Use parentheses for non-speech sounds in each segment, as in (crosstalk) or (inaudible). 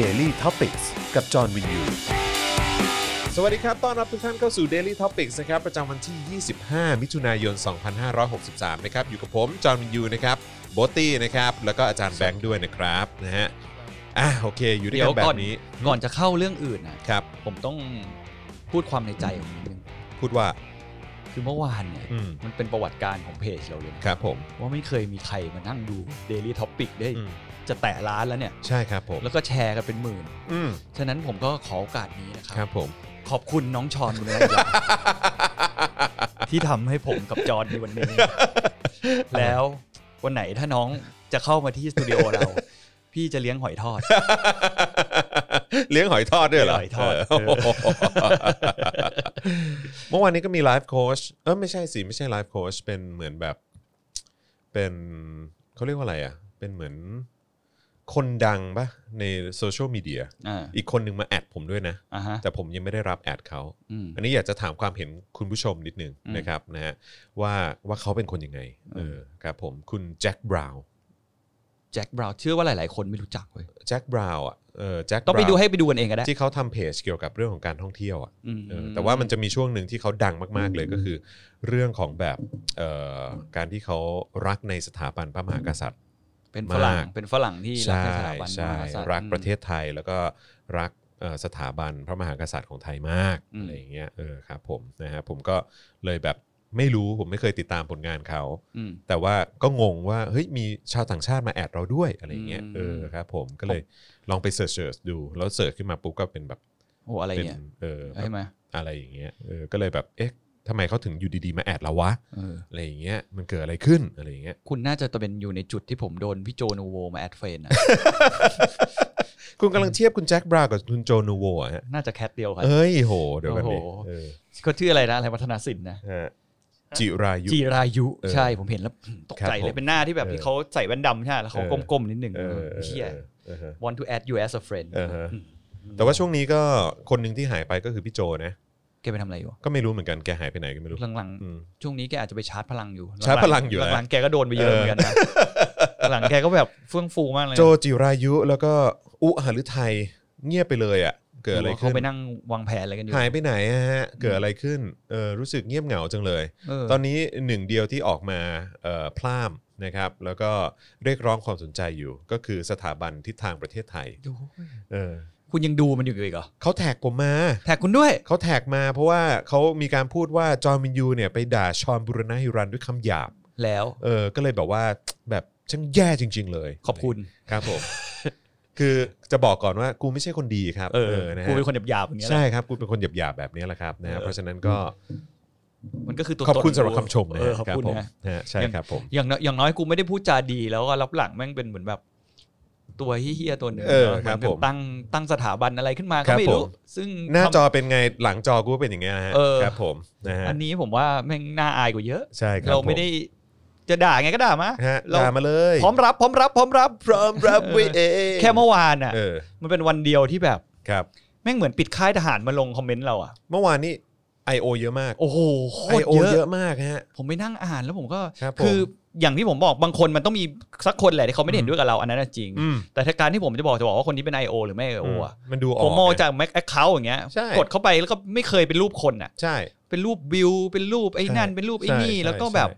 Daily t o p i c กกับจอห์นวินยู สวัสดีครับ ต้อนรับทุกท่านเข้าสู่ Daily Topics นะครับ ประจำวันที่ 25 มิถุนายน 2563 นะครับ อยู่กับผม จอห์นวินยู นะครับ โบทตี้ นะครับ แล้วก็อาจารย์แบงค์ด้วยนะครับ นะฮะ อ่ะ โอเค อยู่ด้วย เดี๋ กั ยวน แบ ก่อน บนี้ ก่อนจะเข้าเรื่องอื่นนะครับ ผมต้องพูดความในใจของนิดนึง พูดว่า คือเมื่อวานเนี่ย อืม มันเป็นประวัติการของเพจเราเลยนะครับ ผม ว่าไม่เคยมีใครมานั่งดู Daily Topic ได้ อืม จะแตะล้านแล้วเนี่ย ใช่ครับผม แล้วก็แชร์กันเป็นหมื่น อืม ฉะนั้นผมก็ขอโอกาสนี้นะค ครั รับ บผม (laughs) ขอบคุณน้องชอนคุณนะที่ทำให้ผมกับจอนในวันนี้ (laughs) แล้ววันไหนถ้าน้องจะเข้ามาที่สตูดิโอเรา (laughs) พี่จะเลี้ยงหอยท (laughs) อด เลี้ยงหอยทอดด้วยเหรอ เลี้ยงหอยทอด เเมื่อวานนี้ก็มีไลฟ์โค้ชเออไม่ใช่สิไม่ใช่ไลฟ์โค้ชเป็นเหมือนแบบ เป็นเขาเรียกว่าอะไรอ่ะ เป็นเหมือนคนดังปะในโซเชียลมีเดีย อ่า อีกคนหนึ่งมาแอดผมด้วยนะ อ่าฮะ แต่ผมยังไม่ได้รับแอดเขา อืม อันนี้อยากจะถามความเห็นคุณผู้ชมนิดนึง อืม นะครับนะฮะว่าว่าเขาเป็นคนยังไงเออ ม ครับผมคุณแจ็คบราวน์ แจ็คบราวน์เชื่อว่าหลาย ๆ คนไม่รู้จักเว้ย แจ็คบราวน์อ่ะเออแจ็ค ต้องไปบราดูวน์ ให้ไปดูกันเองก็ได้ ที่เขาทำเพจเกี่ยวกับเรื่องของการท่องเที่ยวอ่ะ อืม เออแต่ว่ามันจะมีช่วงหนึ่งที่เขาดังมากๆเลยก็คือ เรื่องของแบบเอ่อการที่เขารักในสถาบันพระมหากษัตริย์ เป็นฝรั่ง มาก เป็นฝรั่งที่รัก ใช่ ในสถาบัน ใช่ มหาศาล รักประเทศไทยแล้วก็รักเอ่อสถาบันพระมหากษัตริย์ของไทยมาก อืม อะไรอย่างเงี้ยเออครับผมนะฮะผมก็เลยแบบไม่รู้ผมไม่เคยติดตามผลงานเขา อืม แต่ว่าก็งงว่าเฮ้ยมีชาวต่างชาติมาแอดเราด้วยอะไรอย่างเงี้ย อืม เออครับผมก็เลยลองไปเสิร์ชๆดูแล้วเสิร์ชขึ้นมาปุ๊บก็เป็นแบบ โอ้อะไร เป็น เนี่ย เออแบบ ใช่ไหม อะไรอย่างเงี้ย เออ ก็เลยแบบ เอ๊ะทำไมเขาถึงอยู่ดีๆ มาแอดเราวะ เออ อะไรอย่างเงี้ย มันเกิดอะไรขึ้น อะไรอย่างเงี้ย คุณน่าจะตะเป็นอยู่ในจุดที่ผมโดนพี่โจนูโวมาแอดเฟน (laughs) อะ คุณกำลังเทียบคุณแจ็คบราวน์กับคุณโจนูโวอะฮะ น่าจะแคทเดียวกัน เอ้ย โห เดี๋ยวกันดิ โอ้โห เออ เขาชื่ออะไรนะอะไรวัฒนศิลป์นะ ฮะจิรายุ จีรายุ เออ ใช่ผมเห็นแล้ว (clears throat) ตกใจ ครับผม เลยเป็นหน้าที่แบบที่เขาใส่แว่นดำใช่ไหมแล้วเขา เออ ก้มๆนิดหนึ่ง เออ เฮีย เออเออ want to add you as a friend เออฮะแต่ว่าช่วงนี้ก็คนหนึ่งที่หายไปก็คือพี่โจนะ แกไปทำอะไรอยู่ ก็ไม่รู้เหมือนกัน แกหายไปไหนก็ไม่รู้ หลัง อืม ๆช่วงนี้แกอาจจะไปชาร์จพลังอยู่ ชาร์จพลังอยู่นะ หลังๆแกก็โดนไปเยอะเหมือนกัน (laughs) นะหลังๆแกก็แบบเฟื่องฟูมากเลยนะ โจจิรายุแล้วก็อุหฤทัยเงียบไปเลยอ่ะ เกิดอะไรขึ้น เขาไปนั่งวางแผนอะไรกันอยู่ หายไปไหนอะฮะ เกิดอะไรขึ้น เออ รู้สึกเงียบเหงาจังเลย เออ ตอนนี้หนึ่งเดียวที่ออกมาเอ่อพล่ามนะครับ แล้วก็เรียกร้องความสนใจอยู่ ก็คือสถาบันทิศทางประเทศไทย ดู เออ คุณยังดูมันอยู่อีกเหรอ เขาแท็กผมมา แท็กคุณด้วย เขาแท็กมาเพราะว่าเขามีการพูดว่าจอห์นวินยูเนี่ยไปด่าชอนบุรณะฮิรันด้วยคำหยาบ แล้ว เออก็เลยแบบว่าแบบช่างแย่จริง ๆ เลย ขอบคุณ ครับผม คือจะบอกก่อนว่ากูไม่ใช่คนดีครับนะ กู ฮะ เป็นคนหยาบๆอย่างเงี้ยแหละ ใช่ครับกูเป็นคนหยาบๆแบบนี้แหละครับนะฮะ เออ เพราะฉะนั้นก็ มันก็คือตัว ขอบคุณ ตน สำหรับคำชมนะ เออ ฮะ ขอบ ครับ คุณ ผม นะ นะฮะใช่ครับผม อย่างน้อยอย่างน้อยกูไม่ได้พูดจาดีแล้วก็รับหลังแม่งเป็นเหมือนแบบ ตัวเฮี้ยๆตัวหนึ่ง เออ นะ ค ค รั รั บบ ผม ตั้งตั้งสถาบันอะไรขึ้นมา ค ก็ รับ ไม่ ผม รู้ ซึ่ง หน้าจ ท อเป็นไงหลังจอกูก็เป็นอย่างเงี้ยนะฮะ เออ ครับผมนะ ำ ฮะ อันนี้ผมว่าแม่งน่าอายกว่าเยอะ ใช่ครับ เราไม่ได้จะด่าไงก็ด่ามา ผมฮะ เรา ด่ามาเลย พร้อมรับพร้อมรับพร้อมรับ พร้อมรับไว้เอง แค่เมื่อวานอ่ะ เออ มันเป็นวันเดียวที่แบบ ครับ แม่งเหมือนปิดค่ายทหารมาลงคอมเมนต์เราอะ เมื่อวานนี้ I.O. เยอะมาก โอ้โหโคตร I.O. เย เย อะ อะมากฮะ ผมไปนั่งอ่านแล้วผมก็ ครับผม คืออย่างที่ผมบอกบางคนมันต้องมีสักคนแหละที่เขาไม่ได้เห็นด้วยกับเราอันนั้นนะจริง อืม แต่ถ้าการที่ผมจะบอกจะบอกว่าคนนี้เป็น IO หรือไม่ IO อะ มันดูออก ผมมองจากแม็กแอคเคาท์อย่างเงี้ย ใช่ กดเข้าไปแล้วก็ไม่เคยเป็นรูปคนอะ ใช่ เป็นรูปบิวเป็นรูปไอ้นั่น ใช่ เป็นรูปไอ้นี่ ใช่ แล้วก็ ใช่ แบบ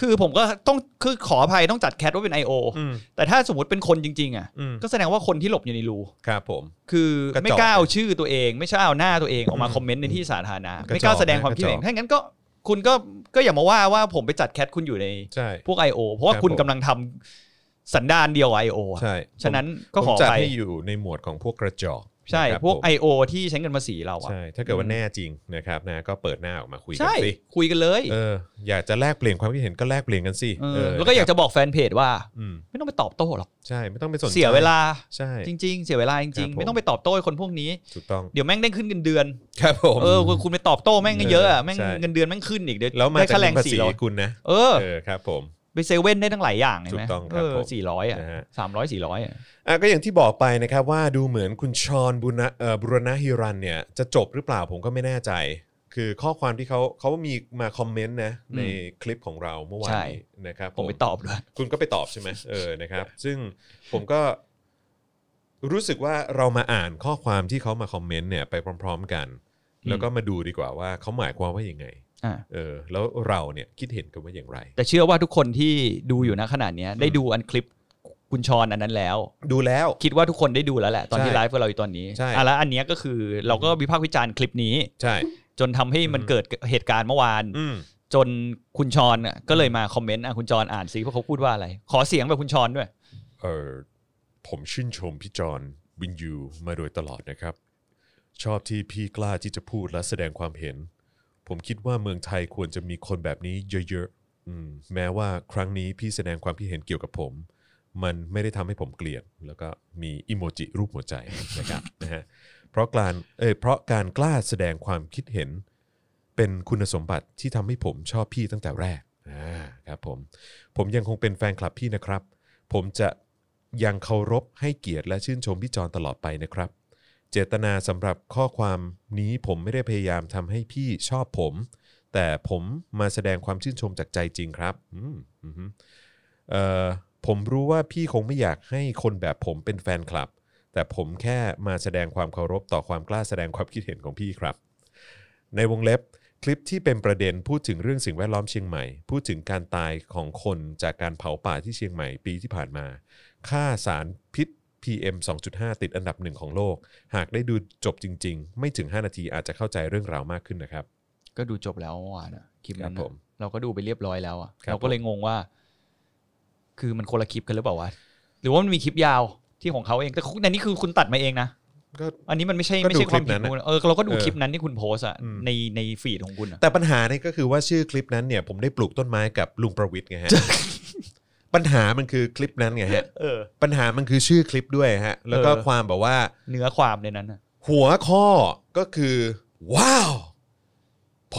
คือผมก็ต้องคือขออภัยต้องจัดแคทว่าเป็น IO อืม แต่ถ้าสมมติเป็นคนจริง ๆอะ อืม ก็แสดงว่าคนที่หลบอยู่ในรู ครับผม คือไม่ กระจอก กล้าเอาชื่อตัวเอง ไม่ใช่เอาหน้าตัวเองออกมา อืม คอมเมนต์ในที่สาธารณะ กระจอก ไม่กล้าแสดงความคิดเห็ ก น ระจอก ถ้างั้นก็คุณก็ก็อย่ามาว่าว่าผมไปจัดแคทคุณอยู่ใน ใช่ พวก I.O. เพราะว่า ครับ คุณกำลังทำสันดานเดียว I.O. อะ ใช่ ฉะนั้นก็ ผม ขอ จัด ไป ให้อยู่ในหมวดของพวกกระจอก ใช่ นะครับ พวก ผม I.O. ที่ใช้เงินภาษีเราอะ ใช่ ถ้าเกิดว่าแน่จริงนะครับนะก็เปิดหน้าออกมาคุยกั ใช่ นสิ คุยกันเลย เอออยากจะแลกเปลี่ยนความคิดเห็นก็แลกเปลี่ยนกันสิ เออ เออ แล้วก็อยากจะบอกแฟนเพจว่า อืม ไม่ต้องไปตอบโต้หรอก ใช่ไม่ต้องไปสนใจ เสียเวลา ใช่ จริง ๆ เสียเวลาจ ครั ริ บผงม ๆ ไม่ต้องไปตอบโต้คนพวกนี้ ถูกต้อง เดี๋ยวแม่งได้ขึ้นเงินเดือน ครับผม เออคุณไปตอบโต้แม่งก็เยอะอะแม่ง ใช่ เงินเดือนแม่งขึ้นอีกเดี๋ยว แล้วมา ได้ จาก ค่าแร เงิ ง นภาษี สี่ร้อย คุณนะ เออ เออครับผม ไปเซเว่นได้ตั้งหลายอย่างเห็นไหม ถูกต้องครับผม สี่ร้อยอ่ะ นะฮะ สามร้อยสี่ร้อยอ่ะ อ่ะก็อย่างที่บอกไปนะครับว่าดูเหมือนคุณชอนบุณะเอ่อบุรณะฮิรันเนี่ยจะจบหรือเปล่าผมก็ไม่แน่ใจ คือข้อความที่เขาเขามีมาคอมเมนต์นะ อืม ในคลิปของเราเมื่อวาน ใช่ นี้นะครับ ผมไปตอบด้วย คุณก็ไปตอบใช่ไหมเออนะครับ ซึ่งผมก็ รู้สึกว่าเรามาอ่านข้อความที่เขามาคอมเมนต์เนี่ยไปพร้อม ๆ กัน ม แล้วก็มาดูดีกว่าว่าเขาหมายความว่ายังไง อ่า เออ แล้วเราเนี่ยคิดเห็นกันว่าอย่างไร แต่เชื่อว่าทุกคนที่ดูอยู่นะขนาดเนี้ยได้ดูอันคลิปคุณชอนอันนั้นแล้ว ดูแล้ว คิดว่าทุกคนได้ดูแล้วแหละตอนที่ ใช่ ไลฟ์กับเราอยู่ตอนนี้ ใช่ อ่ะแล้วอันเนี้ยก็คือเราก็วิพากษ์วิจารณ์คลิปนี้ ใช่ จนทำให้มัน อืม เกิดเหตุการณ์เมื่อวาน อืม จนคุณชอนน่ะก็เลยมาคอมเมนต์อ่ะคุณจอนอ่านสิว่าเขาพูดว่าอะไร ขอเสียงแบบคุณชอนด้วย เออผมชื่นชมพี่จอห์นวินยูมาโดยตลอดนะครับ ชอบที่พี่กล้าที่จะพูดและแสดงความเห็น ผมคิดว่าเมืองไทยควรจะมีคนแบบนี้เยอะๆอืมแม้ว่าครั้งนี้พี่แสดงความคิดเห็นเกี่ยวกับผม มันไม่ได้ทำให้ผมเกลียด แล้วก็มีอิโมจิรูปหัวใจ นะครับนะฮะเพราะการเอยเพราะการกล้าแสดงความคิดเห็น เป็นคุณสมบัติที่ทำให้ผมชอบพี่ตั้งแต่แรกอ่าครับผมผมยังคงเป็นแฟนคลับพี่นะครับ ผมจะยังเคารพให้เกียรติและชื่นชมพี่จอนตลอดไปนะครับ เจตนาสำหรับข้อความนี้ผมไม่ได้พยายามทำให้พี่ชอบผม แต่ผมมาแสดงความชื่นชมจากใจจริงครับอืมอืมเอ่อผมรู้ว่าพี่คงไม่อยากให้คนแบบผมเป็นแฟนคลับ แต่ผมแค่มาแสดงความเคารพต่อความกล้าแสดงความคิดเห็นของพี่ครับ ในวงเล็บคลิปที่เป็นประเด็นพูดถึงเรื่องสิ่งแวดล้อมเชียงใหม่ พูดถึงการตายของคนจากการเผาป่าที่เชียงใหม่ปีที่ผ่านมา ค่าสารพิษ PM 2.5 ติดอันดับหนึ่งของโลก หากได้ดูจบจริง ๆ ไม่ถึง 5 นาทีอาจจะเข้าใจเรื่องราวมากขึ้นนะครับ ก็ดูจบแล้วเมื่อวานอะคลิปนั้น ครับ อะ ผม เราก็ดูไปเรียบร้อยแล้วอะ ครับ เราก็เลยงงว่า คือมันคนละคลิปกันหรือเปล่าวะหรือว่ามันมีคลิปยาวที่ของเขาเองแต่ในนี้คือคุณตัดมาเองนะ ก็ อันนี้มันไม่ใช่ ก็ดู ไม่ใช่ความ คลิปผิดนั้นอะ คุณเออเราก็ดู เออ คลิปนั้นที่คุณโพสอะ อืม ในในฟีดของคุณอะ แต่ปัญหาเนี่ยก็คือว่าชื่อคลิปนั้นเนี่ยผมได้ปลูกต้นไม้กับลุงประวิทย์ไง (laughs) ฮะ ปัญหามันคือคลิปนั้นไงฮะ เออ ปัญหามันคือชื่อคลิปด้วยฮะ แล้วก็ เออ ความแบบว่า เนื้อความในนั้นอะ หัวข้อก็คือว้าว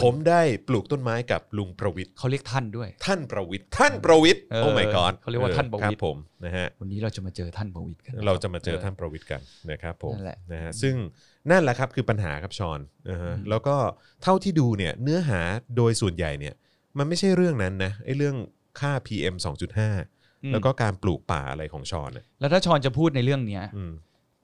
ผมได้ปลูกต้นไม้กับลุงประวิทย์ เขาเรียกท่านด้วย ท่านประวิทย์ท่านประวิทย์ เออ โอ้ my god เขาเรียกว่าท่านประวิตครบผมนะฮะ วันนี้เราจะมาเจอท่านประวิตรกัน เราจะมาเจอท่านประวิทย์กันนะครับผม นั่นแหละ นะฮะซึ่งนั่นแหละครับคือปัญหาครับชอนนะฮะ อืม แล้วก็เท่าที่ดูเนี่ยเนื้อหาโดยส่วนใหญ่เนี่ยมันไม่ใช่เรื่องนั้นนะไอ้เรื่องค่า PM 2.5 แล้วก็การปลูกป่าอะไรของชอนน่ะ แล้วถ้าชอนจะพูดในเรื่องเนี้ย อืม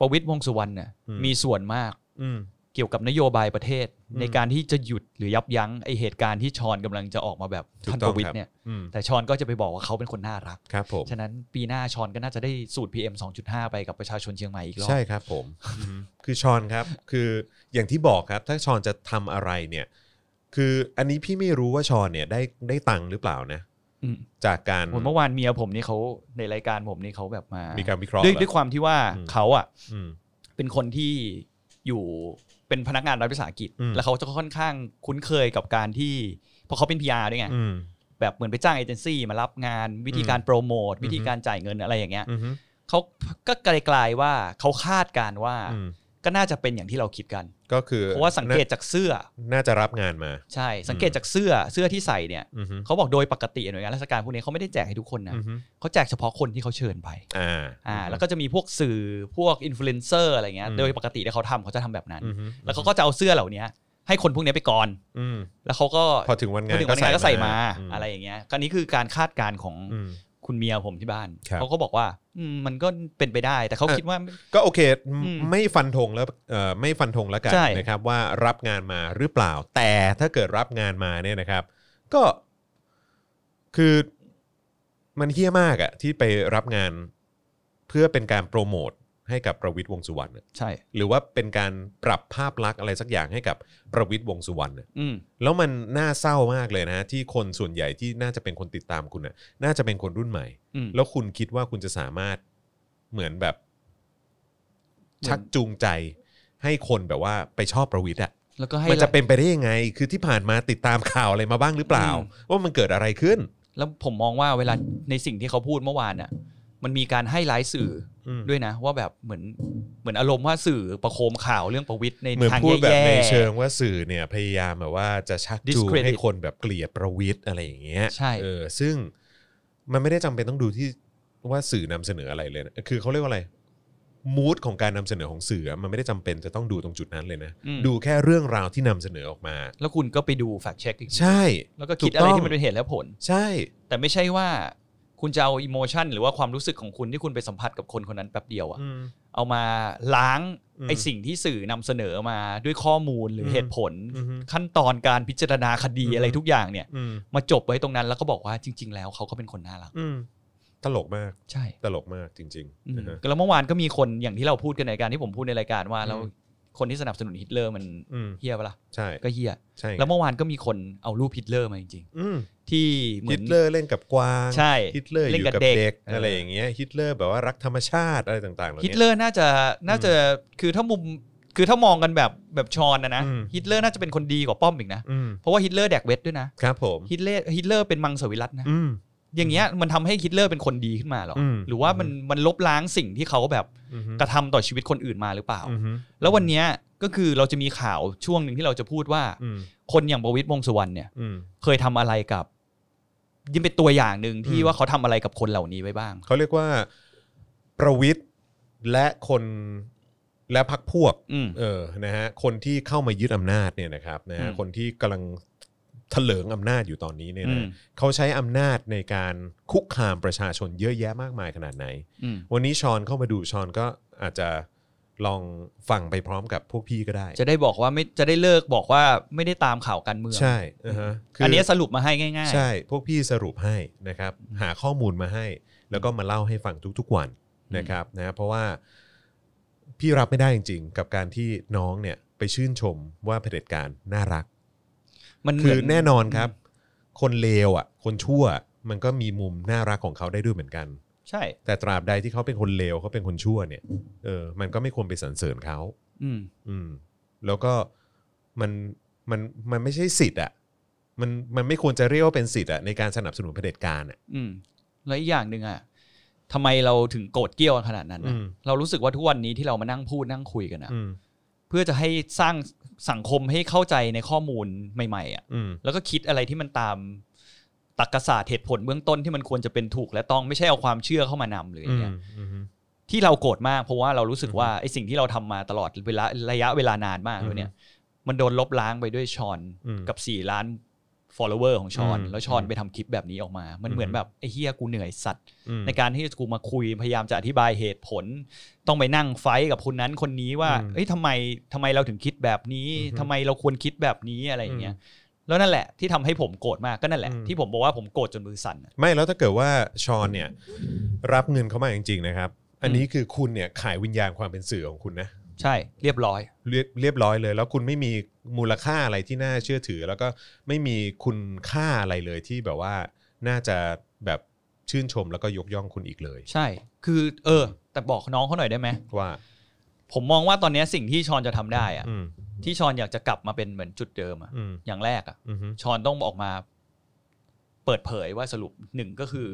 ประวิตยวงษ์สุวรรณเนี่ย อืม มีส่วนมาก อืม เกี่ยวกับนโยบายประเทศ อืม ในการที่จะหยุดหรือยับยั้งไอเหตุการณ์ที่ชอนกำลังจะออกมาแบบ ถู ท่าน กต้ ป อง ระวิต ค ย รับ เนี่ย อืม แต่ชอนก็จะไปบอกว่าเขาเป็นคนน่ารัก ครับผม ฉะนั้นปีหน้าชอนก็น่าจะได้สูตร PM 2.5 ไปกับประชาชนเชียงใหม่อีกรอบ ใช่ครับผมอืมคือชอนครับ คืออย่างที่บอกครับถ้าชอนจะทำอะไรเนี่ย คืออันนี้พี่ไม่รู้ว่าชอนเนี่ยได้ได้ตังค์หรือเปล่านะ อืม จากการ ผมเมื่อวานเมียผมนี่เขาในรายการผมนี่เขาแบบมา มีการวิเคราะห์ ด้วย เหรอ ด้วยความที่ว่า อืม เขาอ่ะ อืม เป็นคนที่อยู่เป็นพนักงานรัฐวิสาหกิจ อืม แล้วเขาจะค่อนข้างคุ้นเคยกับการที่เพราะเขาเป็น PR ด้วยไง อืม แบบเหมือนไปจ้างเอเจนซี่มารับงานวิธีการโปรโมท วิธีการจ่ายเงินอะไรอย่างเงี้ย อืม เขาก็ไกลๆว่าเขาคาดการณ์ว่า อืม ก็ ก็น่าจะเป็นอย่างที่เราคิดกัน ก็คือ เพราะว่าสังเกตจากเสื้อ น่าจะรับงานมา ใช่ สังเกตจากเสื้อเสื้อที่ใส่เนี่ย อือฮึ เขาบอกโดยปกติหน่วยงานราชการพวกนี้เขาไม่ได้แจกให้ทุกคนนะ อือฮึ เขาแจกเฉพาะคนที่เขาเชิญไป อ่า อ่าแล้วก็จะมีพวกสื่อพวกอินฟลูเอนเซอร์อะไรเงี้ย อืม โดยปกติที่ยเขาทำเขาจะทำแบบนั้น อือฮึ แล้วเขาก็จะเอาเสื้อเหล่านี้ให้คนพวกนี้ไปก่อน อืม แล้วเขาก็ พอถึงวันงาน ถึงวันงานก็ใส่มา อื อะไรอย่างเงี้ยก็นี่คือการคาดการณ์ของ อืม คุณเมียผมที่บ้าน ครับ เขาก็บอกว่าอืมมันก็เป็นไปได้ แต่เขา เอ่อ คิดว่า ก็โอเค อืม ไม่ฟันธงแล้วเอ่อไม่ฟันธงแล้วกัน ใช่ นะครับว่ารับงานมาหรือเปล่า แต่ถ้าเกิดรับงานมาเนี่ยนะครับ ก็คือมันเฮี้ยมากอะที่ไปรับงานเพื่อเป็นการโปรโมทให้กับประวิทย์วงษ์สุวรรณอะ ใช่ หรือว่าเป็นการปรับภาพลักษณ์อะไรสักอย่างให้กับประวิทย์วงษ์สุวรรณอะ อืม แล้วมันน่าเศร้ามากเลยนะฮะที่คนส่วนใหญ่ที่น่าจะเป็นคนติดตามคุณน่ะน่าจะเป็นคนรุ่นใหม่ อืม แล้วคุณคิดว่าคุณจะสามารถเหมือนแบบ เหมือน ชักจูงใจ ให้คนแบบว่าไปชอบประวิทย์อ่ะ แล้วก็ให้ มันจะ ละ เป็นไปได้ยังไง คือที่ผ่านมาติดตามข่าวอะไรมาบ้างหรือเปล่า อืม ว่ามันเกิดอะไรขึ้น แล้วผมมองว่าเวลาในสิ่งที่เขาพูดเมื่อวานน่ะ มันมีการให้ร้ายสื่อ อืม ด้วยนะ ว่าแบบเหมือนเหมือนอารมณ์ว่าสื่อประโคมข่าวเรื่องประวิทย์ใน เหมือน ทาง พูดแบ แย่ บในเชิงว่าสื่อเนี่ยพยายามแบบว่าจะชักจูง Discredit ให้คนแบบเกลียดประวิทย์อะไรอย่างเงี้ย ใช่ เออซึ่งมันไม่ได้จำเป็นต้องดูที่ว่าสื่อนำเสนออะไรเลยนะคือเขาเรียกว่าอะไรมูดของการนำเสนอของสื่ออะมันไม่ได้จำเป็นจะต้องดูตรงจุดนั้นเลยนะ อืม ดูแค่เรื่องราวที่นำเสนอออกมา ๆแล้วคุณก็ไปดูแฟกเช็คอีกที ใช่ แล้วก็คิด ถูก อะไร ต้อง ที่มันเป็นเหตุและผล ใช่ แต่ไม่ใช่ว่า คุณจะเอาอิโมชันหรือว่าความรู้สึกของคุณที่คุณไปสัมผัสกับคนคนนั้นแป๊บเดียวอะ อืม เอามาล้าง อืม ไอสิ่งที่สื่อนำเสนอมาด้วยข้อมูลหรืออ ม เหตุผล อืม ขั้นตอนการพิจารณาคดี อืม อะไรทุกอย่างเนี่ย อืม มาจบไว้ตรงนั้นแล้วก็บอกว่าจริง ๆ แล้วเขาก็เป็นคนน่ารัก อืมตลกมาก ใช่ ตลกมากจริง อื ๆ ม นะฮะ แล้วเมื่อวานก็มีคนอย่างที่เราพูดกันในรายการที่ผมพูดในรายการว่า อืม แล้วคนที่สนับสนุนฮิตเลอร์มัน อืม เฮียปะล่ะ ใช่ ก็เฮีย ใช่ แล้วเมื่อวานก็มีคนเอารูปฮิตเลอร์มาจริง อืม ๆ ที่เหมื ฮิ อน ตเลอร์เล่นกับกวาง ใช่ ฮิตเลอร์อ เล่น ยู่ กับ กับ เด็ก เด็ก เอออ อะไรอย่างเงี้ยฮิตเลอร์แบบว่ารักธรรมชาติอะไรต่างๆเหล่า ฮิต นี้ เลอร์น่าจะน่าจะคือถ้ามุมคือถ้ามองกันแบบแบบชอนนะนะ อืม ฮิตเลอร์น่าจะเป็นคนดีกว่าป้อมอีกนะ อืม เพราะว่าฮิตเลอร์แดกเวทด้วยนะครับ ผม ฮิตเลอร์ฮิตเลอร์เป็นมังสวิรัตนะ อืม อย่างเงี้ยมันทำให้ฮิตเลอร์เป็นคนดีขึ้นมาเหรออ ม หรือว่ามันมันลบล้างสิ่งที่เขาแบบ อืม กระทำต่อชีวิตคนอื่นมาหรือเปล่า อืม แล้ววันเนี้ยก็คือเราจะมีข่าวช่วงหนึ่งที่เราจะพูดว่า อืม คนอย่างประวิตยวงษ์สุวรรณเนี่ย อืม เคยทำอะไรกับ ยิ่งเป็นตัวอย่างหนึ่งที่ อืม ว่าเขาทำอะไรกับคนเหล่านี้ไว้บ้าง เขาเรียกว่าประวิทย์และคนและพักพวก อืม เออ นะฮะ คนที่เข้ามายึดอำนาจเนี่ยนะครับนะฮะ อืม คนที่กำลังเถลิงอำนาจอยู่ตอนนี้เนี่ย อื นะ ม เขาใช้อำนาจในการคุกคามประชาชนเยอะแยะมากมายขนาดไหน อืม วันนี้ชอนเข้ามาดูชอนก็อาจจะลองฟังไปพร้อมกับพวกพี่ก็ได้ จะได้บอกว่าไม่จะได้เลิกบอกว่าไม่ได้ตามข่าวการเมือง ใช่อ่าฮะคื อันเนี้ยสรุปมาให้ง่าย ใช่ พวกพี่สรุปให้นะครับ หาข้อมูลมาให้ แล้วก็มาเล่าให้ฟังทุกๆวันนะครับนะเพราะว่าพี่รับไม่ได้จริง ๆ กับการที่น้องเนี่ยไปชื่นชมว่าเผด็จการน่ารัก ๆ มันเห คื มื อ อน แน่นอนครับ คนเลวอ่ะ คนชั่วมันก็มีมุมน่ารักของเขาได้ด้วยเหมือนกัน ใช่ แต่ตราบใดที่เขาเป็นคนเลวเขาเป็นคนชั่วเนี่ยเออมันก็ไม่ควรไปสรรเสริญเขา อืม อืมแล้วก็มันมันมันไม่ใช่สิทธิ์อ่ะมันมันไม่ควรจะเรียกว่าเป็นสิทธิ์อ่ะในการสนับสนุนเผด็จการอ่ะ อืมแล้วอีกอย่างหนึ่งอ่ะทำไมเราถึงโกรธเกรี้ยวกันขนาดนั้นนะ อืม เรารู้สึกว่าทุกวันนี้ที่เรามานั่งพูดนั่งคุยกันอะ อืม เพื่อจะให้สร้างสังคมให้เข้าใจในข้อมูลใหม่ๆอ่ะ อืม แล้วก็คิดอะไรที่มันตามตรรกศาสตร์เหตุผลเบื้องต้นที่มันควรจะเป็นถูกและต้องไม่ใช่เอาความเชื่อเข้ามานำเลย อื อย่ามงเงี้ย อืม ที่เราโกรธมากเพราะว่าเรารู้สึก อือฮึ ว่าไอ้สิ่งที่เราทำมาตลอดเวลาระยะเวลานานมากแล้วเนี่ยมันโดนลบล้างไปด้วยชอน อืม กับ 4 ล้าน follower ของชอน อืม แล้วชอน อืม ไปทำคลิปแบบนี้ออกมา มันเหมือน อืม แบบไอ้เฮียกูเหนื่อยสัตว์ อืม ในการที่กูมาคุยพยายามจะอธิบายเหตุผล ต้องไปนั่งไฟท์กับคนนั้นคนนี้ว่า อืม เอ้ยทำไมทำไมเราถึงคิดแบบนี้ อือฮึ ทำไมเราควรคิดแบบนี้อะไรอย่างเงี้ยแล้วนั่นแหละที่ทำให้ผมโกรธมากก็นั่นแหละ อืม ที่ผมบอกว่าผมโกรธจนมือสั่นอะ ไม่แล้วถ้าเกิดว่าชอนเนี่ย รับเงินเขามาจริง ๆ นะครับ อันนี้คือคุณเนี่ยขายวิญญาณความเป็นสื่อของคุณนะ ใช่เรียบร้อย เรียบเรียบร้อยเลย แล้วคุณไม่มีมูลค่าอะไรที่น่าเชื่อถือ แล้วก็ไม่มีคุณค่าอะไรเลยที่แบบว่าน่าจะแบบชื่นชมแล้วก็ยกย่องคุณอีกเลย ใช่ คือ เออ แต่บอกน้องเขาหน่อยได้ไหม ว่า ผมมองว่าตอนเนี้ยสิ่งที่ชอนจะทำได้อะ อืม ที่ชอนอยากจะกลับมาเป็นเหมือนจุดเดิมอะ อืม อย่างแรกอะ อืม ชอนต้องออกมา เปิดเผยว่าสรุปหนึ่งก็คือ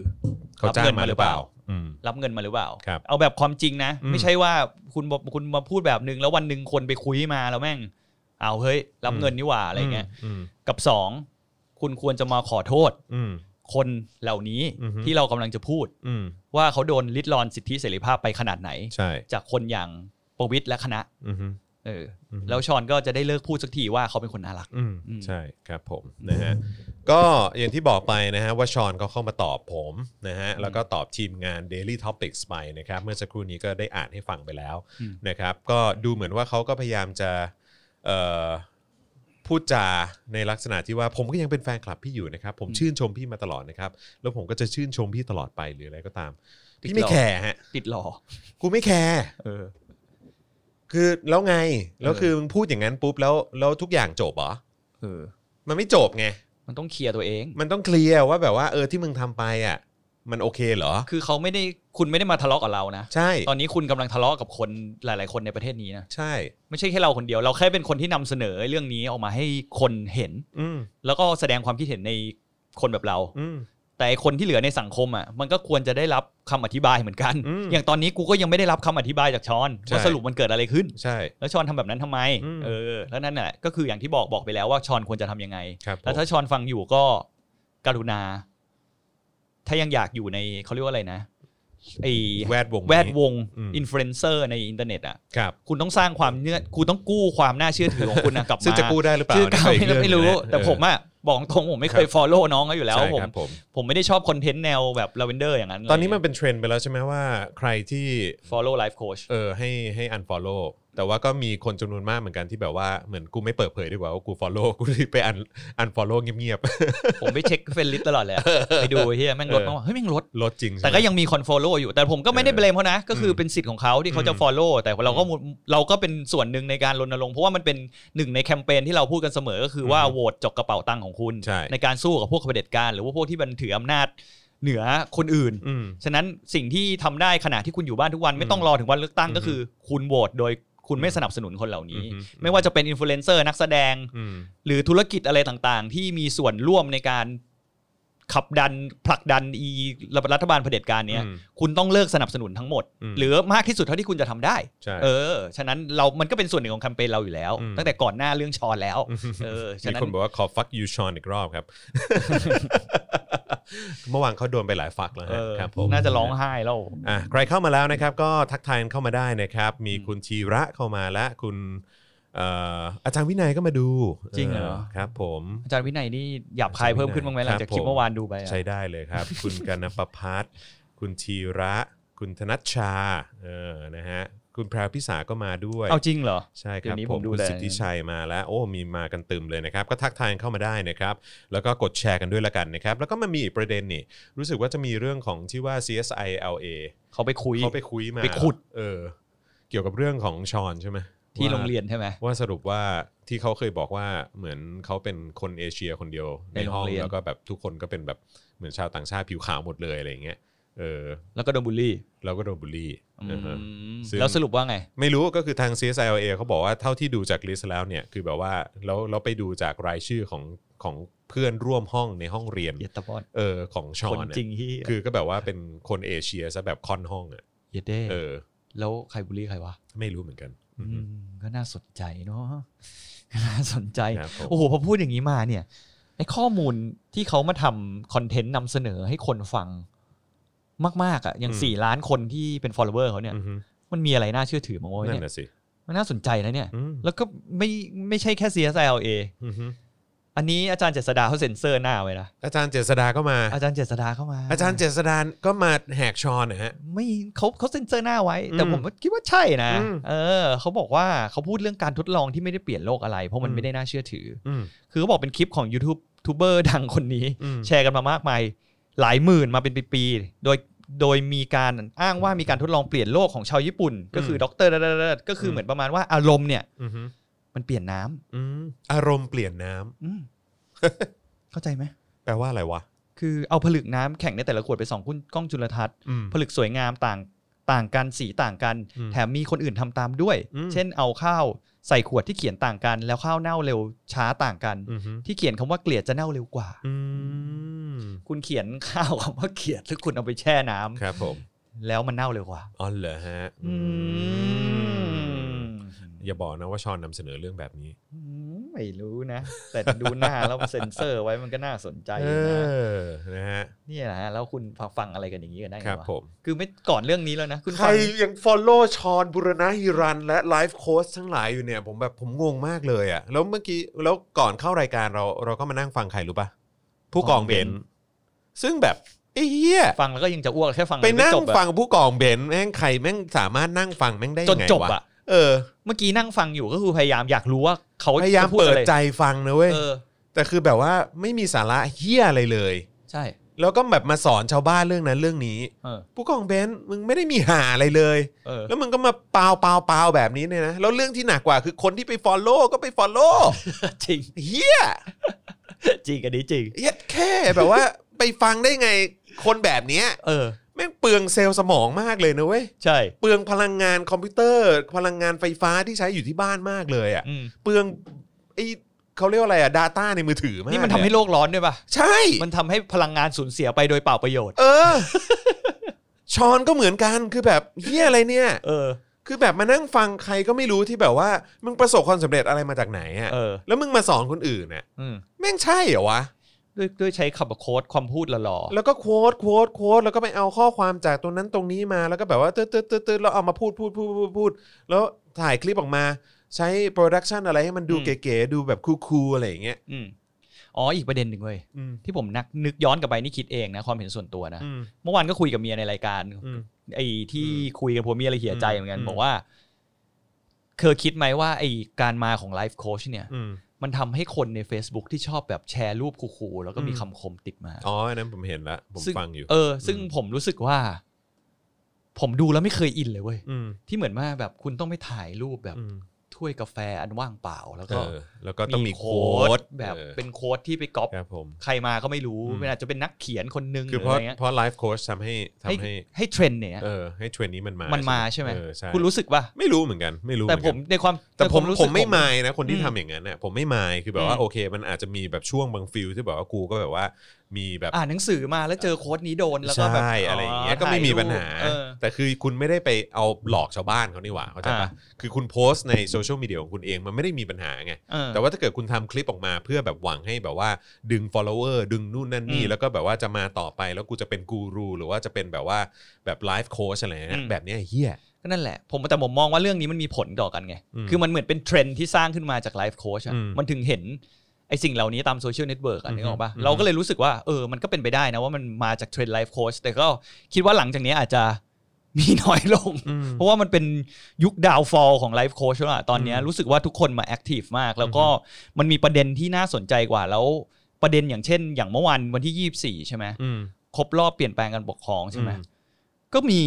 เขาจ้างมาหรือเปล่า อืม รับเงินมาหรือเปล่า ครับ เอาแบบความจริงนะ อืม ไม่ใช่ว่าคุณบอกคุณมาพูดแบบนึง แล้ววันหนึ่งคนไปคุยมาแล้วแม่ง เอาเฮ้ย รับ อืม เงินนี่หว่าอะไรเงี้ย อืม กับสองคุณควรจะมาขอโทษ อืม คนเหล่านี้ อือฮึ ที่เรากำลังจะพูด อืม ว่าเขาโดนลิดรอนสิทธิเสรีภาพไปขนาดไหน ใช่ จากคนอย่างประวิทย์และคณะ อืม เอออ ม แล้วชอนก็จะได้เลิกพูดสักทีว่าเขาเป็นคนน่ารัก อืม อืม ใช่ครับผมนะฮะก็อย่างที่บอกไปนะฮะว่าชอนเขาเข้ามาตอบผมนะฮะแล้วก็ตอบทีมงาน Daily Topics ไปนะครับ เมื่อสักครู่นี้ก็ได้อ่านให้ฟังไปแล้ว อืม นะครับ ก็ดูเหมือนว่าเขาก็พยายามจะเอ่อพูดจาในลักษณะที่ว่าผมก็ยังเป็นแฟนคลับพี่อยู่นะครับ ผมชื่นชมพี่มาตลอดนะครับ แล้วผมก็จะชื่นชมพี่ตลอดไปหรืออะไรก็ตาม พี่ไม่แคร์ฮะ ติดหลอ กูไม่แคร์ เออ คือแล้วไงแล้ว เออ คือมึงพูดอย่างนั้นปุ๊บแล้วแล้วทุกอย่างจบเหรอ เออ มันไม่จบไง มันต้องเคลียร์ตัวเอง มันต้องเคลียร์ว่าแบบว่าเออที่มึงทำไปอ่ะ มันโอเคเหรอ คือเขาไม่ได้คุณไม่ได้มาทะเลาะกับเรานะ ใช่ ตอนนี้คุณกำลังทะเลาะกับคนหลาย ๆ คนในประเทศนี้นะ ใช่ ไม่ใช่แค่เราคนเดียว เราแค่เป็นคนที่นำเสนอเรื่องนี้ออกมาให้คนเห็น อืม แล้วก็แสดงความคิดเห็นในคนแบบเรา อืม แต่ไอ้คนที่เหลือในสังคมอ่ะ มันก็ควรจะได้รับคำอธิบายเหมือนกัน อืม อย่างตอนนี้กูก็ยังไม่ได้รับคำอธิบายจากชอน ใช่ ว่าสรุปมันเกิดอะไรขึ้น ใช่ แล้วชอนทำแบบนั้นทำไม อืม เออ แล้วนั่นแหละก็คืออย่างที่บอกบอกไปแล้วว่าชอนควรจะทำยังไง ครับ แล้วถ้าชอนฟังอยู่ก็กรุณา ถ้ายังอยากอยู่ในเขาเรียกว่าอะไรนะไอ แวดวงนี้ แวดวง อืม อินฟลูเอนเซอร์ในอินเทอร์เน็ตอ่ะ ครับ คุณต้องสร้างความเนื้อคุณต้องกู้ความน่าเชื่อถือของคุณนะ กลับมา ซึ่งจะกู้ได้หรือเปล่า ชื่อเก่า นี่ก็ไม่อีกเรื่อง ไม่รู้ หนึ่งนะ แต่ผมอ่ะ บอกตรงผมไม่เคย ครับ ฟอลโล่น้องเขาอยู่แล้ว ใช่ ผม ครับผม ผมไม่ได้ชอบคอนเทนต์แนวแบบลาเวนเดอร์อย่างนั้น ตอนนี้มันเป็นเทรนด์ไปแล้วใช่ไหมว่าใครที่ ฟอลโล่ไลฟ์โค้ช เออให้ให้ unfollow แต่ว่าก็มีคนจำนวนมากเหมือนกันที่แบบว่าเหมือนกูไม่เปิดเผยดีกว่าว่ากู follow กูรีบไป un unfollow เงียบ ผมไปเช็คเฟนลิสตลอ (laughs) ดเลยอะไปดูไอ้เฮียแม่งลด เออ มากว่าเฮ้ยแม่งลด ๆลด (laughs) จริงใช่ไหม แต่ก็ยังมีคนฟอลโล่อยู่ แต่ผมก็ไม่ได้ เออ เบลมเขานะ ก็คืออ ม เป็นสิทธิ์ของเขาที่เขาจะ อืม ฟอลโล่แต่เราก็มุเราก็เป็นส่วนหนึ่งในการรณรงค์เพราะว่ามันเป็นหนึ่งในแคมเปญที่เราพูดกันเสมอก็คือว่า อืม โหวตจกกระเป๋าตังค์ของคุณ ใช่ การสู้กับพวกเผด็จการหรือว่าพวกที่มันถืออำนาจเหนือคนอื่น อืม ฉะนั้นสิ่งที่ทำได้ขณะที่คุณอยู่บ้านทุกวันไม่ต้องรอถึงวันเลือกตั้ง อืม ก็คือ คุณโหวตโดยคุณไม่สนับสนุนคนเหล่านี้ อื ไม่ว่าจะเป็นอินฟลูเอนเซอร์นักแสดง อืม หรือธุรกิจอะไรต่างๆ ที่มีส่วนร่วมในการขับดันผลักดันอีรัฐบาลเผด็จการเนี้ย อืม คุณต้องเลิกสนับสนุนทั้งหมด อืม หรือมากที่สุดเท่าที่คุณจะทำได้ ใช่ เออ ฉะนั้นเรามันก็เป็นส่วนหนึ่งของแคมเปญเราอยู่แล้ว อืม ตั้งแต่ก่อนหน้าเรื่องชอนแล้วเออฉะ มี นั้ คน น บอกว่าขอ fuck you ชอนอีกรอบครับ (laughs) เมื่อวานเขาโดนไปหลายฟักแล้ว เอ ฮะ อ ครับผม น่าจะร้องไห้แล้ว อ่ะใครเข้ามาแล้วนะครับ ก็ทักทายกันเข้ามาได้นะครับ มีคุณธีระเข้ามาและคุณเอ่ออาจารย์วินัยก็มาดู จริงเหรอ ครับ ผม อาจารย์วินัยนี่หยาบคายเพิ่มขึ้นบ้างไหมหลังจากคลิปเมื่อวานดูไปอะ ใช้ได้เลยครับ (laughs) คุณกนปพัฒน์คุณธีระ คุณธนัชชาเออนะฮะคุณแพรวพิสาก็มาด้วย เอาจริงเหรอ ใช่ครับ เดี๋ยวนี้ ผ ผม มดู คุณ แล สิทธิชัยมาแล้ว โอ้มีมากันตึมเลยนะครับ ก็ทักทายเข้ามาได้นะครับ แล้วก็กดแชร์กันด้วยละกันนะครับ แล้วก็มันมีอีกประเด็นนี่ รู้สึกว่าจะมีเรื่องของที่ว่า CSI LA เขาไปคุย เขาไปคุยมา ไปขุด เออ เกี่ยวกับเรื่องของชอนใช่ไหม ที่ ว่า โรงเรียนใช่ไหม ว่าสรุปว่าที่เขาเคยบอกว่าเหมือนเขาเป็นคนเอเชียคนเดียวใน ในโรง ห้อง เรียน แล้วก็แบบทุกคนก็เป็นแบบเหมือนชาวต่างชาติผิวขาวหมดเลยอะไรอย่างเงี้ยเออ แล้วก็โดนบูลลี่ เราก็โดนบูลลี่ อื อือฮะ ม ซึ่ง แล้วสรุปว่าไง ไม่รู้ก็คือทาง CSILA เขาบอกว่าเท่าที่ดูจากลิสต์แล้วเนี่ยคือแบบว่าแล้วเราไปดูจากรายชื่อของของเพื่อนร่วมห้องในห้องเรียน เยดตะบอน เออของชอ คน นน่ะ จริงที่ คือก็แบบว่าเป็นคนเอเชียซะแบบคอนห้องอ่ะ เยดเด้ เออ แล้วใครบูลลี่ใครวะ ไม่รู้เหมือนกันอืม อืมก็น่าสนใจเนาะ (laughs) น่าสนใจ ครับผม โอ้โหพอพูดอย่างนี้มาเนี่ยไอ้ข้อมูลที่เขามาทำคอนเทนต์นำเสนอให้คนฟังมาก ๆ อ่ะ อย่าง 4 ล้านคนที่เป็น follower เขาเนี่ย อือฮึ มันมีอะไรน่าเชื่อถือมั้างวะ นั่น เนี่ย น่ะสิ มันน่าสนใจนะเนี่ย อืม แล้วก็ไม่ไม่ใช่แค่ CSLA อือฮึ อันนี้อาจารย์เจษดาเขาเซ็นเซอร์หน้าไว้นะ อาจารย์เจษดาก็มา อาจารย์เจษดาเข้ามา อาจารย์เจษดาก็มาแหกชอนนะฮะ ไม่เขาเขาเซ็นเซอร์หน้าไว้ แต่ อืม ผมคิดว่าใช่นะ อืม เออเขาบอกว่าเขาพูดเรื่องการทดลองที่ไม่ได้เปลี่ยนโลกอะไร เพราะมั อื น ม ไม่ได้น่าเชื่อถือ อืม คือเขาบอกเป็นคลิปของยูทูบทูบเบอร์ดัง (laughs) คนนี้ อืม แชร์กันมามากมายหลายหมื่นมาเป็นปีๆโดยโดยมีการอ้างว่ามีการทดลองเปลี่ยนโลกของชาวญี่ปุ่น ก็คือด็อกเตอร์ก็คือเหมือนประมาณว่าอารมณ์เนี่ย อือฮึ มันเปลี่ยนน้ำ อืมอารมณ์เปลี่ยนน้ำ อื (laughs) มเข้าใจไหม แปลว่าอะไรวะ คือเอาผลึกน้ำแข่งในแต่ละขวดไปสองกุ้นกล้องจุลทรรศน์ อืม ผลึกสวยงามต่างต่างกันสีต่างกัน อืม แถมมีคนอื่นทำตามด้วย อืม เช่นเอาข้าวใส่ขวดที่เขียนต่างกัน แล้วข้าวเน่าเร็วช้าต่างกัน อือฮึ ที่เขียนคำว่าเกลียดจะเน่าเร็วกว่า อืม คุณเขียนข้าวคำว่าเขียดหรือคุณเอาไปแช่น้ำ ครับผม แล้วมันเน่าเร็วกว่า อ๋อเหรอฮะอืม อย่าบอกนะว่าชอนนำเสนอเรื่องแบบนี้ อืมไม่รู้นะ แต่ดูหน้าแล้วเซ็นเซอร์ไว้มันก็น่าสนใจ เอ นะ อนะฮะ นี่แหละฮะแล้วคุณฟังอะไรกันอย่างนี้กันได้ไง ครับ วะ ผม คือไม่ก่อนเรื่องนี้แล้วนะคุณ ใคร ฟัง ยัง follow ชอนบุรณะฮิรัน และไลฟ์โค้ชทั้งหลายอยู่เนี่ย ผมแบบผมงงมากเลยอ่ะ แล้วเมื่อกี้ แล้วก่อนเข้ารายการเราเราก็มานั่งฟังใครรู้ปะผู้กองเบนซ์ซึ่งแบบไอ้เหี้ย ฟังแล้วก็ยังจะอ้วกแค่ฟัง ไปนั่ง จบอะ ฟังผู้กองเบนซ์แม่งใครแม่งสามารถนั่งฟังแม่งได้ จ ยั น งไง จบ วะ อะ เออ เมื่อกี้นั่งฟังอยู่ก็คือพยายามอยากรู้ว่าเขา พยายาม จะพูด เปิด อะไร ใจฟังนะเว้ย เออ แต่คือแบบว่าไม่มีสาระเหี้ยอะไรเลย ใช่ แล้วก็แบบมาสอนชาวบ้านเรื่องนั้นเรื่องนี้ เออ ผู้กองเบนซ์มึงไม่ได้มีหาอะไรเลย เออ แล้วมึงก็มาเปล่าเปล่าเปล่าแบบนี้เนี่ยนะ แล้วเรื่องที่หนักกว่าคือคนที่ไปฟอลโล่ก็ไปฟอลโล่ จริง (laughs) เฮีย จริงอันนี้จริง เหี้ย็ดแค่แบบว่า ไปฟังได้ไงคนแบบเนี้ย เออ แม่งเปลืองเซลล์สมองมากเลยนะเว้ย ใช่ เปลืองพลังงานคอมพิวเตอร์ พลังงานไฟฟ้าที่ใช้อยู่ที่บ้านมากเลยอ่ะ อืม เปลืองไอเขาเรียกว่าอะไรอ่ะ Data ในมือถือมาก นี่มันทำให้ เย โลกร้อนด้วยป่ะ ใช่ มันทำให้พลังงานสูญเสียไปโดยเปล่าประโยชน์ เออ (laughs) ชอนก็เหมือนกันคือแบบเฮียอะไรเนี่ย เออ คือแบบมานั่งฟังใครก็ไม่รู้ที่แบบว่า มึงประสบความสำเร็จอะไรมาจากไหนอะ เออ แล้วมึงมาสอนคนอื่นน่ะ อืม แม่งใช่เหรอวะ ด้วยด้วยใช้ขับโค้ดความพูดหล่อ แล้วก็โค้ดโค้ดโค้ดแล้วก็ไปเอาข้อความจากตรงนั้นตรงนี้มาแล้วก็แบบว่าตืดตืดตืดตืดแล้วเอามาพูดพูดพูดพูดพูดแล้วถ่ายคลิปออกมา ใช้โปรดักชันอะไรให้มันดูเก๋ๆดูแบบคูลๆอะไรอย่างเงี้ย ๆอืม อ๋ออีกประเด็นหนึ่งเว้ย อืม ที่ผมนักนึกย้อนกลับไปนี่คิดเองนะความเห็นส่วนตัวนะ อืม เมื่อวานก็คุยกับเมียในรายการ อืม ไอ้ที่ อืม คุยกับผัวเมียอะไรเหียใจเหมือนกัน อืม บอกว่าเคยคิดไหมว่าไอ้การมาของไลฟ์โค้ชเนี่ย อืม มันทำให้คนใน Facebook ที่ชอบแบบแชร์รูปคูลๆแล้วก็มี อืม คำคมติดมา อ๋ออันนั้นผมเห็นละผม ซึ่ง ฟังอยู่ เออ ซึ่ง อืม ผมรู้สึกว่า ผมดูแล้วไม่เคยอินเลยเว้ย อืม ที่เหมือนว่าแบบคุณต้องไปถ่ายรูปแบบ อืม ถ้วยกาแฟอันว่างเปล่า แล้ว เอ ก็ อแล้วก็ต้องมีโค้ด แบบ ออ เป็นโค้ดที่ไปก๊อป ครับผม ใครมาก็ไม่รู้ อืม มันอาจจะเป็นนักเขียนคนนึงห คื รือ อ เพ อะ ราะ ไรเงี้ย เพราะไลฟ์โค้ชทำให้ทำ ให้ ให้ ให้เทรนด์เนี่ย เออให้เทรนด์นี้มันมา มั มัน มาใช่ไหม เออใช่ คุณรู้สึกป่ะ ไม่รู้เหมือนกันไม่รู้ แต่ผม เหอนกัน ในความ แต่ ใน ผ ความ รู้ ผ สึก มไม่ ผ มายนะคนที่ อืม ทำอย่างนั้นเนี่ยผมไม่มายคือแบบ อื ว่าม โอเค มันอาจจะมีแบบช่วงบางฟิลที่แบบว่ากูก็แบบว่ามีแบบ อ่านหนังสือมาแล้วเจอโค้ดนี้โดนแล้วก็แบบ ใช่อะไรอย่างเงี้ยก็ไม่มีปัญหา เออ แต่คือคุณไม่ได้ไปเอาหลอกชาวบ้านเขานี่หว่าเข้าใจปะ อ่า คือคุณโพสต์ในโซเชียลมีเดียของคุณเองมันไม่ได้มีปัญหาไง เออ แต่ว่าถ้าเกิดคุณทำคลิปออกมาเพื่อแบบหวังให้แบบว่าดึง follower ดึงนู่นนั่นนี่ อืม แล้วก็แบบว่าจะมาต่อไปแล้วกูจะเป็นกูรูหรือว่าจะเป็นแบบว่าแบบไลฟ์โค้ชอะไรเนี่ย อืม แบบเนี้ยเฮีย ก็นั่นแหละ ผมแต่ผมมองว่าเรื่องนี้มันมีผลต่อกันไง อืม คือมันเหมือนเป็นเทรนด์ที่สร้างขึ้นมาจากไลฟ์โค้ชอะ อืม มันถึงเห็นไอ้สิ่งเหล่านี้ตามโซเชียลเน็ตเวิร์กอะ อืม นึกออกปะ อืม เราก็เลยรู้สึกว่าเออมันก็เป็นไปได้นะว่ามันมาจากเทรนด์ไลฟ์โค้ชแต่ก็คิดว่าหลังจากนี้อาจจะมีน้อยลง เพราะว่ามันเป็นยุคดาวฟอลของไลฟ์โค้ชแล้วล่ะตอนเนี้ย อืม รู้สึกว่าทุกคนมาแอคทีฟมาก แล้วก็มันมีประเด็นที่น่าสนใจกว่าแล้ว ประเด็นอย่างเช่น อย่างเมื่อวันวันที่ 24 ใช่ไหม อืม ครบรอบเปลี่ยนแปลงการปกครองใช่ไหม อืม ก็มี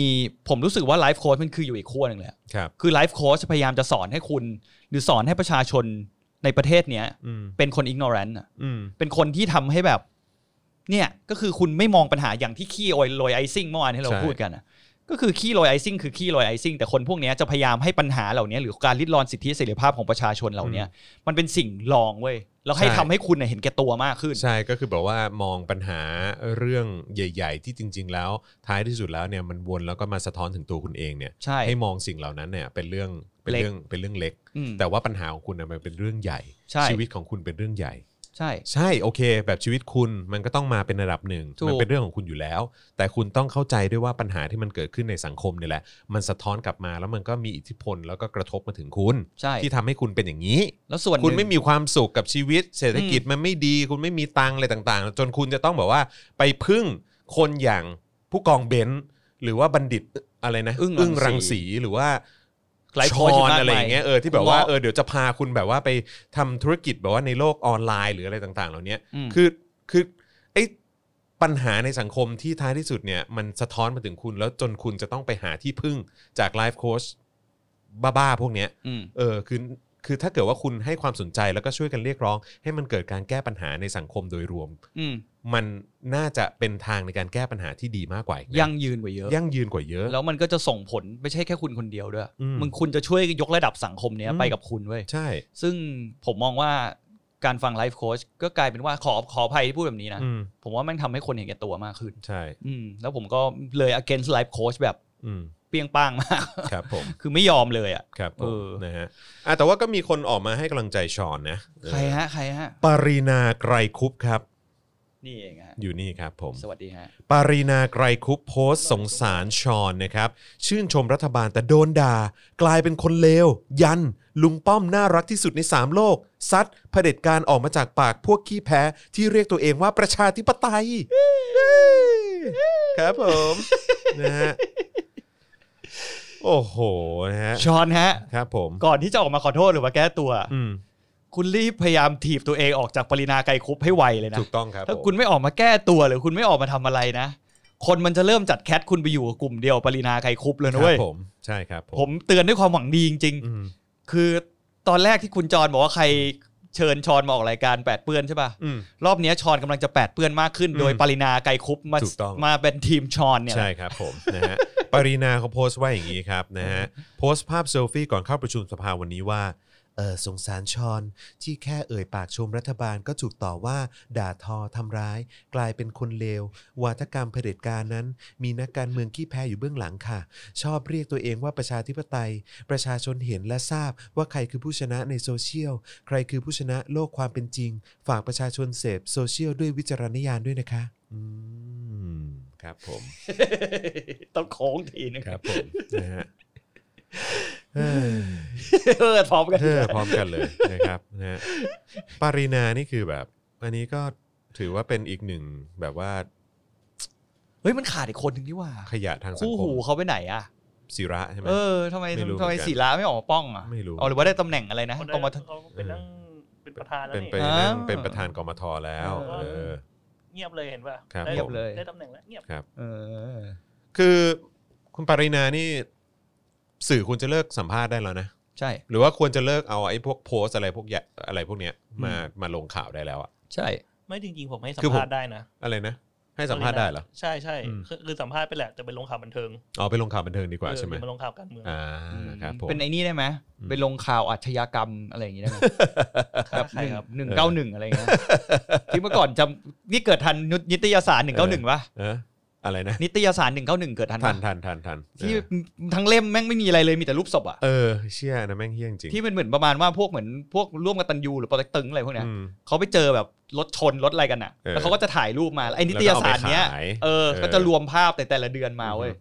ผมรู้สึกว่าไลฟ์โค้ชมันคืออยู่อีกขั้วหนึ่งแหละ ครับ คือไลฟ์โค้ชพยายามจะสอนให้คุณ หรือสอนให้ประชาชนในประเทศเนี้ย อืม เป็นคนอิกโนแรนต์ อืม เป็นคนที่ทำให้แบบ เนี่ยก็คือคุณไม่มองปัญหาอย่างที่ขี้โอยโรยไอซิ่งเมื่อวานที่เราพูดกันอะก็คือขี้โรยไอซิ่งคือขี้โรยไอซิ่งแต่คนพวกเนี้ยจะพยายามให้ปัญหาเหล่านี้หรือการลิดรอนสิทธิเสรีภาพของประชาชนเหล่านี้มันเป็นสิ่งลองเว้ยแล้วให้ทำให้คุณน่ะเห็นแก่ตัวมากขึ้น ใช่ก็คือแบบว่ามองปัญหาเรื่องใหญ่ ๆ ที่จริง ๆ แล้วท้ายที่สุดแล้วเนี่ยมันวนแล้วก็มาสะท้อนถึงตัวคุณเองเนี่ย ใช่ ให้มองสิ่งเหล่านั้นเนี่ยเป็นเรื่องเป็น เล็ก เรื่องเป็นเรื่องเล็ก อืม แต่ว่าปัญหาของคุณนะมันเป็นเรื่องใหญ่ ใช่ ชีวิตของคุณเป็นเรื่องใหญ่ ใช่ ใช่โอเค แบบชีวิตคุณมันก็ต้องมาเป็นระดับหนึ่ง ถูก มัเป็นเรื่องของคุณอยู่แล้ว แต่คุณต้องเข้าใจด้วยว่าปัญหาที่มันเกิดขึ้นในสังคมเนี่ยแหละ มันสะท้อนกลับมาแล้วมันก็มีอิทธิพลแล้วก็กระทบมาถึงคุณ ใช่ ที่ทำให้คุณเป็นอย่างนี้ แล้วส่วนหนึ่ง คุณไม่มีความสุขกับชีวิต เศรษฐกิจมันไม่ดี คุณไม่มีตังค์อะไรต่างๆ จนคุณจะต้องแบบว่าไปพึ่งคนอย่างผู้กองเบนซ์หรือว่าบัณฑิตอะไรนะ อึ้งรังสี รังสีหรือว่า ไลฟ์ ช โค้ อ ช น มากมาย อะไรอย่างเงี้ยเออที่แบบว่า เงาะ เออเดี๋ยวจะพาคุณแบบว่าไปทำธุรกิจแบบว่าในโลกออนไลน์หรืออะไรต่างๆ เหล่านี้ ม คือคือไอ้ปัญหาในสังคมที่ท้ายที่สุดเนี่ยมันสะท้อนมาถึงคุณแล้วจนคุณจะต้องไปหาที่พึ่งจากไลฟ์โค้ชบ้าๆพวกเนี้ย อืม เออคือคือถ้าเกิดว่าคุณให้ความสนใจแล้วก็ช่วยกันเรียกร้อง ให้มันเกิดการแก้ปัญหาในสังคมโดยรวม อืม มันน่าจะเป็นทางในการแก้ปัญหาที่ดีมากกว่าอีกนะ ยั่งยืนกว่าเยอะ ยั่งยืนกว่าเยอะ แล้วมันก็จะส่งผลไม่ใช่แค่คุณคนเดียวด้วย อืม มึงคุณจะช่วยยกระดับสังคมเนี้ย อืม ไปกับคุณเว้ย ใช่ ซึ่งผมมองว่าการฟังไลฟ์โค้ชก็กลายเป็นว่าขอขออภัยที่พูดแบบนี้นะ อืม ผมว่าแมันทำให้คนเห็นแก่ตัวมากขึ้น ใช่ อืม แล้วผมก็เลย against life coach แบบ อืม เปรียงป้างมาก (laughs) ครับผม คือไม่ยอมเลยอ่ะ ครับผ เอ ม อ นะฮะอ่ะแต่ว่าก็มีคนออกมาให้กำลังใจชอนนะ ใครฮะ ใครฮะ ปารีนาไกรคุปครับ นี่เองฮะ อยู่นี่ครับผม สวัสดีฮะ ปารีนาไกรคุปโพสต์สงสารชอนนะครับ ชื่นชมรัฐบาลแต่โดนด่า กลายเป็นคนเลว ยัน ลุงป้อมน่ารักที่สุดใน 3 โลก ซัดเผด็จการออกมาจากปากพวกขี้แพ้ ที่เรียกตัวเองว่าประชาธิปไตย ครับผม นะฮะ โอ้โห นะฮะ ชอนฮะ ครับผม ก่อนที่จะออกมาขอโทษหรือว่าแก้ตัว อืม คุณรีบพยายามถีบตัวเองออกจากปรินาไกรคุปให้ไวเลยนะ ถูกต้องครับ ถ้า ผม คุณไม่ออกมาแก้ตัวหรือคุณไม่ออกมาทำอะไรนะ คนมันจะเริ่มจัดแคทคุณไปอยู่กับกลุ่มเดียวปรินาไกรคุปเลย ค นะ รั เว้ย บผม ใช่ครับผม ผมเตือนด้วยความหวังดีจริง อืม ๆ คือตอนแรกที่คุณจรบอกว่าใครเชิญชอนมาออกรายการแปดเปื้อนใช่ป่ะ อืม รอบเนี้ยชอนกำลังจะแปดเปื้อนมากขึ้น อืม โดยปรินาไกรคุปมา ถูกต้อง มาเป็นทีมชอนเนี่ย ใช่ครับผม นะฮะ (laughs) ปรีนาเขาโพสต์ไว่าอย่างนี้ครับนะฮะโพสต์ภาพเซลฟี่ก่อนเข้าประชุมสภาวันนี้ว่าเออสงสารชอน ที่แค่เอ่ยปากชมรัฐบาลก็ถูกต่อว่าด่าทอทำร้าย กลายเป็นคนเลว วาทกรรมเผด็จการนั้น มีนักการเมืองขี้แพ้อยู่เบื้องหลังค่ะ ชอบเรียกตัวเองว่าประชาธิปไตย ประชาชนเห็นและทราบว่าใครคือผู้ชนะในโซเชียล ใครคือผู้ชนะโลกความเป็นจริง ฝากประชาชนเสพโซเชียลด้วยวิจารณญาณด้วยนะคะอืมครับผม (laughs) ต้องโค้งทีนึง ครับผมนะฮะ เออพร้อมกัน เออพร้อมกันเลยนะครับนะฮะปารีนานี่คือแบบ อันนี้ก็ถือว่าเป็นอีกหนึ่งแบบว่า เฮ้ยมันขาดอีกคนหนึ่งนี่หว่า ขยะทางสัง คู่ คม หูเขาไปไหนอะ ศิระใช่ไหม เออทำไม ไม่รู้ ทำไม เหมือนกัน ศิลาไม่ออกมาป้องอะ ไม่รู้ เอาหรือว่าได้ตำแหน่งอะไรนะ คน ตรงมา นั้นเขาเป็นนั่งเป็นประธานแล้ว เป็น นี่ ไปนั่ง อ่า เป็นประธานกมทแล้ว เออ เออ เงียบเลยเห็นป่ะ ครับ ได้ เงียบเลย ได้ตำแหน่งแล้วเงียบ เออ คือคุณปรินานี่สื่อควรจะเลิกสัมภาษณ์ได้แล้วนะ ใช่ หรือว่าควรจะเลิกเอาไอ้พวกโพสต์อะไรพวกยะอะไรพวกเนี้ยมามาลงข่าวได้แล้วอะ ใช่ ไม่จริงๆผมให้สัม คือผม ภาษณ์ได้นะ อะไรนะ ให้สัมภาษณ์ได้เหรอ ใช่ใช่ อืม คือคือสัมภาษณ์ไปแหละแต่เป็นลงข่าวบันเทิง อ๋อไปลงข่าวบันเทิงดีกว่า เออ ใช่ไหม เดี๋ยวมาลงข่าวการเมือง อ่าครับผม เป็นไอ้นี่ได้ไหม อืม ไปลงข่าวอาชญากรรมอะไรอย่างงี้ได้ไหม ฆ่า แบบ ใครครับ หนึ่งเก้าหนึ่งอะไรอย่างเงี้ยที่เมื่อก่อนจำนี่เกิดทันนิตยสารหนึ่งเก้าหนึ่งปะ เอออะไรนะ นิตยสารหนึ่งเก้าหนึ่งเกิดทัน ทั ปะ นทันทันทันเออ ที่ทั้งเล่มแม่งไม่มีอะไรเลยมีแต่รูปศพอะ เออเชี่ยนะแม่งเฮี้ยจริง ที่เป็นเหมือนประมาณว่าพวกเหมือนพวกร่วมกันตันยูหรือปอเต็กตึงอะไรพวกเนี้ย อืม เขาไปเจอแบบรถชนรถอะไรกันอะ เออ แล้วเขาก็จะถ่ายรูปมาแล้วไอ้นิตยสารเนี้ย แล้วก็เอาไปขาย เออ เออ ก็จะรวมภาพแต่แต่ละเดือนมาเว้ย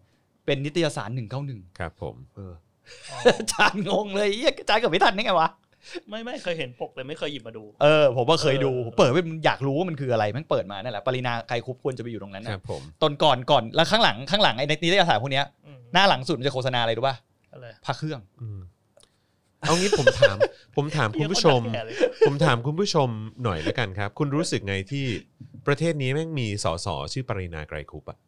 เป็นนิตยสารหนึ่งเก้าหนึ่ง ครับผม อ๋อ (laughs) จานงงเลยเหี้ยจานเกิดไม่ทันได้ไงวะ ไม่ไม่เคยเห็นปกแต่ไม่เคยหยิบมาดู เออผมว่าเคยดู เออ ผมเปิดไปมันอยากรู้ว่ามันคืออะไรมันเปิดมานั่นแหละปรินาใครคุบควรจะไปอยู่ตรงนั้น ค นะ รับผม ตอนก่อนก่อนแล้วข้างหลังข้างหลังไอ้ในนิตยสารพวกเนี้ย อืม หน้าหลังสุดมันจะโฆษณาอะไรรู้ป่ะ อะไร พระเครื่อง อืมเอางี้ผมถาม (laughs) ผมถามคุณผู้ชม เรียกว่าดักแก่เลย ผมถามคุณผู้ชมหน่อยละกันครับ คุณรู้สึกไงที่ประเทศนี้แม่งมีสสชื่อปรินาไกรคุปอะ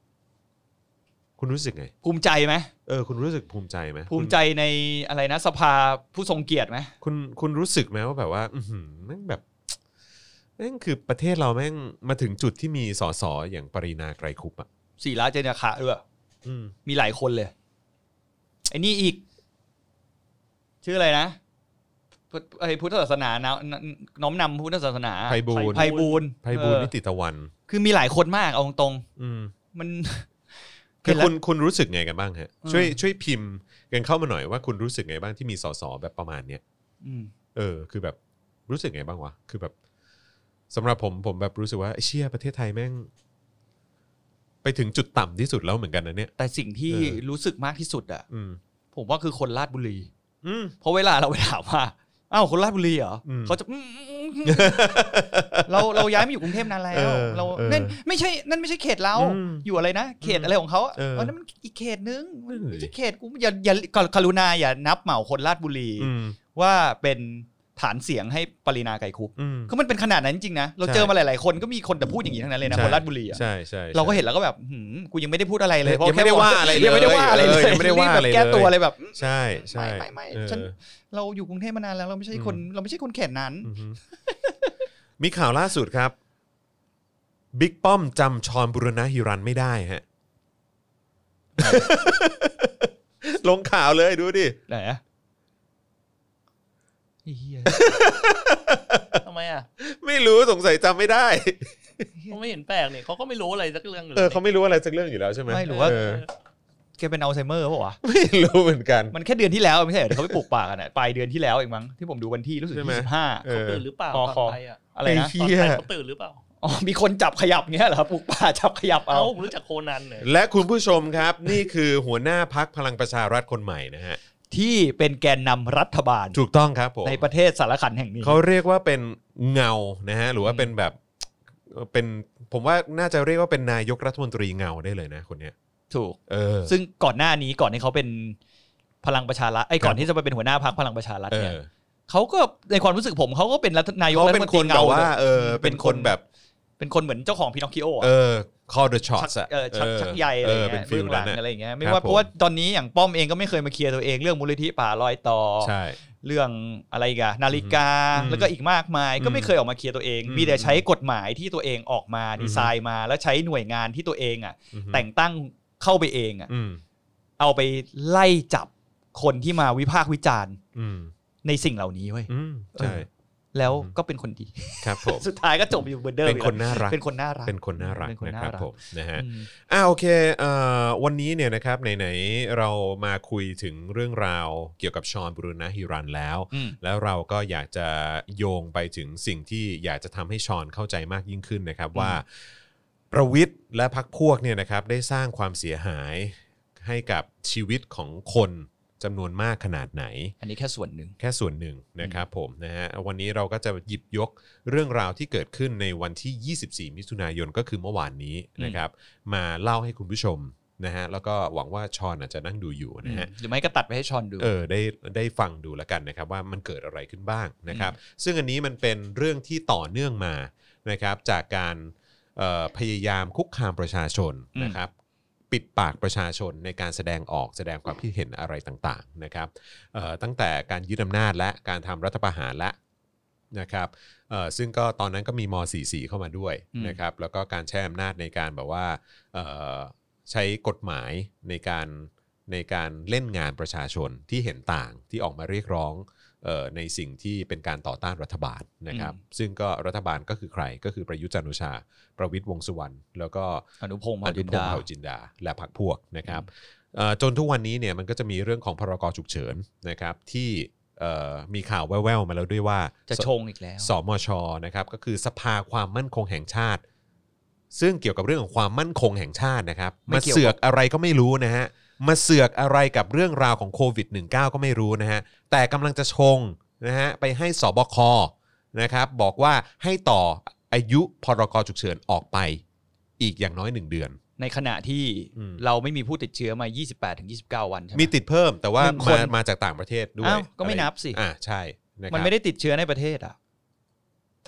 คุณรู้สึกไง ภูมิใจไหม เออ คุณรู้สึกภูมิใจไหม ภูมิใจในอะไรนะสภาผู้ทรงเกียรติไหม คุณคุณรู้สึกไหมว่าแบบว่า อือหือแม่งแบบแม่งคือประเทศเราแม่งมาถึงจุดที่มีสสอย่างปรินาไกรคุปอะ ศิลาเจนยคะด้วย อืม มีหลายคนเลยไอ้นี่อีก ชื่ออะไรนะพุทธไอ้พุทธศาสนานะน้อมนำพุทธศาสนา ไพบูลย์ ไพบูลย์ ไพบูลย์ เออ นิติตะวัน คือมีหลายคนมากเอาตรง อืม ๆมัน คือคุณคุณรู้สึกไงกันบ้างฮะ อืม ช่วยช่วยพิมพ์กันเข้ามาหน่อยว่าคุณรู้สึกไงบ้างที่มีสสแบบประมาณเนี้ย อืม เออ คือแบบรู้สึกไงบ้างวะคือแบบสำหรับผมผมแบบรู้สึกว่าไอ้เชี่ยประเทศไทยแม่ง ไปถึงจุดต่ำที่สุดแล้วเหมือนกันนะเนี่ย แต่สิ่งที่ เออ รู้สึกมากที่สุดอะ อืม ผมว่าคือคนราชบุรี อืม เพราะเวลาเราไปถามว่าอ้าวคนราชบุรีเหรออ ม เขาจะอื (laughs) มอืมอืมเราเราย้ายมาอยู่กรุงเทพนานแล้ว เออ เรา เออ นั่นไม่ใช่นั่นไม่ใช่เขตเรา อืม อยู่อะไรนะเขต อืม อะไรของเขาอะ เออ วันนั้นมันอีกเขตนึงมัน เออ ไม่ใช่เขตกูอย่าอย่ากรุณาอย่านับเหมาคนราชบุรี อืม ว่าเป็นฐานเสียงให้ปรินาไกรคุป อืม ก็มันเป็นขนาดนั้นจริงๆนะเรา ใช่ เจอมาหลายๆคนก็มีคนแต่พูดอย่างนี้ทั้งนั้นเลยนะ ใช่ คนราชบุรีอะ ใช่ใช่ใช่ เราก็เห็นแล้วก็แบบหืมกูยังไม่ได้พูดอะไรเลย ยัง เพราะ ยังไม่ได้ แค่บก ว่าอะไรเลย ยังไม่ได้ว่าอะไรเลย เออยังไม่ได้ว่าอะไรเลย รีบแบบแก้ตัวเลยแบบ ใช่ใช่ ไม่ไม่ไม่ เออ ฉัน เราอยู่กรุงเทพมานานแล้วเราไม่ใช่คนเราไม่ใช่คนแขนนั้น อือฮึมีข่าวล่าสุดครับบิ๊กป้อมจำชอนบุรณะฮิรันไม่ได้ฮะ (laughs) ลงข่าวเลยดูดิ ไหนอะไอ้เหี้ย ทำไมอ่ะ ไม่รู้สงสัยจำไม่ได้ เขาไม่เห็นแปลกเนี่ยเขาก็ไม่รู้อะไรสักเรื่องอยู่ เอ ล อย เขาไม่รู้อะไรสักเรื่องอยู่แล้วใช่ไหม ไม่หรือว่า เออ แกเป็นอัลไซเมอร์เปล่าวะ ไม่รู้เหมือนกัน มันแค่เดือนที่แล้วไม่ใช่เหรอที่เขาไปปลูกป่ากันอะปลายเดือนที่แล้วเองมั้งที่ผมดูวันที่รู้สึก ใช่ไหม ยี่สิบห้า เออ ตื่นหรือเปล่า คอ ตอน คอ ไปอ่ะ อะไรนะ เหี้ ตอยนไปเขาตื่นหรือเปล่า อ๋อมีคนจับขยับเงี้ยเหรอปลูกป่าจับขยับเอา เอ้าผมรู้จักโคนันเนี่ย และคุณผู้ชมครับ นี่คือหัวหน้าพักพลังประชารัฐคนใหม่นะฮะ ที่เป็นแกนนำรัฐบาล ถูกต้องครับผม ในประเทศสารคันแห่งนี้ เขาเรียกว่าเป็นเงานะฮะหรือว่าเป็นแบบเอ่อเป็นผมว่าน่าจะเรียกว่าเป็นนายกรัฐมนตรีเงาได้เลยนะคนเนี้ย ถูก เออ ซึ่งก่อนหน้านี้ก่อนที่เขาเป็นพลังประชารัฐไอ้ย ครับ ก่อนที่จะไปเป็นหัวหน้าพรรคพลังประชารัฐ เอ เนี่ย อ เขาก็ในความรู้สึกผมเขาก็เป็นรัฐนายก เขา รัฐ เป็ ม น น ค ตรี นแบ เงา บว่า เลย เออ เป็ เป็น น ค คน น แบบ เป็นคนเหมือนเจ้าของพินอคคิโอ เอ อะ อ call the ชัก shots อะ เออชัก เออ ชักใหญ่อะไร เออ เงี้ เป็น ย ฟิ เบื้ ล องหลั นั้ ง น อะ อะ ไรเงี้ยไม่ ครับว่าผม เพราะว่าตอนนี้อย่างป้อมเองก็ไม่เคยมาเคลียร์ตัวเองเรื่องมูลนิธิป่าลอยต่อ ใช่ เรื่องอะไรอีกันนาฬิกา อืม แล้วก็อีกมากมายก็ไม่เคยออกมาเคลียร์ตัวเอง อืม มีแต่ใช้กฎหมายที่ตัวเองออกมา อืม ดีไซน์มา แล้วใช้หน่วยงานที่ตัวเองอ่ะ อือฮึ แต่งตั้งเข้าไปเองอ่ะ อืม เอาไปไล่จับคนที่มาวิพากษ์วิจารณ์ อืม ในสิ่งเหล่านี้เว้ย อืมใช่ เออ แล้วก็เป็นคนดี ครับผม สุดท้ายก็จบอยู่เหมือนเดิม เป็นคนน่ารัก เป็นคนน่ารัก เป็นคนน่ารัก เป็นคน นะ น่า ครับ รัก ผมนะฮะ อืม อ่าโอเคเอ่อวันนี้เนี่ยนะครับไหนๆเรามาคุยถึงเรื่องราวเกี่ยวกับชอนบุรณะฮิรันแล้ว อืม แล้วเราก็อยากจะโยงไปถึงสิ่งที่อยากจะทำให้ชอนเข้าใจมากยิ่งขึ้นนะครับ ว่าประวิทย์และพักพวกเนี่ยนะครับได้สร้างความเสียหายให้กับชีวิตของคน จำนวนมากขนาดไหน อันนี้แค่ส่วนหนึ่ง แค่ส่วนหนึ่งนะครับผมนะฮะวันนี้เราก็จะหยิบยกเรื่องราวที่เกิดขึ้นในวันที่ 24 มิถุนายนก็คือเมื่อวานนี้ อืม นะครับ มาเล่าให้คุณผู้ชมนะฮะแล้วก็หวังว่าชอนอาจจะนั่งดูอยู่นะฮะ หรือไม่ก็ตัดไปให้ชอนดู เออได้ได้ฟังดูแล้วกันนะครับว่ามันเกิดอะไรขึ้นบ้างนะครับ ซึ่งอันนี้มันเป็นเรื่องที่ต่อเนื่องมานะครับ จากการเอ่อพยายามคุกคามประชาชน อืม นะครับ ปิดปากประชาชนในการแสดงออกแสดงความคิดเห็นอะไรต่างๆนะครับเอ่อตั้งแต่การยึดอำนาจและการทำรัฐประหารและนะครับเอ่อซึ่งก็ตอนนั้นก็มีม .44 เข้ามาด้วยนะครับ แล้วก็การใช้อำนาจในการแบบว่าเอ่อ ใช้กฎหมายในการในการเล่นงานประชาชนที่เห็นต่างที่ออกมาเรียกร้องเออในสิ่งที่เป็นการต่อต้านรัฐบาลนะครับ ซึ่งก็รัฐบาลก็คือใครก็คือประยุทธ์จันทร์โอชา ประวิตยวงษ์สุวรรณแล้วก็ อนุพงษ์ อ เผ่า นุ จินดา เผ่าจินดา และพรรคพวกนะครับเอ่อจนทุกวันนี้เนี่ยมันก็จะมีเรื่องของพรกฉุกเฉินนะครับ ที่เอ่อมีข่าวแว่วๆมาแล้วด้วยว่า จะชงอีกแล้ว สมชนะครับก็คือสภาความมั่นคงแห่งชาติ ซึ่งเกี่ยวกับเรื่องของความมั่นคงแห่งชาตินะครับ ไม่ มา เกี่ยว เสือกอะไรก็ไม่รู้นะฮะมาเสือกอะไรกับเรื่องราวของโควิด -19 ก็ไม่รู้นะฮะแต่กำลังจะชงนะฮะไปให้สบคนะครับบอกว่าให้ต่ออายุพรกฉุกเฉินออกไปอีกอย่างน้อย 1 เดือน ในขณะที่ อืม เราไม่มีผู้ติดเชื้อมา 28-29 วันใช่ไหม มีติดเพิ่มแต่ว่า หนึ่งค มาน มาจากต่างประเทศด้วย อ้าวก็ไม่นับสิ อ่าใช่นะค มั รั น บ ไม่ได้ติดเชื้อในประเทศอ่ะ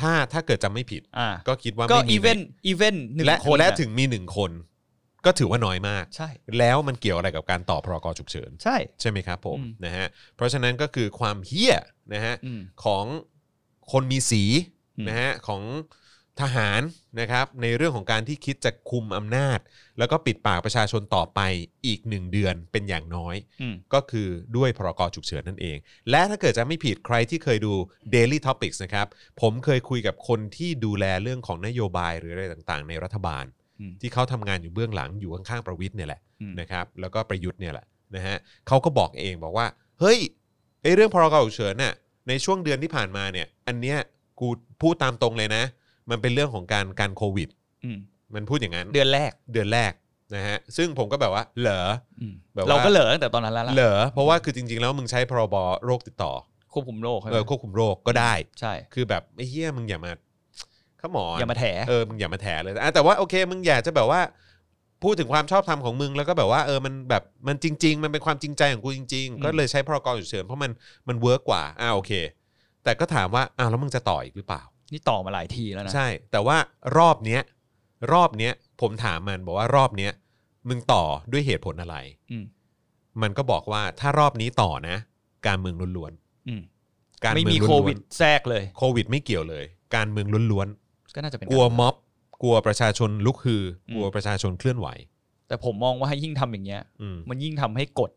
ถ้าถ้าเกิดจำไม่ผิด อ่า ก็คิดว่า ก็ ไม่มี อีเวน ใ อีเวนหนึ่ง และ คน และ น่ ถึงมีหนึ่งคน ก็ถือว่าน้อยมาก ใช่ แล้วมันเกี่ยวอะไรกับการต่อพรกฉุกเฉิน ใช่ ใช่ไหมครับผม อืม นะฮะเพราะฉะนั้นก็คือความเฮี้ยนะฮะ อืม ของคนมีสี อืม นะฮะของทหารนะครับ ในเรื่องของการที่คิดจะคุมอำนาจ แล้วก็ปิดปากประชาชนต่อไปอีกหนึ่งเดือนเป็นอย่างน้อย อืม ก็คือด้วยพรกฉุกเฉินนั่นเอง และถ้าเกิดจะไม่ผิดใครที่เคยดู Daily Topics นะครับ ผมเคยคุยกับคนที่ดูแลเรื่องของนโยบายหรืออะไรต่างๆ ในรัฐบาล อืม ที่เขาทำงานอยู่เบื้องหลังอยู่ข้างๆประวิทย์เนี่ยแหละ อืม นะครับแล้วก็ประยุทธ์เนี่ยแหละนะฮะเขาก็บอกเองบอกว่า เฮ้ยไอเรื่องพรกฉุกเฉินน่ะในช่วงเดือนที่ผ่านมาเนี่ยอันเนี้ยกูพูดตามตรงเลยนะ มันเป็นเรื่องของการการโควิด อืม มันพูดอย่างนั้น เดือนแรก เดือนแรกนะฮะซึ่งผมก็แบบว่าเหรอ อืม แบบว่า เราก็เหลือตั้งแต่ตอนนั้นแล้วล่ะ เหรอเพราะว่าคือจริงๆ แล้วมึงใช้พรบโรคติดต่อ ควบคุมโรคใช่ไหม เออควบคุมโรคก็ได้ ใช่ คือแบบไอ้เหี้ยมึงอย่ามาขมอน อย่ามาแถ เออมึงอย่ามาแถเลยอ่ะแต่ว่าโอเคมึงอยากจะแบบว่า พูดถึงความชอบธรรมของมึงแล้วก็แบบว่าเออมันแบบมันจริง ๆ มันเป็นความจริงใจของกูจริง อๆืม ก็เลยใช้พรกฉุกเฉินเพราะมันมันเวิร์กกว่าอ่าโอเค แต่ก็ถามว่าอ้าวแล้วมึงจะต่ออีกหรือเปล่า นี่ต่อมาหลายทีแล้วนะ ใช่ แต่ว่ารอบเนี้ยรอบเนี้ยผมถามมันบอกว่ารอบเนี้ยมึงต่อด้วยเหตุผลอะไร อืม มันก็บอกว่าถ้ารอบนี้ต่อนะ การเมืองล้วน อืม ๆการ ไม่ เอง มี ล้นๆ โควิดแทรกเลย โควิดไม่เกี่ยวเลย การเมืองล้วน ก็น่าจะเป็น ๆกลัวม็อบ กลัวประชาชนลุกฮืออ ม กลัวประชาชนเคลื่อนไหว แต่ผมมองว่ายิ่งทำอย่างเงี้ย อืม มันยิ่งทำให้กด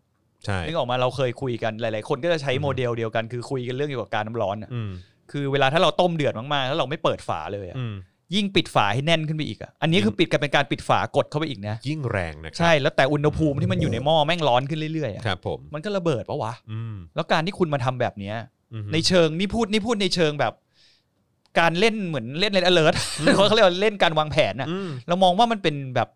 ใช่ นึกออกมาเราเคยคุยกันหลาย ๆ คนก็จะใช้โมเดลเดียวกันคือคุยกันเรื่องเกี่ยวกับการน้ำร้อนอะ อืม คือเวลาถ้าเราต้มเดือดมาก ๆ แล้วเราไม่เปิดฝาเลยอะ อืม ยิ่งปิดฝาให้แน่นขึ้นไปอีกอะอันนี้คือ ยิ่ง ปิดกันเป็นการปิดฝากดเข้าไปอีกนะ ยิ่งแรงนะครั ใช่แล้วแต่อุณหภูมิที่มันอยู่ในหม้อแม่งร้อนขึ้นเรื่อยๆอะ ครับผม มันก็ระเบิดปะวะ อืม แล้วการที่คุณมาทำแบบเนี้ย อืม ในเชิงนี่พูดนี่พูดในเชิงแบบ การเล่นเหมือนเล่นเล่น alert เขาเรียกว่าเล่นการวางแผนอะ อืม เรามองว่ามันเป็นแบบ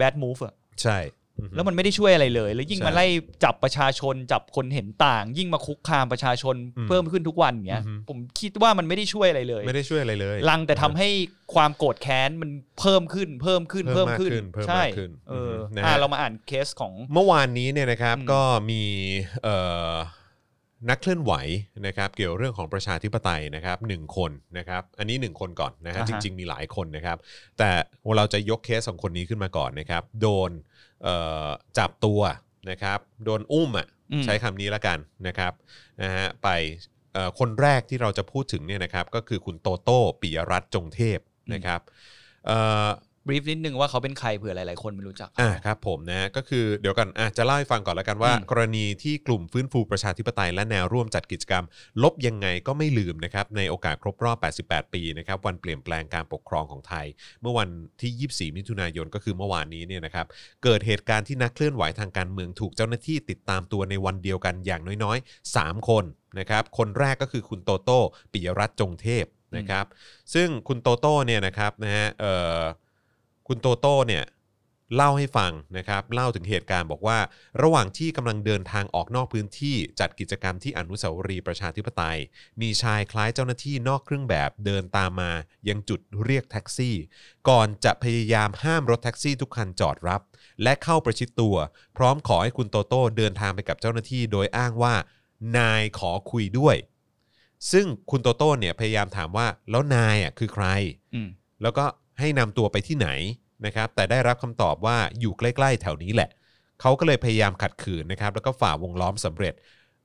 bad move อะ ใช่อืม แล้วมันไม่ได้ช่วยอะไรเลย แล้วยิ่ง ใช่ มาไล่จับประชาชน จับคนเห็นต่าง ยิ่งมาคุกคามประชาชน อืม เพิ่มขึ้นทุกวันอย่างเงี้ย อือหือ ผมคิดว่ามันไม่ได้ช่วยอะไรเลย ไม่ได้ช่วยอะไรเลย ลังแต่ทำให้ความโกรธแค้นมันเพิ่มขึ้น เพิ่มขึ้นเพิ่ม มาก ขึ้น ขึ้นเพิ่ม ใช่ มากขึ้น เออ นะ อ่ะ ฮะ เรามาอ่านเคสของ เมื่อวานนี้เนี่ยนะครับ อืม ก็มีเอ่อนักเคลื่อนไหวนะครับ เกี่ยวเรื่องของประชาธิปไตยนะครับหนึ่งคนนะครับ อันนี้หนึ่งคนก่อนนะฮะ อ่า จ ฮะ ริง ๆ มีหลายคนนะครับ แต่เราจะยกเคสสองคนนี้ขึ้นมาก่อนนะครับ โดนเอ่อจับตัวนะครับ โดนอุ้มอ่ะ อืม ใช้คำนี้ละกันนะครับนะฮะไปเอ่อคนแรกที่เราจะพูดถึงเนี่ยนะครับ ก็คือคุณโตโต้ปิยรัตน์จงเทพนะครับเอ่อ บรีฟนิดนึงว่าเขาเป็นใครเผื่อหลาย ๆ คนไม่รู้จัก อ่าครับผมนะก็คือเดี๋ยวกันอ่ะจะเล่าให้ฟังก่อนแล้วกันว่า อืม กรณีที่กลุ่มฟื้นฟูประชาธิปไตยและแนวร่วมจัดกิจกรรม ลบยังไงก็ไม่ลืมนะครับ ในโอกาสครบรอบ 88 ปีนะครับวันเปลี่ยนแปลงการปกครองของไทย เมื่อวันที่ 24 มิถุนายนก็คือเมื่อวานนี้เนี่ยนะครับ เกิดเหตุการณ์ที่นักเคลื่อนไหวทางการเมืองถูกเจ้าหน้าที่ติดตามตัวในวันเดียวกันอย่างน้อยๆ 3 คนนะครับ คนแรกก็คือคุณโตโต้ปิยรัตน์จงเทพ อืม นะครับ ซึ่งคุณโตโต้เนี่ยนะครับนะฮะเอ่อคุณโตโต้เนี่ย เล่าให้ฟังนะครับเล่าถึงเหตุการณ์บอกว่า ระหว่างที่กำลังเดินทางออกนอกพื้นที่จัดกิจกรรมที่อนุสาวรีย์ประชาธิปไตย มีชายคล้ายเจ้าหน้าที่นอกเครื่องแบบเดินตามมายังจุดเรียกแท็กซี่ ก่อนจะพยายามห้ามรถแท็กซี่ทุกคันจอดรับ และเข้าประชิดตัว พร้อมขอให้คุณโตโต้เดินทางไปกับเจ้าหน้าที่โดยอ้างว่า นายขอคุยด้วย ซึ่งคุณโตโต้เนี่ยพยายามถามว่าแล้วนายอ่ะคือใคร อืม แล้วก็ให้นำตัวไปที่ไหนนะครับ แต่ได้รับคำตอบว่าอยู่ใกล้ๆแถวนี้แหละ เขาก็เลยพยายามขัดขืนนะครับ แล้วก็ฝ่าวงล้อมสำเร็จ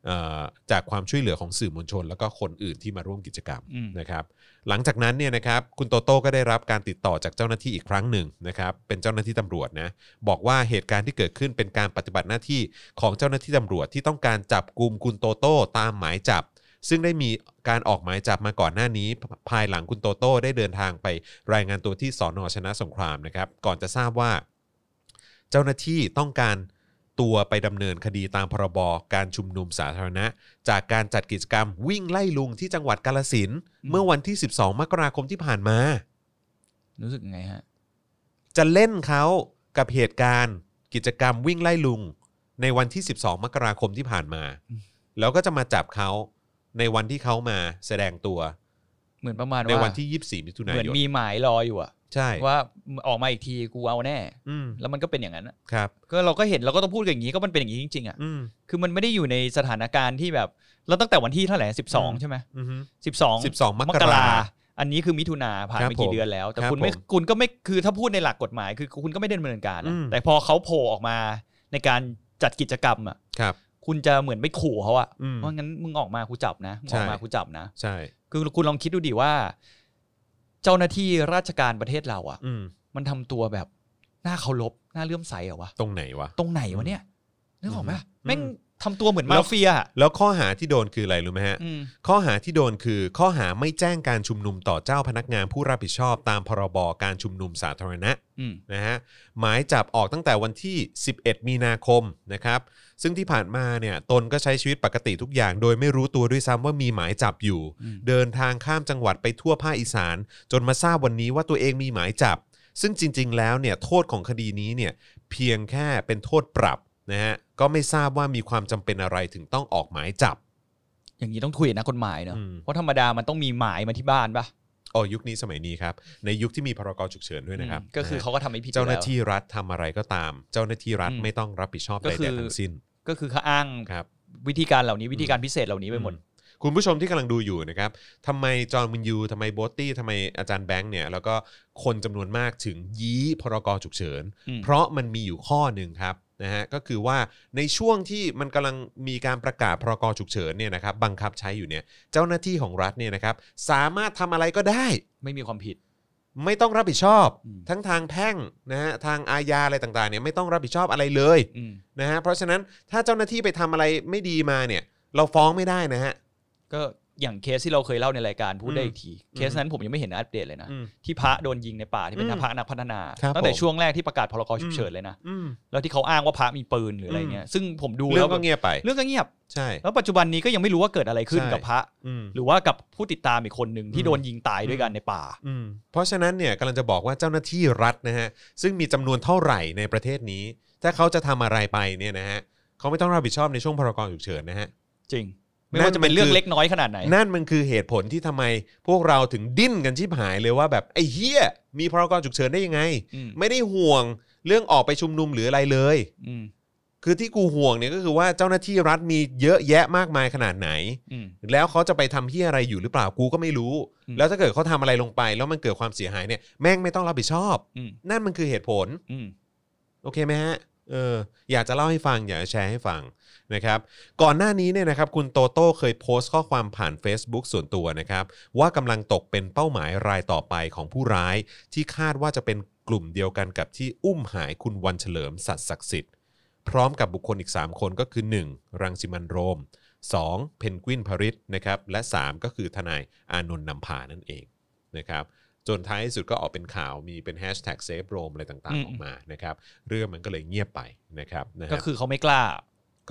เอ่อจากความช่วยเหลือของสื่อมวลชน แล้วก็คนอื่นที่มาร่วมกิจกรรม อืม นะครับหลังจากนั้นเนี่ยนะครับคุณโตโต้ก็ได้รับการติดต่อจากเจ้าหน้าที่อีกครั้งหนึ่งนะครับเป็นเจ้าหน้าที่ตำรวจนะบอกว่าเหตุการณ์ที่เกิดขึ้นเป็นการปฏิบัติหน้าที่ของเจ้าหน้าที่ตำรวจที่ต้องการจับกลุ่มคุณโตโต้ตามหมายจับ ซึ่งได้มีการออกหมายจับมาก่อนหน้านี้ ภายหลังคุณโตโต้ได้เดินทางไปรายงานตัวที่สอนอชนะสงครามนะครับก่อนจะทราบว่า เจ้าหน้าที่ต้องการตัวไปดำเนินคดีตามพรบการชุมนุมสาธารณะ จากการจัดกิจกรรมวิ่งไล่ลุงที่จังหวัดกาลสินธุ์เมื่อวันที่ 12 มกราคมที่ผ่านมา รู้สึกไงฮะ จะเล่นเขากับเหตุการณ์กิจกรรมวิ่งไล่ลุง ในวันที่ 12 มกราคมที่ผ่านมา อืม แล้วก็จะมาจับเขาในวันที่เขามาแสดงตัว เหมือนประมาณว่า ในวันที่ 24 มิถุนา เหมือน ยน มีหมายรออยู่อะ ใช่ ว่าออกมาอีกทีกูเอาแน่ อืม แล้วมันก็เป็นอย่างนั้นอะ ครับ ก็เราก็เห็นเราก็ต้องพูดกันอย่างนี้ก็มันเป็นอย่างนี้จริงๆอะ อืม คือมันไม่ได้อยู่ในสถานการณ์ที่แบบแล้วตั้งแต่วันที่เท่าไหร่สิบสอง ม ใช่ไหม อือฮึ สิบสอง 12 ม ม ก ก รา รา อันนี้คือมิถุนาผ่าน ครับ ไป ผม กี่เดือนแล้ว แต่ ครับ คุณไม่ ผม คุณก็ไม่คือถ้าพูดในหลักกฎหมาย คือคุณก็ไม่ได้ดำเนินการอะ อืม แต่พอเขาโผล่ออกมาในการจัดกิจกรรมอ่ะ ครับ คุณจะเหมือนไปขู่เขาอะ อืม ว่างั้นมึงออกมากูจับนะมึงออกมา ใช่ กูจับนะ ใช่ คือคุณลองคิดดูดิว่า เจ้าหน้าที่ราชการประเทศเราอ่ะ อืม มันทำตัวแบบน่าเคารพน่าเลื่อมใสเหรอวะ ตรงไหนวะ ตรงไหนวะเนี่ยนึกออกไหม อืม แม่งทำตัวเหมือน แล้ว มาเฟียอะ แล้วข้อหาที่โดนคืออะไรรู้ไหมฮะ อืม ข้อหาที่โดนคือข้อหาไม่แจ้งการชุมนุมต่อเจ้าพนักงานผู้รับผิดชอบตามพรบการชุมนุมสาธารณะ อืม นะฮะหมายจับออกตั้งแต่วันที่ 11 มีนาคมนะครับ ซึ่งที่ผ่านมาเนี่ยตนก็ใช้ชีวิตปกติทุกอย่าง โดยไม่รู้ตัวด้วยซ้ำว่ามีหมายจับอยู่ อืม เดินทางข้ามจังหวัดไปทั่วภาคอีสาน จนมาทราบวันนี้ว่าตัวเองมีหมายจับ ซึ่งจริง ๆ แล้วเนี่ยโทษของคดีนี้เนี่ยเพียงแค่เป็นโทษปรับนะฮะก็ไม่ทราบว่ามีความจำเป็นอะไรถึงต้องออกหมายจับ อย่างนี้ต้องคุยกับนะกฎหมายเนอะ อืม เพราะธรรมดามันต้องมีหมายมาที่บ้านปะ อ๋อยุคนี้สมัยนี้ครับ ในยุคที่มีพรกฉุกเฉินด้วยนะครับ อืมก็คือ นะฮะ เขาก็ทำให้ผิดอยู่ เจ้าหน้า แล้ว ที่รัฐทำอะไรก็ตาม เจ้าหน้าที่รัฐ อืม ไม่ต้องรับผิดชอบ ก็ ใด คือ ๆทั้งสิ้น ก็คือเขาอ้าง ครับ วิธีการเหล่านี้วิธีการ อืม พิเศษเหล่านี้ไปหมด อืคุณผู้ชมที่กำลังดูอยู่นะครับทำไมจอห์นวินยูทำไมโบตตี้ทำไมอาจารย์แบงค์เนี่ยแล้วก็คนจำนวนมากถึงยี้พรกฉุกเฉิน อืม เพราะมันมีอยู่ข้อหนึ่งครับนะฮะก็คือว่าในช่วงที่มันกำลังมีการประกาศพรกฉุกเฉินเนี่ยนะครับบังคับใช้อยู่เนี่ยเจ้าหน้าที่ของรัฐเนี่ยนะครับสามารถทำอะไรก็ได้ ไม่มีความผิด ไม่ต้องรับผิดชอบ อืม ทั้งทางแพ่งนะฮะทางอาญาอะไรต่างๆเนี่ยไม่ต้องรับผิดชอบอะไรเลย อืม นะฮะเพราะฉะนั้นถ้าเจ้าหน้าที่ไปทำอะไรไม่ดีมาเนี่ย เราฟ้องไม่ได้นะฮะ ก็อย่างเคสที่เราเคยเล่าในรายการพูดได้ อืม อีกที อืม เคสนั้นผมยังไม่เห็นอัปเดตเลยนะ อืม ที่พระโดนยิงในป่าที่เป็น อืม พระนักพัฒนา ครับ ตั้งแต่ ผม ช่วงแรกที่ประกาศพรกฉุกเฉินเลยนะ อืม แล้วที่เขาอ้างว่าพระมีปืนหรืออะไรเงี้ยซึ่งผมดู เรื่อแล้ว งก็เงียบไป เรื่องก็เงียบ ใช่ แล้วปัจจุบันนี้ก็ยังไม่รู้ว่าเกิดอะไรขึ้น ใช่ กับพระ อืม หรือว่ากับผู้ติดตามอีกคนหนึ่ง อื ที่ ม โดนยิงตายด้วยกันในป่า อืมเพราะฉะนั้นเนี่ยกำลังจะบอกว่าเจ้าหน้าที่รัฐนะฮะซึ่งมีจำนวนเท่าไหร่ในประเทศนี้ ถ้าเขาจะทำอะไรไปเนี่ยนะฮะเขาไม่ต้องรับผิดชอบในช่วงพรกฉุกเฉินนะฮะ จริง ไม่ นั่ ว่าน จะเป็นเรื่อง คือ เล็กน้อยขนาดไหน นั่นมันคือเหตุผลที่ทำไมพวกเราถึงดิ้นกันชิบหายเลยว่าแบบไอ้เฮียมีพรกฉุกเฉินได้ยังไง อืม ไม่ได้ห่วงเรื่องออกไปชุมนุมหรืออะไรเลย อืม คือที่กูห่วงเนี่ยก็คือว่าเจ้าหน้าที่รัฐมีเยอะแยะมากมายขนาดไหน อืม แล้วเขาจะไปทำที่อะไรอยู่หรือเปล่ากูก็ไม่รู้ อืม แล้วถ้าเกิดเขาทำอะไรลงไป แล้วมันเกิดความเสียหายเนี่ยแม่งไม่ต้องรับผิดชอบ อืม นั่นมันคือเหตุผล อืม โอเคไหมฮะ เออ อยากจะเล่าให้ฟัง อยากจะแชร์ให้ฟังนะครับ ก่อนหน้านี้เนี่ยนะครับ คุณโตโต้เคยโพสต์ข้อความผ่าน Facebook ส่วนตัวนะครับ ว่ากำลังตกเป็นเป้าหมายรายต่อไปของผู้ร้าย ที่คาดว่าจะเป็นกลุ่มเดียวกันกับที่อุ้มหายคุณวันเฉลิมสัตย์ศักดิ์สิทธิ์ พร้อมกับบุคคลอีก 3 คนก็คือ 1. รังสิมันต์โรม 2. เพนกวินพริตนะครับ และ 3 ก็คือทนายอานนท์นำพานั่นเองนะครับ จนท้ายที่สุดก็ออกเป็นข่าวมีเป็นแฮชแท็กเซฟโรมอะไรต่างๆอืม ออกมานะครับ เรื่องมันก็เลยเงียบไปนะครับนะฮะ ก็คือเขาไม่กล้า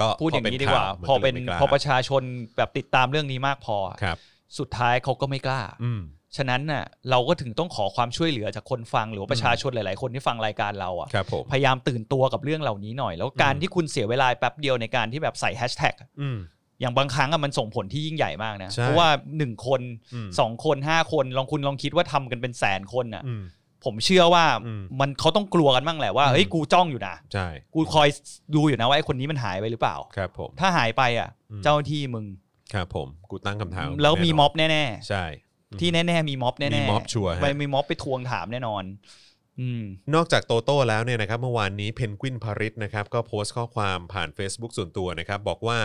ก็ พูดอย่างนี้ดีกว่า พ พ อ อ เป็ เป็น น ข่วมัก็ลยไม่กล้า พอประชาชนแบบติดตามเรื่องนี้มากพอ ครับ สุดท้ายเขาก็ไม่กล้า อืม ฉะนั้นน่ะเราก็ถึงต้องขอความช่วยเหลือจากคนฟังหรือว่าประชาชนหลาย ๆ คนที่ฟังรายการเราอ่ะ ครับผม พยายามตื่นตัวกับเรื่องเหล่านี้หน่อย แล้วการที่คุณเสียเวลาแป๊บเดียวในการที่แบบใส่แฮชแท็กอะ อืม อย่างบางครั้งอะมันส่งผลที่ยิ่งใหญ่มากนะ ใช่ เพราะว่าหนึ่งคน อืม สองคนห้าคนลองคุณลองคิดว่าทำกันเป็นแสนคนน่ะ อืม ผมเชื่อว่า อืม มันเขาต้องกลัวกันบ้างแหละว่า อืม เฮ้ยกูจ้องอยู่นะ ใช่ กูคอยดูอยู่นะว่าไอ้คนนี้มันหายไปหรือเปล่า ครับผม ถ้าหายไปอ่ะ อืม เจ้าหน้าที่มึง ครับผมกูตั้งคำถาม แล้วมี น่นน ม็อบแน่ ใช่ ๆ ที่แน่ๆมีม็อบแน่ๆ มีม็อบชัวร์ฮะ ไปมีม็อบไปทวงถามแน่นอน อืม นอกจากโตโต้แล้วเนี่ยนะครับเมื่อวานนี้เพนกวินพาริสนะครับก็โพสต์ข้อความผ่าน Facebook ส่วนตัวนะครับ บอกว่า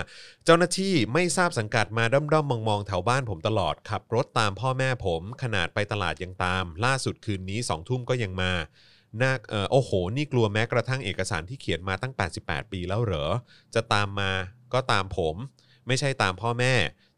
เจ้าหน้าที่ไม่ทราบสังกัดมาด้อมด้อมมองมองๆแถวบ้านผมตลอด ขับรถตามพ่อแม่ผม ขนาดไปตลาดยังตาม ล่าสุดคืนนี้2องทุ่มก็ยังมาน่าเอ่อโอ้โห นี่กลัวแม้กระทั่งเอกสารที่เขียนมาตั้ง 88 ปีแล้วเหรอ จะตามมาก็ตามผม ไม่ใช่ตามพ่อแม่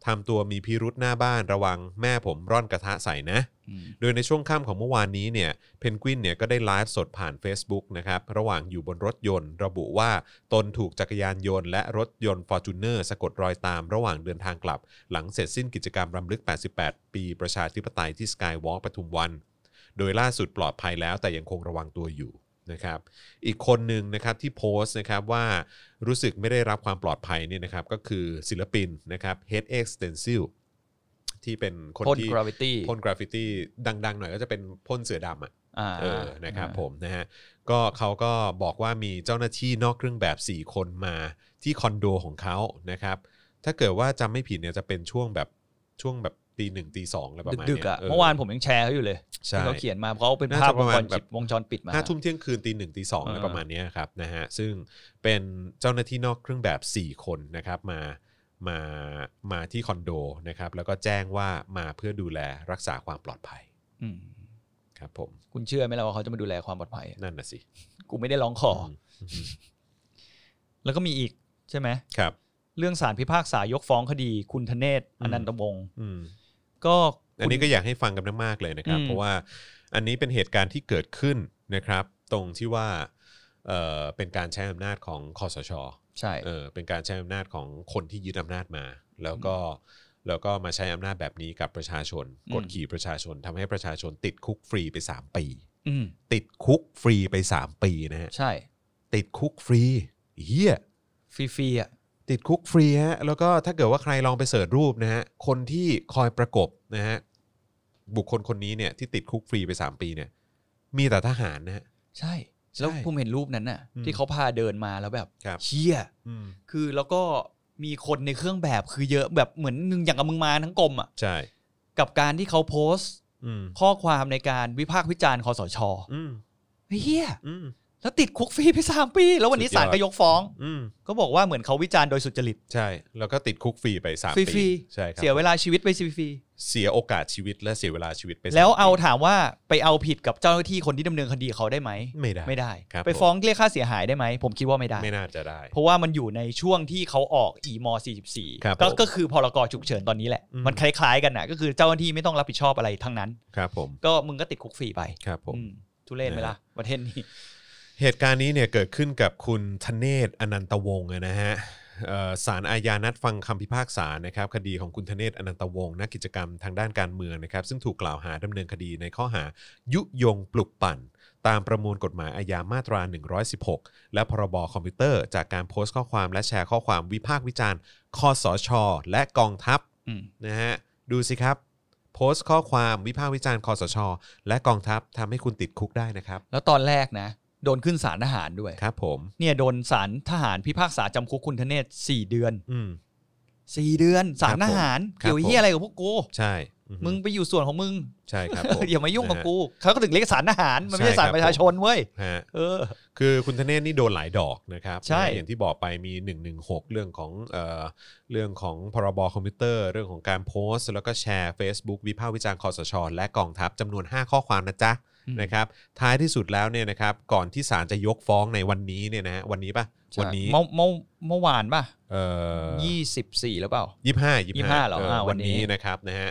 ทำตัวมีพิรุษหน้าบ้านระวังแม่ผมร่อนกระทะใส่นะ อืม โดยในช่วงค่ำของเมื่อวานนี้เนี่ยเพนกวินเนี่ยก็ได้ไลฟ์สดผ่าน Facebook นะครับระหว่างอยู่บนรถยนต์ ระบุว่าตนถูกจักรยานยนต์และรถยนต์ f o r t u n e r สะกดรอยตามระหว่างเดินทางกลับ หลังเสร็จสิ้นกิจกรรมรำลึก 88 ปีประชาธิปไตยที่ Skywalk ปทุมวัน โดยล่าสุดปลอดภัยแล้วแต่ยังคงระวังตัวอยู่นะครับอีกคนหนึ่งนะครับที่โพสต์นะครับว่ารู้สึกไม่ได้รับความปลอดภัยเนี่ยนะครับก็คือศิลปินนะครับ Head X Stencil ที่เป็นคน พ่น ที่ กราวิตี้ พ่นกราฟฟิตี้ดัง ๆ หน่อยก็จะเป็นพ่นเสือดำอ่ะ อ่า เออนะครับผมนะฮะก็เขาก็บอกว่ามีเจ้าหน้าที่นอกเครื่องแบบ 4 คนมาที่คอนโดของเขานะครับ ถ้าเกิดว่าจำไม่ผิดเนี่ยจะเป็นช่วงแบบช่วงแบบตีหนึ่งตีสองอะไรประมาณ ดึ เนี้ยกๆอ่ะ เออ เมื่อวานผมยังแชร์เขาอยู่เลย ใช่ ที่เขาเขียนมาเพราะเขาเป็น น่าจะ ภาพ ป ว ระ ง มาณจร แบบ ปิดวงจรปิดมา ห้าทุ่มเที่ยงคืนตีหนึ่งตีสองอะไรประมาณเนี้ยครับนะฮะซึ่งเป็นเจ้าหน้าที่นอกเครื่องแบบ 4 คนนะครับมามามาที่คอนโดนะครับแล้วก็แจ้งว่ามาเพื่อดูแลรักษาความปลอดภัย อืม ครับผม คุณเชื่อไหมล่ะว่าเขาจะมาดูแลความปลอดภัยอะ นั่นน่ะสิ กูไม่ได้ร้องขออ มอืม แล้วก็มีอีกใช่ไหม ครับ เรื่องสารพิพากษายกฟ้องคดี คุณธเนศอนันตวงศ์ อืม ก็ อันนี้ คุ ก็ ณ อยากให้ฟังกันมากๆเลยนะครับ อืม เพราะว่าอันนี้เป็นเหตุการณ์ที่เกิดขึ้นนะครับ ตรงที่ว่าเอ่อเป็นการใช้อำนาจของคอสช ใช่ เออเป็นการใช้อำนาจของคนที่ยึดอำนาจมา แล้วก็แล้วก็มาใช้อำนาจแบบนี้กับประชาชน กดขี่ประชาชนทำให้ประชาชนติดคุกฟรีไป 3 ปี อืม ติดคุกฟรีไป 3 ปีนะฮะ ใช่ ติดคุกฟรีเฮีย ฟรีๆอ่ะ ติดคุกฟรีฮะแล้วก็ถ้าเกิดว่าใครลองไปเสิร์ชรูปนะฮะคนที่คอยประกบนะฮะบุคคลคนนี้เนี่ยที่ติดคุกฟรีไป 3 ปีเนี่ย มีแต่ทหารนะฮะ ใช่ แล้ว ใช่ ผมเห็นรูปนั้นน่ะ อืม ที่เขาพาเดินมาแล้วแบบ ครับ เชี่ย อืม คือแล้วก็มีคนในเครื่องแบบคือเยอะแบบเหมือนมึงอย่างกับมึงมาทั้งกรมอ่ะ ใช่ กับการที่เขาโพสต์ อืม ข้อความในการวิพากษ์วิจารณ์คอสช อืม เฮีย อืม แล้วติดคุกฟรีไปสามปี แล้ววันนี้ สุดยอด ศาลก็ยกฟ้อง อืม ก็บอกว่าเหมือนเขาวิจารณ์โดยสุจริต ใช่ แล้วก็ติดคุกฟรีไป 3 ฟรี ปี ฟรี ใช่ครับ เสียเวลาชีวิตไปฟรี เสียโอกาสชีวิตและเสียเวลาชีวิตไป ๆแล้ว สมปี เอาถามว่าไปเอาผิดกับเจ้าหน้าที่คนที่ดำเนินคดีเขาได้ไหม ไม่ได้ ไม่ได้ ครับ ไป ผม ฟ้องเรียกค่าเสียหายได้ไหมผมคิดว่าไม่ได้ ไม่น่าจะได้ เพราะว่ามันอยู่ในช่วงที่เขาออกอีม ครับ 44ก็ ผม ก็คือพรกฉุกเฉินตอนนี้แหละ อืม มันคล้ายๆกันนะก็คือเจ้าหน้าที่ไม่ต้องรับผิดชอบอะไรทั้งนั้น ครับผม ก็มึงก็ติดคุกฟรีไป ครับผม อืมทุเรศไหมล่ะประเทศนี้ เหตุการณ์นี้เนี่ยเกิดขึ้นกับคุณธเนศอนันตวงศ์นะฮะเอ่อศาลอาญานัดฟังคำพิพากษานะครับคดีของคุณธเนศอนันตวงศ์นักกิจกรรมทางด้านการเมืองนะครับซึ่งถูกกล่าวหาดำเนินคดีในข้อหายุยงปลุกปั่น ตามประมวลกฎหมายอาญามาตรา 116 และพรบคอมพิวเตอร์ จากการโพสต์ข้อความและแชร์ข้อความวิพากษ์วิจารณ์คอสช และกองทัพ อืม นะฮะดูสิครับ โพสต์ข้อความวิพากษ์วิจารณ์คอสช และกองทัพทำให้คุณติดคุกได้นะครับ แล้วตอนแรกนะ โดนขึ้นศาลทหารด้วย ครับผม เนี่ยโดนศาลทหารพิพากษาจำคุกคุณธเนศสี่เดือน อืม สี่เดือนศาล ครับ ท ผม หาร ครับ เกี่ยว ผม เหี้ยอะไรกับพวกกู ใช่อือฮึ มึงไปอยู่ส่วนของมึง ใช่ครับผ (laughs) อย่ามายุ่งกับ นะฮะ กูเขาก็ถึงเรียกศาลทหารมันไม่ใช่ ใช่ ศาล ครับ ประชาชนเว้ย ฮะ เออ คือคุณธเนศนี่โดนหลายดอกนะครับ ใช่ นะฮะอย่างที่บอกไปมี 116 เรื่องของเอ่อเรื่องของพรบคอมพิวเตอร์ เรื่องของการโพสต์ แล้วก็แชร์ Facebook วิพากษ์วิจารณ์คอสช และกองทัพจำนวน 5 ข้อความนะจ๊ะนะครับท้ายที่สุดแล้วเนี่ยนะครับก่อนที่ศาลจะยกฟ้องในวันนี้เนี่ยนะฮะวันนี้ปะวันนี้ เมื่อเมื่อเมื่อวานป่ะ เอ่อ ยี่สิบสี่หรือเปล่า ยี่ห้ายี่ห้า 25เหรออ่าวั วัน นนี้ นี้นะครับนะฮะ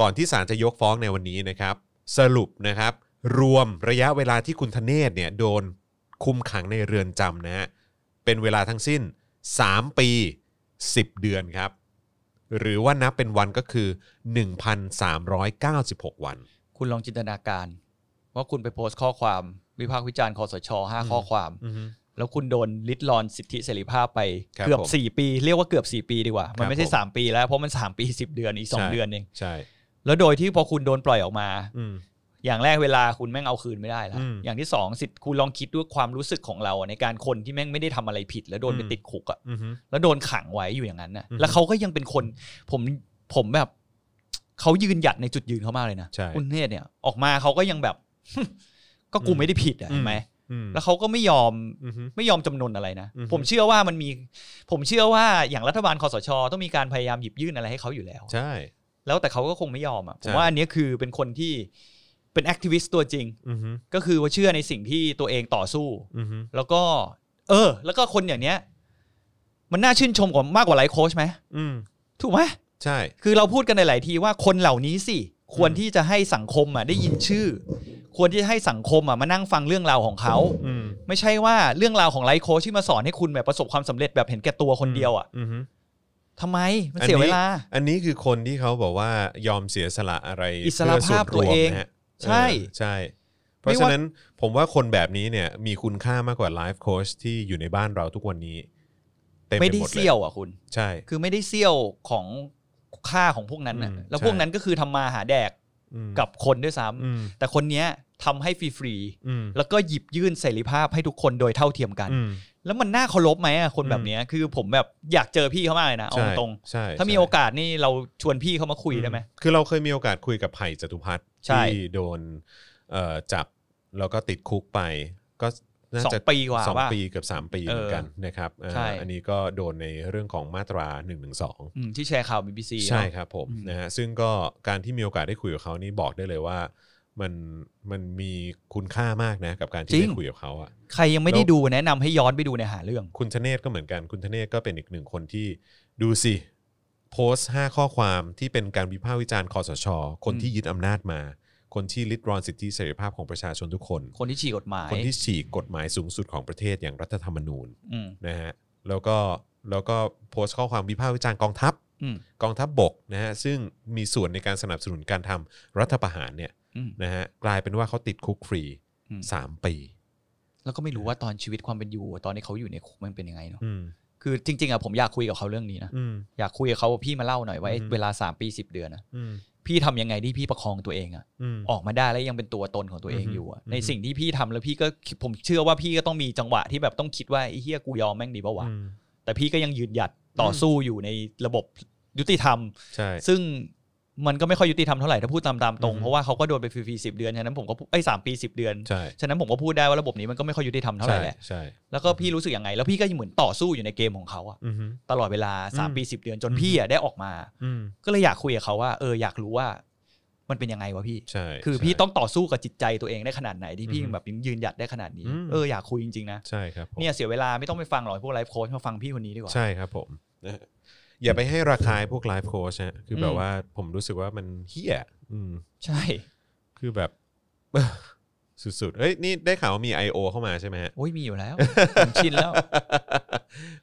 ก่อนที่ศาลจะยกฟ้องในวันนี้นะครับ สรุปนะครับ รวมระยะเวลาที่คุณธเนศเนี่ยโดนคุมขังในเรือนจำนะฮะเป็นเวลาทั้งสิ้น 3 ปี 10 เดือนครับ หรือว่านับเป็นวันก็คือ 1,396 วัน คุณลองจินตนาการ ว่าคุณไปโพสต์ข้อความวิพากษ์วิจารณ์คอสชห้า อืม ข้อความ อือฮึ แล้วคุณโดนลิดรอนสิทธิเสรีภาพไป ครับ เกือบ ผม สี่ปี เรียกว่าเกือบสี่ปีดีกว่าครัมัน บ ไม่ใช่ ผม สามปีแล้วเพราะมันสามปีสิบเดือนอีกสอง ใช่ เดือนเอง ใช่ แล้วโดยที่พอคุณโดนปล่อยออกมา อืม อย่างแรกเวลาคุณแม่งเอาคืนไม่ได้ละ อืม อย่างที่สองสิทธิ์คุณลองคิดด้วยความรู้สึกของเราอะในการคนที่แม่งไม่ได้ทำอะไรผิด แล้วโดนไป อืม ติดคุกอะ อือฮึ แล้วโดนขังไว้อยู่อย่างนั้นนะ อืม แล้วเขาก็ยังเป็นคน ผมผมแบบเขายืนหยัดในจุดยืนเขามากเลยนะ ใช่ คุณเนตรเนี่ย ออกมาเขาก็ยังแบบ (laughs) ก็กู อืม ไม่ได้ผิดอะเห็นไหม อืม แล้วเขาก็ไม่ยอม อือฮึ ไม่ยอมจำนนอะไรนะ อือฮึ ผมเชื่อว่ามันมี ผมเชื่อว่าอย่างรัฐบาลคอสช ต้องมีการพยายามหยิบยื่นอะไรให้เขาอยู่แล้ว ใช่ แล้วแต่เขาก็คงไม่ยอมอ่ะ ผ ใช่ มว่าอันเนี้ยคือเป็นคนที่เป็นแอคทิวิสต์ตัวจริง อือฮึ ก็คือว่าเชื่อในสิ่งที่ตัวเองต่อสู้ อือฮึ แล้วก็ เออ แล้วก็คนอย่างเนี้ย มันน่าชื่นชมกว่ามากกว่าไลฟ์โค้ชไหม อืม ถูกไหม ใช่ คือเราพูดกันในหลายทีว่าคนเหล่านี้สิ ควรที่จะให้สังคมอ่ะได้ยินชื่อ ควรที่จะให้สังคมอ่ะมานั่งฟังเรื่องราวของเขา อืม ไม่ใช่ว่าเรื่องราวของไลฟ์โค้ชที่มาสอนให้คุณแบบประสบความสำเร็จแบบเห็นแก่ตัวคนเดียวอ่ะ อือฮึ ทำไมมันเสียเวลา อันนี้คือคนที่เขาบอกว่ายอมเสียสละอะไร อิสระภาพตัวเอง พื่ส่นรวมนะฮะ ใช่ เออใช่ เพ ไม่ว่า ราะฉะนั้นผมว่าคนแบบนี้เนี่ยมีคุณค่ามากกว่าไลฟ์โค้ชที่อยู่ในบ้านเราทุกวันนี้ เต็มไป ไม่ได้ หมดเล เซี่ ย ยวอ่ะคุณ ใช่ คือไม่ได้เซี่ยวของค่าของพวกนั้นน่ะ อืม แล้ว ใช่ พวกนั้นก็คือทำมาหาแดก อืม กับคนด้วยซ้ำ อืม แต่คนเนี้ยทำให้ฟรี อืม ๆแล้วก็หยิบยื่นเสรีภาพให้ทุกคนโดยเท่าเทียมกัน อืม แล้วมันน่าเคารพไหมอะคน อืม แบบเนี้ยคือผมแบบอยากเจอพี่เขามากเลยนะเอา ใช่ ตรง ใช่ ๆถ้ามี ใช่ โอกาสนี่เราชวนพี่เขามาคุยได้ไหม คือเราเคยมีโอกาสคุยกับไผ่จตุพัฒน์ ใช่ ที่โดนเอ่อจับแล้วก็ติดคุกไป ก็น่า สอง จะ ปีกว่า สอง ป่ะ ปีเกับสามปีเหมือนกันนะครับอ่า ใช่ อันนี้ก็โดนในเรื่องของมาตรา1นึ อืมที่แชร์ข่าว BBC ใช่ เนอะ ครับผม อืม นะฮะซึ่งก็การที่มีโอกาสได้คุยกับเขานี่บอกได้เลยว่า มันมันมีคุณค่ามากนะกับการที่ได้คุยกับเขาอ่ะ ใครยังไม่ได้ แล้ว ดูแนะนำให้ย้อนไปดูในหาเรื่อง คุณธเนศก็เหมือนกันคุณธเนศก็เป็นอีกหนึ่งคนที่ดูสิ โพสต์5ข้อความที่เป็นการวิพากษ์วิจารณ์คอสช คน อืม ที่ยึดอำนาจมา คนที่ลิดรอนสิทธิเสรีภาพของประชาชนทุกคน คนที่ฉีกกฎหมาย คนที่ฉีกกฎหมายสูงสุดของประเทศอย่างรัฐธรรมนูญ อืม นะฮะแล้วก็แล้วก็โพสต์ข้อความวิพากษ์วิจารณ์กองทัพ อืม กองทัพบกนะฮะซึ่งมีส่วนในการสนับสนุนการทำรัฐประหารเนี่ย อืม นะฮะกลายเป็นว่าเขาติดคุกฟรี อืม 3 ปี แล้วก็ไม่รู้ว่าตอนชีวิตความเป็นอยู่อะตอนที่เขาอยู่ในคุกมันเป็นยังไงเนาะ อืม คือจริงๆอะผมอยากคุยกับเขาเรื่องนี้นะ อืม อยากคุยกับเขาว่าพี่มาเล่าหน่อยว่าไอ้ อือฮึ เวลาสามปีสิบเดือนนะ อืม พี่ทำยังไงที่พี่ประคองตัวเองอะ อืม ออกมาได้แล้วยังเป็นตัวตนของตัวเอง อือฮึ อยู่อะ อือฮึ ในสิ่งที่พี่ทำแล้วพี่ก็คิดผมเชื่อว่าพี่ก็ต้องมีจังหวะที่แบบต้องคิดว่าไอ้เฮียกูยอมแม่งดีปะวะ อืม แต่พี่ก็ยังยืนหยัดต่อสู้อยู่ในระบบยุติธรรม ใช่ ซึ่งมันก็ไม่ค่อยยุติธรรมเท่าไหร่ถ้าพูดตามตามตรง อือฮึ เพราะว่าเขาก็โดนไปฟรีๆสิบเดือนฉะนั้นผมก็ไอ้สามปีสิบเดือน ใช่ ฉะนั้นผมก็พูดได้ว่าระบบนี้มันก็ไม่ค่อยยุติธรรมเท่าไห ใช่ ร่แหละ ใช่ แล้วก็พี่รู้สึกยังไง แล้วพี่ก็เหมือนต่อสู้อยู่ในเกมของเขาอะ อืม ตลอดเวลา 3 ปี 10 เดือนจน อืม พี่อะได้ออกมา อืม ก็เลยอยากคุยกับเขาว่าเอออยากรู้ว่า มันเป็นยังไงวะพี่ ใช่ คือพี่ ใช่ ต้องต่อสู้กับจิตใจตัวเองได้ขนาดไหนที่พี่ อืม ยังแบบยังยืนหยัดได้ขนาดนี้ อืม เอออยากคุยจริงๆนะ ใช่ครับผม เนี่ยเสียเวลาไม่ต้องไปฟังหรอกพวกไลฟ์โค้ชมาฟังพี่คนนี้ดีกว่า ใช่ครับผมนะฮะอย่าไปให้ราคาพวกไลฟ์โค้ชฮะคืออ ม แบบว่าผมรู้สึกว่ามันเฮี้ยอืม ใช่ คือแบบ (laughs) สุดๆ เฮ้ย นี่ได้ข่าวว่ามี I.O. เข้ามาใช่ไหมฮะ (laughs) โอ้ยมีอยู่แล้ว ผมชินแล้ว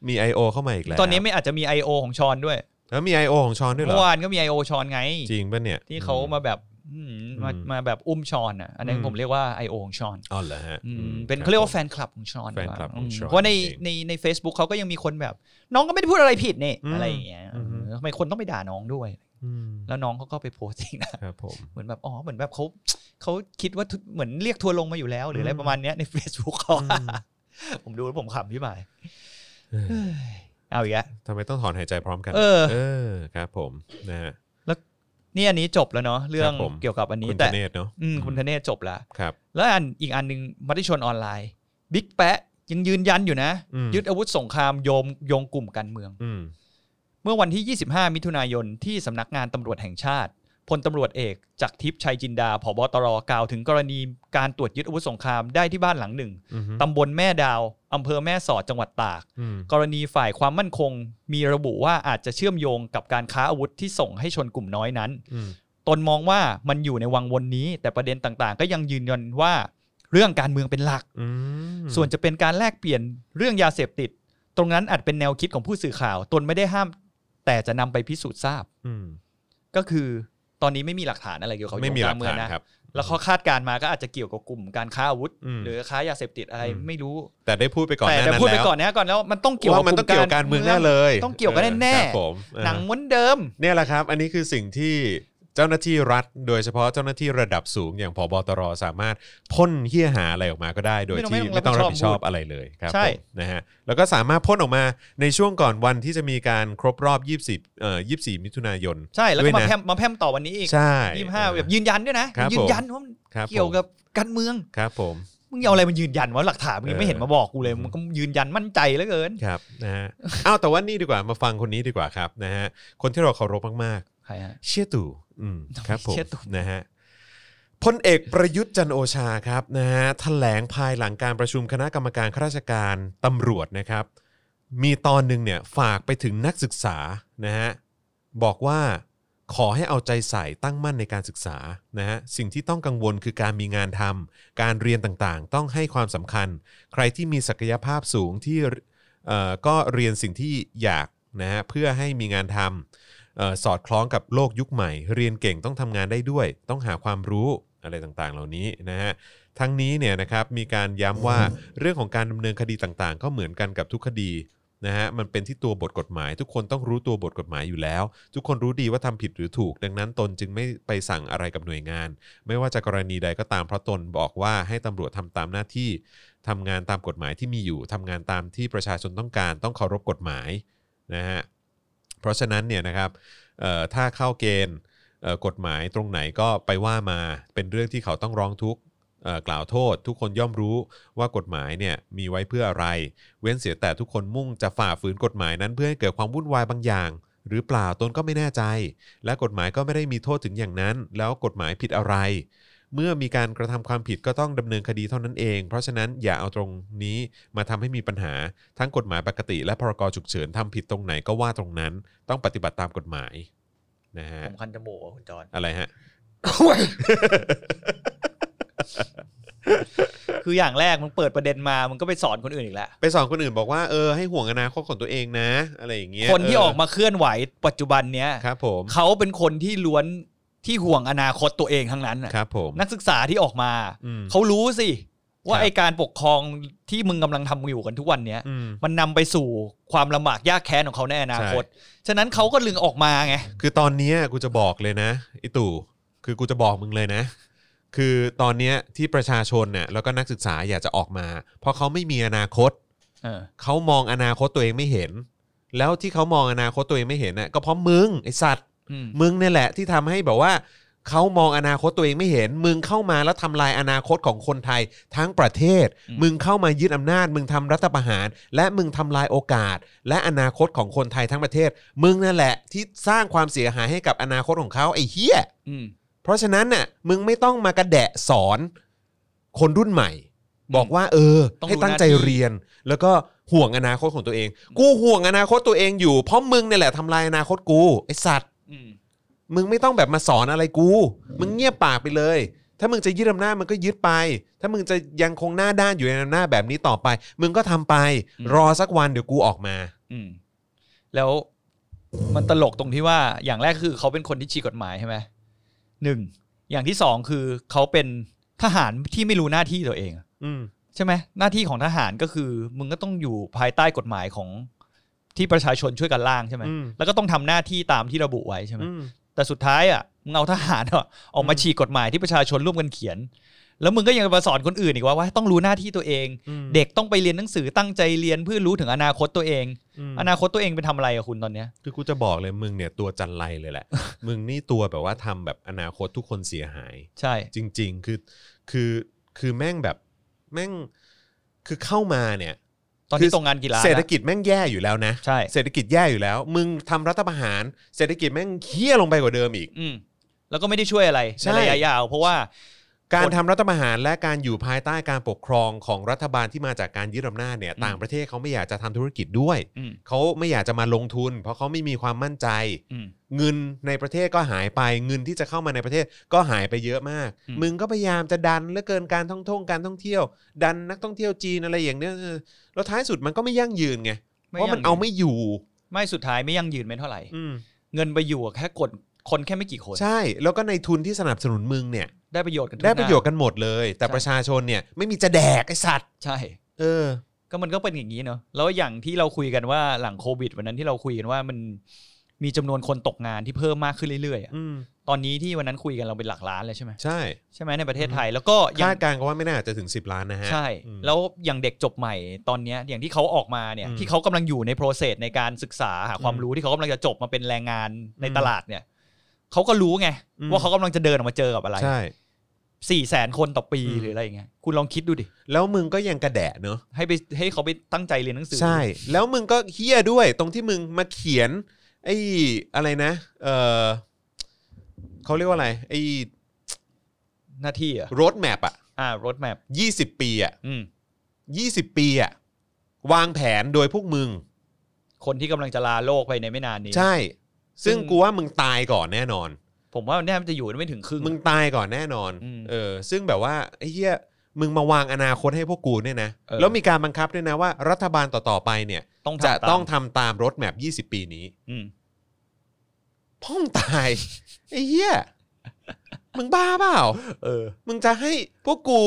มี I.O. เข้ามาอีกแล้ว ตอนนี้ไม่อาจจะมี I.O. ของชอนด้วย แล้วมี I.O. ของชอนด้วยเหร เมื่ อ อวานก็มี I.O. ชอนไง จริงป่ะเนี่ย ที่เขามาแบบอืมมา อืม มาแบบอุ้มชอนอ่ะอันนั้ อื น ม ผมเรียกว่า I.O. ของชอน อ๋อเหรอฮะ อืม อืม เป็น คบ เขาเรียกผว่าม แฟนคลับของชอน แฟนคลับของชอน เพราะเอในง ในใน a c e b o o k เขาก็ยังมีคนแบบ น้องก็ไม่ได้พูดอะไรผิดนี่ อืม อะไรอย่างเงี้ย อืม เออทำไมคนต้องไปด่าน้องด้วย อืม แล้วน้องเขาก็ไปโพสต์จริงนะครับ (laughs) ผม เหมือนแบบอ๋อเหมือนแบบเขาเขาคิดว่าทุกเหมือนเรียกทัวร์ลงมาอยู่แล้ว หรืออะไร อืม ประมาณเนี้ยใน Facebook เขา อืม ผมดูแล้วผมขำพี่หมาย เอ้ย เอาอีกแล้ว ทำไมต้องถอนหายใจพร้อมกัน เออ เออครับผมนะฮะ นี่อันนี้จบแล้วเนาะเรื่อคงรับผม เกี่ยวกับอันนี้ คุณธ แต่ เนศเนาะ อืมคุณธเนศจบละ ครับ แล้วอันอีกอันหนึ่งมัติชนออนไลน์บิ๊กแปะยังยืนยันอยู่นะ อืม ยึดอาวุธสงครามโยมโยงกลุ่มการเมือง อืม เมื่อวันที่ 25 มิถุนายน ที่สำนักงานตำรวจแห่งชาติ พลตำรวจเอกจักรทิพย์ชัยจินดาผบตรกล่าวถึงกรณีการตรวจยึดอาวุธสงครามได้ที่บ้านหลังหนึ่ง อืม ตำบลแม่ดาวอำเภอแม่สอดจังหวัดตาก อืม กรณีฝ่ายความมั่นคง มีระบุว่าอาจจะเชื่อมโยงกับการค้าอาวุธที่ส่งให้ชนกลุ่มน้อยนั้น อืม ตนมองว่ามันอยู่ในวังวนนี้ แต่ประเด็นต่างๆ ก็ยังยืนยันว่าเรื่องการเมืองเป็นหลัก อืม ส่วนจะเป็นการแลกเปลี่ยนเรื่องยาเสพติด ตรงนั้นอาจเป็นแนวคิดของผู้สื่อข่าว ตนไม่ได้ห้าม แต่จะนำไปพิสูจน์ทราบ อืม ก็คือตอนนี้ไม่มีหลักฐานอะไรเกี่ยวกับเขา ไม่มีหลัก เมือง ฐาน นะ ครับ แล้วเขาคาดการณ์มาก็อาจจะเกี่ยวกับกลุ่มการค้าอาวุธ อืม หรือค้ายาเสพติดอะไร อืม ไม่รู้ แต่ได้พูดไปก่อนห แต่ น้า แต่ นั้น พูดไป แล้ว ก่อนนะก่อนแล้วมันต้องเกี่ยว ว่ามันต้องเกี่ยวกับการเมืองแน่เลย ต้องเกี่ยวกันแน่ ครับผมเออ ๆหนังม้วนเดิม เนี่ยแหละครับ อันนี้คือสิ่งที่เจ้าหน้าที่รัฐ โดยเฉพาะเจ้าหน้าที่ระดับสูงอย่างผบตรสามารถพ่นเหี้ยหาอะไรออกมาก็ได้ โดย ไม่ต้อง ที่ ไม่ ไม่ ต้ ต้อ องง รั รั บบ ผิ ผิด ด ช ช อ อ บบ อะไรเลยครับ ใช่ ผมนะฮะแล้วก็สามารถพ่นออกมาในช่วงก่อนวันที่จะมีการครบรอบ 20เอ่อ24 มิถุนายน ใช่แล้ว ด้วก็ย มา นะ แพร่มมาแพร่มต่อวันนี้อีก ใช่ ยี่สิบห้าแบบยืนยันด้วยนะครับ ผม ยืนยันว่ามัน ครับ เกี่ยวกับการเมือง ครับผม มึงเอาอะไรมายืนยันว่าหลักฐานมึงยังไม่เห็นมาบอกกูเลย เออ มึงก็ยืนยันมั่นใจเหลือเกิน ครับนะฮะ อ้าวแต่ว่านี่ดีกว่ามาฟังคนนี้ดีกว่าครับนะฮะคนที่เราเคารพมาก ใครฮะ ๆ เชี่ยตู่อืมครับผม เชี่ยตู่ นะฮะ พลเอกประยุทธ์จันทร์โอชาครับนะฮะแถลงภายหลังการประชุมคณะกรรมการข้าราชการตำรวจนะครับ มีตอนหนึ่งเนี่ยฝากไปถึงนักศึกษานะฮะบอกว่าขอให้เอาใจใส่ตั้งมั่นในการศึกษานะฮะสิ่งที่ต้องกังวลคือการมีงานทำการเรียนต่างๆ ต้องให้ความสำคัญ ใครที่มีศักยภาพสูงที่เอ่อก็เรียนสิ่งที่อยากนะฮะเพื่อให้มีงานทำ เอ่อสอดคล้องกับโลกยุคใหม่ เรียนเก่งต้องทำงานได้ด้วย ต้องหาความรู้อะไรต่างๆ เหล่านี้นะฮะทั้งนี้เนี่ยนะครับมีการย้ำว่าเรื่องของการดำเนินคดีต่างๆ ก็เหมือนกันกับทุกคดีนะฮะมันเป็นที่ตัวบทกฎหมาย ทุกคนต้องรู้ตัวบทกฎหมายอยู่แล้ว ทุกคนรู้ดีว่าทำผิดหรือถูก ดังนั้นตนจึงไม่ไปสั่งอะไรกับหน่วยงาน ไม่ว่าจะกรณีใดก็ตามเพราะตนบอกว่าให้ตำรวจทำตามหน้าที่ทำงานตามกฎหมายที่มีอยู่ทำงานตามที่ประชาชนต้องการต้องเคารพกฎหมายนะฮะเพราะฉะนั้นเนี่ยนะครับ เอ่อถ้าเข้าเกณฑ์เอ่อกฎหมายตรงไหนก็ไปว่ามาเป็นเรื่องที่เขาต้องร้องทุกข์เอ่อกล่าวโทษ ทุกคนย่อมรู้ว่ากฎหมายเนี่ยมีไว้เพื่ออะไร เว้นเสียแต่ทุกคนมุ่งจะฝ่าฝืนกฎหมายนั้นเพื่อให้เกิดความวุ่นวายบางอย่าง หรือเปล่าตนก็ไม่แน่ใจ และกฎหมายก็ไม่ได้มีโทษถึงอย่างนั้น แล้วกฎหมายผิดอะไร เมื่อมีการกระทำความผิดก็ต้องดำเนินคดีเท่านั้นเอง เพราะฉะนั้นอย่าเอาตรงนี้มาทำให้มีปัญหา ทั้งกฎหมายปกติ และพรกฉุกเฉินทำผิดตรงไหนก็ว่าตรงนั้น ต้องปฏิบัติตามกฎหมายนะฮะ ผมคันจมูกคุณจอน อะไรฮะ คืออย่างแรกมึงเปิดประเด็นมามึงก็ไปสอนคนอื่นอีกแล้ว ไปสอนคนอื่นบอกว่าเออให้ห่วงอนาคตของตัวเองนะ อะไรอย่างเงี้ย คนที่ เ ออกมาเคลื่อนไหวปัจจุบันเนี้ย ครับผม เขาเป็นคนที่ล้วนที่ห่วงอนาคตตัวเองทั้งนั้นน่ะ ครับผม นักศึกษาที่ออกมา อืม เขารู้สิ ว่า ครับ ไอการปกครองที่มึงกำลังทำอยู่กันทุกวันเนี้ย อืม มันนำไปสู่ความลำบากยากแค้นของเขาในอนาคต ฉะนั้นเขาก็ลึงออกมาไง คือตอนเนี้ยกูจะบอกเลยนะไอตู่คือกูจะบอกมึงเลยนะ คือตอนเนี้ยที่ประชาชนเนี่ยแล้วก็นักศึกษาอยากจะออกมา เพราะเขาไม่มีอนาคต เออ เขามองอนาคตตัวเองไม่เห็น แล้วที่เขามองอนาคตตัวเองไม่เห็นน่ะก็เพราะมึงไอสัตว์ อืม มึงเนี่ยแหละที่ทำให้แบบว่าเขามองอนาคตตัวเองไม่เห็น มึงเข้ามาแล้วทำลายอนาคตของคนไทยทั้งประเทศ อืม มึงเข้ามายึดอำนาจ มึงทำรัฐประหาร และมึงทำลายโอกาส และอนาคตของคนไทยทั้งประเทศ มึงนั่นแหละที่สร้างความเสียหายให้กับอนาคตของเขาไอ้เหี้ย อืม เพราะฉะนั้นน่ะมึงไม่ต้องมากระแดะสอนคนรุ่นใหม่ บอกว่า เออ ต้อง ให้ตั้ง รู้หน้า ใจ ที่ เรียน แล้วก็ห่วงอนาคตของตัวเอง กูห่วงอนาคตตัวเองอยู่เพราะมึงเนี่ยแหละทำลายอนาคตกูไอสัตว์ อืม มึงไม่ต้องแบบมาสอนอะไรกู มึงเงียบปากไปเลย ถ้ามึงจะยึดอำนาจมึงก็ยึดไป ถ้ามึงจะยังคงหน้าด้านอยู่ในอำนาจแบบนี้ต่อไป มึงก็ทำไป อืม รอสักวันเดี๋ยวกูออกมา อืม แล้วมันตลกตรงที่ว่าอย่างแรกคือเขาเป็นคนที่ชีกฎหมายใช่ไหมหนึ่ง อย่างที่สองคือเขาเป็นทหารที่ไม่รู้หน้าที่ตัวเอง อืม ใช่ไหมหน้าที่ของทหารก็คือ มึงก็ต้องอยู่ภายใต้กฎหมายของที่ประชาชนช่วยกันล่างใช่ไหม อืม แล้วก็ต้องทำหน้าที่ตามที่ระบุไว้ใช่ไหม อืม แต่สุดท้ายอ่ะมึงเอาทหารอ่ะออกมา อืม ฉีกกฎหมายที่ประชาชนร่วมกันเขียน แล้วมึงก็ยังมาสอนคนอื่นอีกว่าว่าต้องรู้หน้าที่ตัวเอง อืม เด็กต้องไปเรียนหนังสือตั้งใจเรียนเพื่อรู้ถึงอนาคตตัวเอง ม อนาคตตัวเองเป็นทำอะไรกับคุณตอนเนี้ย คือกูจะบอกเลยมึงเนี่ยตัวจันไรเลยแห (laughs) ละ มึงนี่ตัวแบบว่าทำแบบอนาคตทุกคนเสียหาย ใช่ จริง ๆ คือคือคือแม่งแบบแม่งคือเข้ามาเนี่ย ตอน คื นี้ อ ตรงงานกีฬา เศรษฐ แล้ว กิจแม่งแย่อยู่แล้วนะ ใช่ เศรษฐกิจแย่อยู่แล้ว มึงทำรัฐประหาร เศรษฐกิจแม่งเคี้ยลงไปกว่าเดิมอีก อืมแล้วก็ไม่ได้ช่วยอะไร ใช่ ในระยะยาว เพราะว่า การทำรัฐประหารและการอยู่ภายใต้การปกครองของรัฐบาลที่มาจากการยึดอำนาจเนี่ย อืม ต่างประเทศเขาไม่อยากจะทำธุรกิจด้วย อืม เขาไม่อยากจะมาลงทุน เพราะเขาไม่มีความมั่นใจ อืม เงินในประเทศก็หายไปเงินที่จะเข้ามาในประเทศก็หายไปเยอะมาก อืม มึงก็พยายามจะดันเหลือเกินการท่องท่องการท่องเที่ยว ดันนักท่องเที่ยวจีนอะไรอย่างเนี้ยเออแล้วท้ายสุดมันก็ไม่ยั่งยืนไงเพราะมันเอาไม่อยู่ ไม่สุดท้ายไม่ยั่งยืนไม่เท่าไหร่ อืม เงินไปอยู่กับแค่กดคนแค่ไม่กี่คน ใช่แล้วก็ในทุนที่สนับสนุนมึงเนี่ย ได้ประโยชน์กันทุก ได้ประโยชน์ หา กันหมดเลย แต่ประชาชนเนี่ยไม่มีจะแดกไอสัตว์ ใช่ เออ ก็มันก็เป็นอย่างนี้เนาะแล้วอย่างที่เราคุยกันว่าหลังโควิดวันนั้นที่เราคุยกันว่ามันมีจำนวนคนตกงานที่เพิ่มมากขึ้นเรื่อยๆอะ อืม ตอนนี้ที่วันนั้นคุยกันเราเป็นหลักล้านเลยใช่ไหม ใช่ ใช่ไหมในประเทศไทยแล้วก็ยั คาง ดการณ์ก็ว่าไม่น่าจะถึง 10 ล้านนะฮะ ใช่ อืม แล้วอย่างเด็กจบใหม่ตอนเนี้ยอย่างที่เขาออกมาเนี่ย อืม ที่เขากำลังอยู่ในโปรเซสในการศึกษาหาความ อืม รู้ที่เขากำลังจะจบมาเป็นแรงงานใน อืม ตลาดเนี่ยเขาก็รู้ไง อืม ว่าเขากำลังจะเดินออกมาเจอกับอะไร ใช่ สี่แสนคนต่อปี อืม หรืออะไรอย่างเงี้ยคุณลองคิดดูดิ แล้วมึงก็ยังกระแดะเนอะ ให้ไปให้เขาไปตั้งใจเรียนหนังสือ ใช่ แล้วมึงก็เฮี้ยด้วย ตรงที่มึงมาเขียน ไอ้อะไรนะเออเขาเรียกว่าอะไรไอ้ หน้าที่เหรอ่ะ รถแมปอะ อ่ารถแมพ 20 ปีอะ อืม 20 ปีอะวางแผนโดยพวกมึง คนที่กำลังจะลาโลกไปในไม่นานนี้ ใช่ ซึ่ง ซึ่ง กูว่ามึงตายก่อนแน่นอน ผมว่าเนี่ยมันจะอยู่ไม่ถึงครึ่ง มึงตายก่อนแน่นอน อืม เออ ซึ่งแบบว่าไอ้เหี้ย มึงมาวางอนาคตให้พวกกูเนี่ยนะ เออ แล้วมีการบังคับด้วยนะว่ารัฐบาลต่อ ๆ ไปเนี่ย ต้อง จะ ทำาม ต้องทำตามรถแมพ20 ปีนี้ อืม พ่องตาย (laughs) ไอ้เหี้ย มึงบ้าเปล่า เออ มึงจะให้พวกกู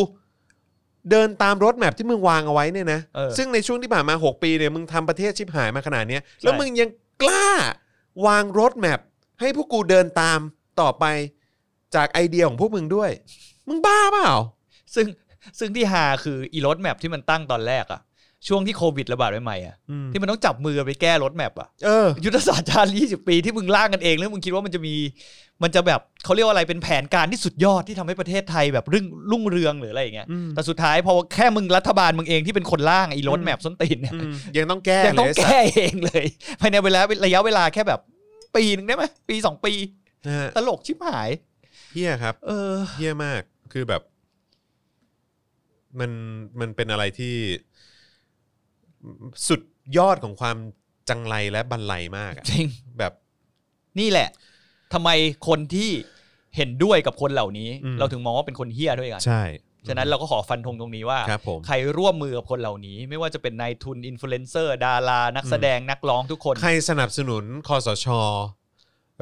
เดินตามรถแมพที่มึงวางเอาไว้เนี่ยนะ เออ ซึ่งในช่วงที่ผ่านมา 6 ปีเนี่ยมึงทำประเทศชิบหายมาขนาดเนี้ย แล้ว ใช่ มึงยังกล้าวางรถแมพให้พวกกูเดินตามต่อไปจากไอเดียของพวกมึงด้วย มึงบ้าเปล่า ซึ่งซึ่งที่หาคืออีรถแมพที่มันตั้งตอนแรกอะช่วงที่โควิดระบาดใหม่ๆอะ ที่มันต้องจับมือไปแก้รถแมพอะ เออ ยุทธศาสตร์ชาติ20 ปีที่มึงล่างกันเองแล้วมึงคิดว่ามันจะมี มันจะแบบเขาเรียกว่าอะไรเป็นแผนการที่สุดยอดที่ทำให้ประเทศไทยแบบรุ่งรุ่งเรืองหรืออะไรอย่างเงี้ย อืม แต่สุดท้ายพอแค่มึงรัฐบาลมึงเองที่เป็นคนล่างไอ้รถแมพส้นตีนเนี่ย อืมยังต้องแก้ ยังต้อง เลย แก้เอง (laughs) เลยภายในเวลาระยะเวลาแค่แบบปีหนึ่งได้ไหมปีสองปี นะฮะ ตลกชิบหาย เฮี้ยครับ เออ เฮี้ยมากคือแบบ มันมันเป็นอะไรที่สุดยอดของความจังไรและบรรลัยมากอะ จริง แบบ นี่แหละทำไมคนที่เห็นด้วยกับคนเหล่านี้ อืม เราถึงมองว่าเป็นคนเฮี้ยด้วยกัน ใช่ ฉะนั้นเราก็ขอฟันธงตรงนี้ว่า ครับผม ใครร่วมมือกับคนเหล่านี้ ไม่ว่าจะเป็นนายทุนอินฟลูเอนเซอร์ดารา นักแสดงนักร้องทุกคน ใครสนับสนุนคอสช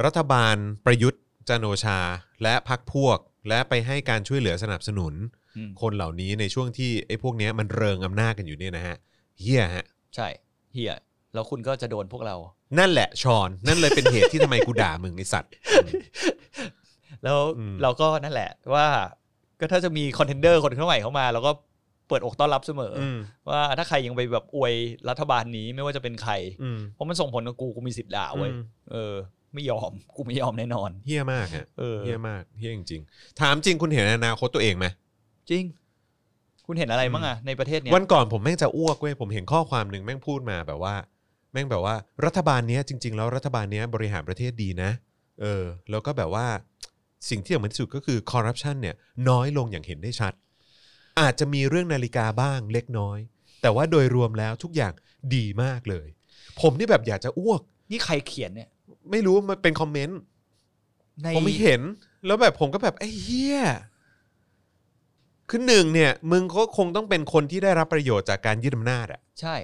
รัฐบาลประยุทธ์จันทร์โอชา และพักพวก และไปให้การช่วยเหลือสนับสนุน อืม คนเหล่านี้ในช่วงที่ไอ้พวกเนี้ยมันเริงอำนาจกันอยู่เนี่ยนะฮะเฮียฮะ ใช่เฮียแล้วคุณก็จะโดนพวกเรา นั่นแหละชอน นั่นเลยเป็นเหตุที่ทำไมกูด่ามึงไอสัตว์ แล้ว อืม เราก็นั่นแหละว่า ก็ถ้าจะมีคอนเทนเดอร์คนเข้าใหม่เข้ามาเราก็เปิดอกต้อนรับเสมออ อืม ว่าถ้าใครยังไปแบบอวยรัฐบาลนี้ไม่ว่าจะเป็นใคร อืม เพราะมันส่งผลกับกูกูมีสิทธิ์ด่าเว้ย อืม เออ ไม่ยอมกูไม่ยอมแน่นอน เฮียมากฮะ เออ เฮียมากเฮียจริงๆถามจริงคุณเห็นอนาคตตัวเองไหม จริง คุณเห็นอะไรบ้างอะในประเทศเนี้ย วันก่อนผมแม่งจะอ้วกเว้ยผมเห็นข้อความหนึ่งแม่งพูดมาแบบว่า แม่งแบบว่ารัฐบาลเนี้ยจริง ๆ แล้วรัฐบาลเนี้ยบริหารประเทศดีนะ เออ แล้วก็แบบว่าสิ่งที่สำคัญที่สุดก็คือคอร์รัปชันเนี่ยน้อยลงอย่างเห็นได้ชัด อาจจะมีเรื่องนาฬิกาบ้างเล็กน้อย แต่ว่าโดยรวมแล้วทุกอย่างดีมากเลย ผมนี่แบบอยากจะอ้วก นี่ใครเขียนเนี่ย ไม่รู้มันเป็นคอมเมนต์ ใน ผมไม่เห็น แล้วแบบผมก็แบบไอ้เหี้ยคือหนึ่งเนี่ย มึงก็คงต้องเป็นคนที่ได้รับประโยชน์จากการยึดอำนาจอะ ใช่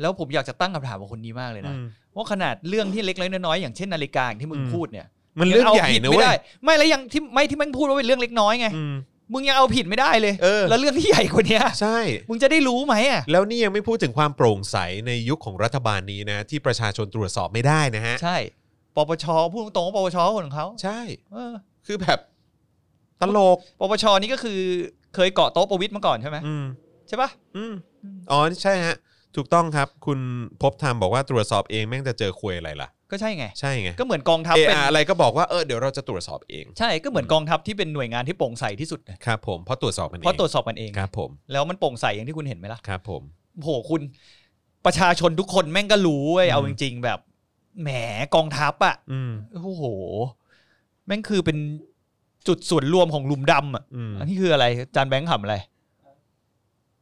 แล้วผมอยากจะตั้งคำถามกับคนนี้มากเลยนะ ว่าขนาดเรื่องที่เล็กๆน้อยๆอย่างเช่นนาฬิกาอย่างที่มึง อืม พูดเนี่ย มันเรื่อง ยังา ใหญ่ ผิด นะ ไม่ เว้ ได้ ย ไม่แล้วยังที่ไม่ที่มึงพูดว่าเป็นเรื่องเล็กน้อยไง อืม มึงยังเอาผิดไม่ได้เลย เออ แล้วเรื่องที่ใหญ่กว่าเนี้ย ใช่ มึงจะได้รู้ไหมอ่ะ แล้วนี่ยังไม่พูดถึงความโปร่งใสในยุคของรัฐบาลนี้นะ ที่ประชาชนตรวจสอบไม่ได้นะฮะ ใช่ปปชพูดตรงๆว่าปปชคนของเขา ใช่ เออ คือแบบตลก ปปชนี่ก็คือเคยเกาะโต๊ะประวิตรมาก่อนใช่ไหม อืม ใช่ปะ อืมอ๋อใช่ฮะ ถูกต้องครับ คุณพบธรรมบอกว่าตรวจสอบเองแม่งจะเจอควยอะไรล่ะ ก็ใช่ไง ใช่ไง ก็เหมือนกองทัพ เอ เป็น อะอะไรก็บอกว่าเออเดี๋ยวเราจะตรวจสอบเอง ใช่ก็เหมือนกองทัพที่เป็นหน่วยงานที่โปร่งใสที่สุดนะครับ ผมเพราะตรวจสอบมันเอง เพราะตรวจสอบกันเอง ครับผม แล้วมันโปร่งใสอย่างที่คุณเห็นไหมล่ะ ครับผม โหคุณประชาชนทุกคนแม่งก็รู้เว้ย อืม เอาจริง ๆ แบบแหมกองทัพอะ อืม โอ้โห แม่งคือเป็นจุดส่วนรวมของหลุมดำอะ อืม อันนี้คืออะไรจานแบงค์ขำอะไร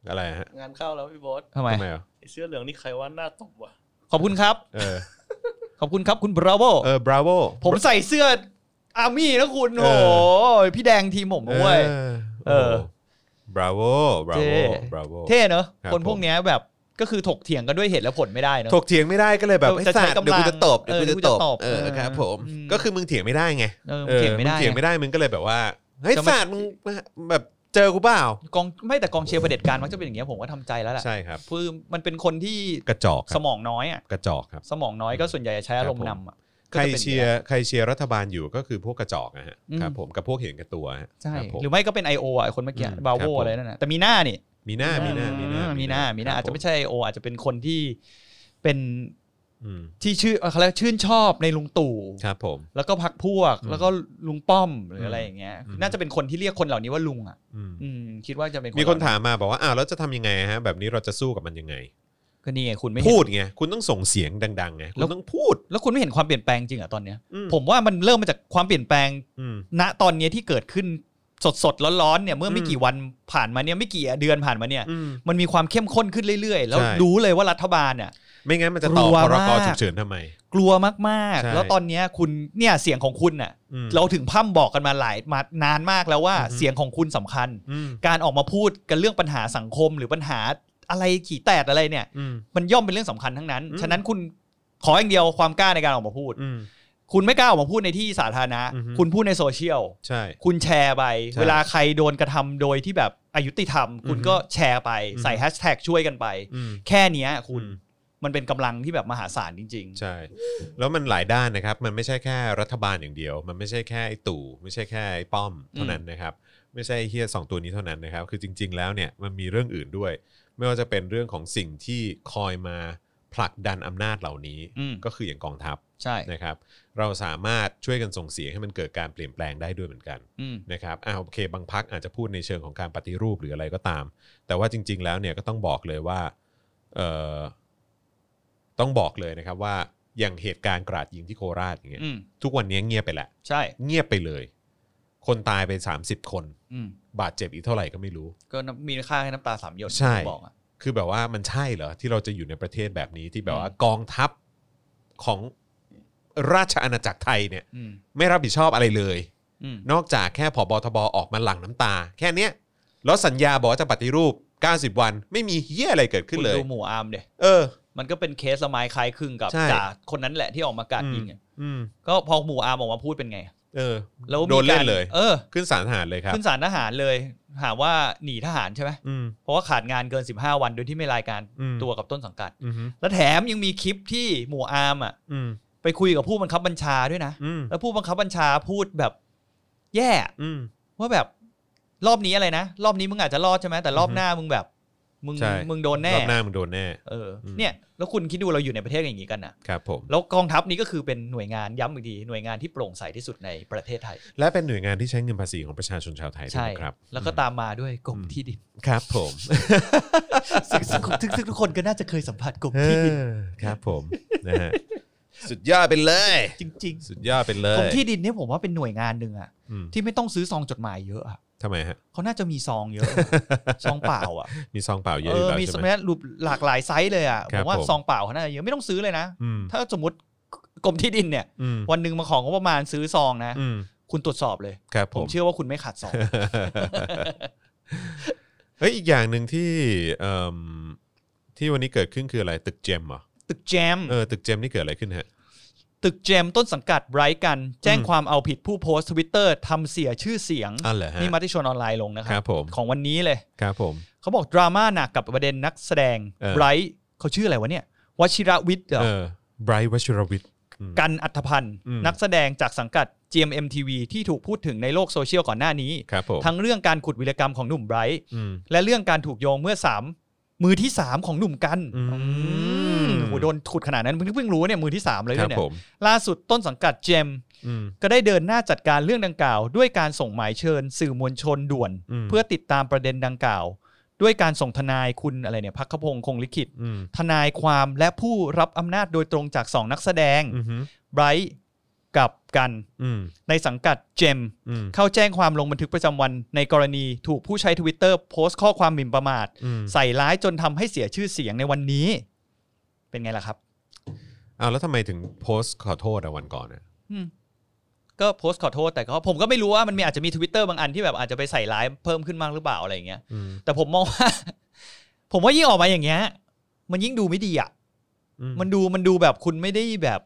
อะไรฮะ งานเข้าแล้วพี่โบอส ทำไม ทำไมอ่ะ ไอ้เสื้อเหลืองนี่ใครว่าหน้าตบวะ ขอบคุณครับ เออ ขอบคุณครับคุณบราโว เออบราโว ผมใส่เสื้ออาร์มี่นะคุณ เอ โอ้ อ โหพี่แดงทีมผมนะเว้ย เออ เออ โบราโวบรา เท่ โวบราโว เท่เนอะ ครับ คนพวกเนี้ยแบบ ก็คือถกเถียงกันด้วยเหตุและผลไม่ได้เนอะ ถกเถียงไม่ได้ก็เลยแบบ เออ ไอ้ จะใช้ สัตว์ กำลัง เดี๋ยวกูจะตบเดี๋ยว เออ กูจะตเดี๋ยวกูจะต บบ เออ เออ ครับผม อืม ก็คือมึงเถียงไม่ได้ไง เออมึงเถียงไม่ได้ เถียงไม่ได้มึงก็เลยแบบว่าเฮ้ย จะมา สัตว์มึงแบบเจอกูเปล่าก องไม่แต่กองเชียร์เผด็จการมักจะเป็นอย่างเงี้ยผมก็ทำใจแล้วแหละ ใช่ครับ คือมันเป็นคนที่ กระจอกค ส รับ มองน้อยอ่ะ กระจอกครับ สมองน้อยก็ส่วนใหญ่จะใช้อารมณ์นำอ่ะ ใคร ก็จะป็นอางงี้ เชียร์ใครเชียร์รัฐบาลอยู่ก็คือพวกกระจอกนะฮะ อืม ครับผมกับพวกเห็นแกับตัวฮะ ใช่ ครับผม หรือไม่ก็เป็น I.O. อ่ะคนเมื่อกี้ อืม บา ครั โว บผม อะไรนั่นน่ะแต่มีหน้านี่ มีหน้ามีหน้ามีหน้า อืมี มี หน้ามีหน้าอาจจะไม่ใช่ I.O. อาจจะเป็นคนที่เป็น อืม ที่ชื่ออะไรยกชื่นชอบในลุงตู่ ครับผม แล้วก็พักพวก อืม แล้วก็ลุงป้อมหรืออะไรอย่างเงี้ย อืม น่าจะเป็นคนที่เรียกคนเหล่านี้ว่าลุงอ่ะ อืม อืมคิดว่าจะเป็น มีคนถามมาบอกว่าอ้าวแล้วจะทำยังไงฮะ แบบนี้เราจะสู้กับมันยังไง ก็นี่ไงคุณไม่ พู เห็น ดไงคุณต้องส่งเสียงดังๆไงคุณ แล้ว ต้องพูด แล้วคุณไม่เห็นความเปลี่ยนแปลงจริงเหรอ่ะตอนเนี้ย อื ผมว่ามันเริ่มมาจากความเปลี่ยนแปลง อืม ณตอนเนี้ยที่เกิดขึ้นสดสดๆร้อนๆเนี่ยเมื่อไม่ อืม กี่วันผ่านมาเนี่ยไม่กี่เดือนผ่านมาเนี่ย อืม มันมีความเข้มข้นขึ้นเรื่อยๆ แล้ว ใช่ รู้เลยว่ารัฐบาลเนี่ย ไม่งั้นมันจะต่อก ลัว พรก มาก ฉุกเฉินทำไม กลัวมาก ใช่ ๆ แล้วตอนเนี้ยคุณเนี่ยเสียงของคุณน่ะ อืม เราถึงพร่ำบอกกันมาหลายมานานมากแล้วว่า อือฮึ เสียงของคุณสำคัญ อืม การออกมาพูดกันเรื่องปัญหาสังคมหรือปัญหาอะไรขี่แตกอะไรเนี่ย อืม มันย่อมเป็นเรื่องสำคัญทั้งนั้น อืม ฉะนั้นคุณขออย่างเดียวความกล้าในการออกมาพูด อืม คุณไม่กล้าออกมาพูดในที่สาธารณะ อือฮึ คุณพูดในโซเชียล ใช่ คุณแชร์ไป ใช่ เวลาใครโดนกระทำโดยที่แบบอายุติธรรม คุณ อือฮึ ก็แชร์ไป อือฮึ ใส่แฮชแท็กช่วยกันไป อืม แค่เนี้ยคุณ อืม มันเป็นกำลังที่แบบมหาศาลจริง ใช่ แล้วมันหลายด้านนะครับ มันไม่ใช่แค่รัฐบาลอย่างเดียว มันไม่ใช่แค่ไอ้ตู่ไม่ใช่แค่ไอ้ป้อมเท่านั้นนะครับ ไม่ใช่ไอ้เฮียสองตัวนี้เท่านั้นนะครับ คือจริง ๆ แล้วเนี่ยมันมีเรื่องอื่นด้วย ไม่ว่าจะเป็นเรื่องของสิ่งที่คอยมาผลักดันอำนาจเหล่านี้ อืม ก็คืออย่างกองทัพ ๆ ใช่ นะครับ เราสามารถช่วยกันส่งเสียงให้มันเกิดการเปลี่ยนแปลงได้ด้วยเหมือนกัน อืม นะครับอ่าโอเค บางพักอาจจะพูดในเชิงของการปฏิรูปหรืออะไรก็ตาม แต่ว่าจริง ๆ แล้วเนี่ยก็ต้องบอกเลยว่าเอ่อต้องบอกเลยนะครับว่าอย่างเหตุการณ์กราดยิงที่โคราชอย่างเงี้ย อืม ทุกวันนี้เงียบไปแหละ ใช่ เงียบไปเลย คนตายไป 30 คน อืม บาดเจ็บอีกเท่าไหร่ก็ไม่รู้ ก็น้ำมีค่าแค่น้ำตาสามหยด ใช่ บอกอะ คือแบบว่ามันใช่เหรอ ที่เราจะอยู่ในประเทศแบบนี้ที่แบบว่า อืม กองทัพของราชอาณาจักรไทยเนี่ย อืม ไม่รับผิดชอบอะไรเลย อืม นอกจากแค่ผอบอทบออกมาหลั่งน้ำตา แค่เนี้ยแล้วสัญญาบอกว่าจะปฏิรูป 90 วัน ไม่มีเฮี้ยอะไรเกิดขึ้นเลย คุณดูหมู่อาร์มเดย เออ มันก็เป็นเคสละไม้คล้ายคลึงกับ ใช่ จ่าคนนั้นแหละที่ออกมากราดยิงอะ อืม ก็พอหมู่อาร์มออกมาพูดเป็นไงอะ เออ แล้วมี โดนเล่น การ เลย เออ ขึ้นศาลทหารเลยครับ ขึ้นศาลทหารเลยหาว่าหนีทหารใช่ไหม อืม เพราะว่าขาดงานเกิน 15 วันโดยที่ไม่รายการ อืม ตัวกับต้นสังกัด อืม และแถมยังมีคลิปที่หมู่อาร์มอ่ะ อืม ไปคุยกับผู้บังคับบัญชาด้วยนะ อืม แล้วผู้บังคับบัญชาพูดแบบแย่อะ อืม ว่าแบบรอบนี้อะไรนะ รอบนี้มึงอาจจะรอดใช่ไหมแต่รอบ อือฮึ หน้ามึงแบบ มึง ใช่ มึงโดนแน่ รอบหน้ามึงโดนแน่ เอออ ม เนี่ย แล้วคุณคิดดูเราอยู่ในประเทศอย่างนี้กันนะครับ ผม แล้วกองทัพนี้ก็คือเป็นหน่วยงานย้ำอีกทีหน่วยงานที่โปร่งใสที่สุดในประเทศไทย และเป็นหน่วยงานที่ใช้เงินภาษีของประชาชนชาวไทยด้วย ใช่ นะครับ แล้วก็ตามมาด้วยกรมที่ดิน (laughs) ครับผม ซึ่งซึ่งซึ่งซึ่งทุกคนก็น่าจะเคยสัมผัสกลุ่ม เอ ที่ดิน อครับผมนะฮะสุดยอดไปเลย จริง สุดยอดไปเล ๆก ย ลุ่มที่ดินเนี่ยผมว่าเป็นหน่วยงานหนึ่งอะ อืม ที่ไม่ต้องซื้อซองจดหมายเยอะอะ ทำไมฮะ เขาน่าจะมีซองเย (laughs) อะอะซองเปล่าอะ มีซองเปล่าเยอะ เอ อยู่ อ แล้ว มี ใช่ ส ไหม มัยรูปหลากหลายไซส์เลยอะ ค ผ รับ มว่า ผม ซองเปล่าเขาน่าจะเยอะไม่ต้องซื้อเลยนะ อืม ถ้าสมมติกรมที่ดินเนี่ย อืม วันหนึ่งมาของงบประมาณซื้อซองนะ อืม คุณตรวจสอบเลย ครับผ ผม ม เชื่อว่าคุณไม่ขาดซอง (laughs) เฮ้ยอีกอย่างหนึ่งที่เอิ่มที่วันนี้เกิดขึ้นคืออะไรตึกเจมเหรอ ตึกแจม เออตึกเจมนี่เกิดอะไรขึ้นฮะ ตึกแจมต้นสังกัดไร้กัน แจ้ง อืม ความเอาผิดผู้โพสต์ทวิตเตอร์ทำเสียชื่อเสียง อ๋อเหรอฮะ นี่มาที่ชวนออนไลน์ลงนะค ครั รั บบ ผม ของวันนี้เลย ครับผม เขาบอกดราม่าหนักกับประเด็นนักแสดง เออ ไบรท์เขาชื่ออะไรวะเนี่ย วชิระวิทย์เหรอ เออไบรท์วชิรวิทย์อืม กันอัธพันธ์ อืม นักแสดงจากสังกัด GMMTV ที่ถูกพูดถึงในโลกโซเชียลก่อนหน้านี้ ครับผม ทั้งเรื่องการขุดวิรกรรมของหนุ่มไบรท์ อืม และเรื่องการถูกโยงเมื่อ 3 มือที่ 3 ของหนุ่มกัน อืม มโอ้โหโดนขุดขนาดนั้นเพิ่งเพิ่งรู้ว่าเนี่ยมือที่ 3 เลย ค ด้ รั ว บ ยเนี่ ผ ย ม ล่าสุดต้นสังกัดเจม อืม ก็ได้เดินหน้าจัดการเรื่องดังกล่าว ด้วยการส่งหมายเชิญสื่อมวลชนด่วน อืม เพื่อติดตามประเด็นดังกล่าว ด้วยการส่งทนายคุณอะไรเนี่ยพักขพงศ์คงลิขิต อืม ทนายความและผู้รับอำนาจโดยตรงจาก 2 นักแสดง อืมฮึ ไบรท์กับกัน อืม ในสังกัดเจม อืม เข้าแจ้งความลงบันทึกประจำวัน ในกรณีถูกผู้ใช้ทวิตเตอร์โพสต์ข้อความหมิ่นประมาท อืม ใส่ร้ายจนทำให้เสียชื่อเสียงในวันนี้ เป็นไงล่ะครับ เอาแล้วทำไมถึงโพสต์ขอโทษอะวันก่อนอะ อืมก็โพสต์ขอโทษแต่ก็ผมก็ไม่รู้ว่ามันมีอาจจะมีทวิตเตอร์บางอันที่แบบอาจจะไปใส่ร้ายเพิ่มขึ้นมากหรือเปล่าอะไรอย่างเงี้ย (laughs) อืม แต่ผมมองว่า ผมว่ายิ่งออกมาอย่างเงี้ย มันยิ่งดูไม่ดีอ่ะ อื มันดูมันดูแบบคุณไม่ได้แบบ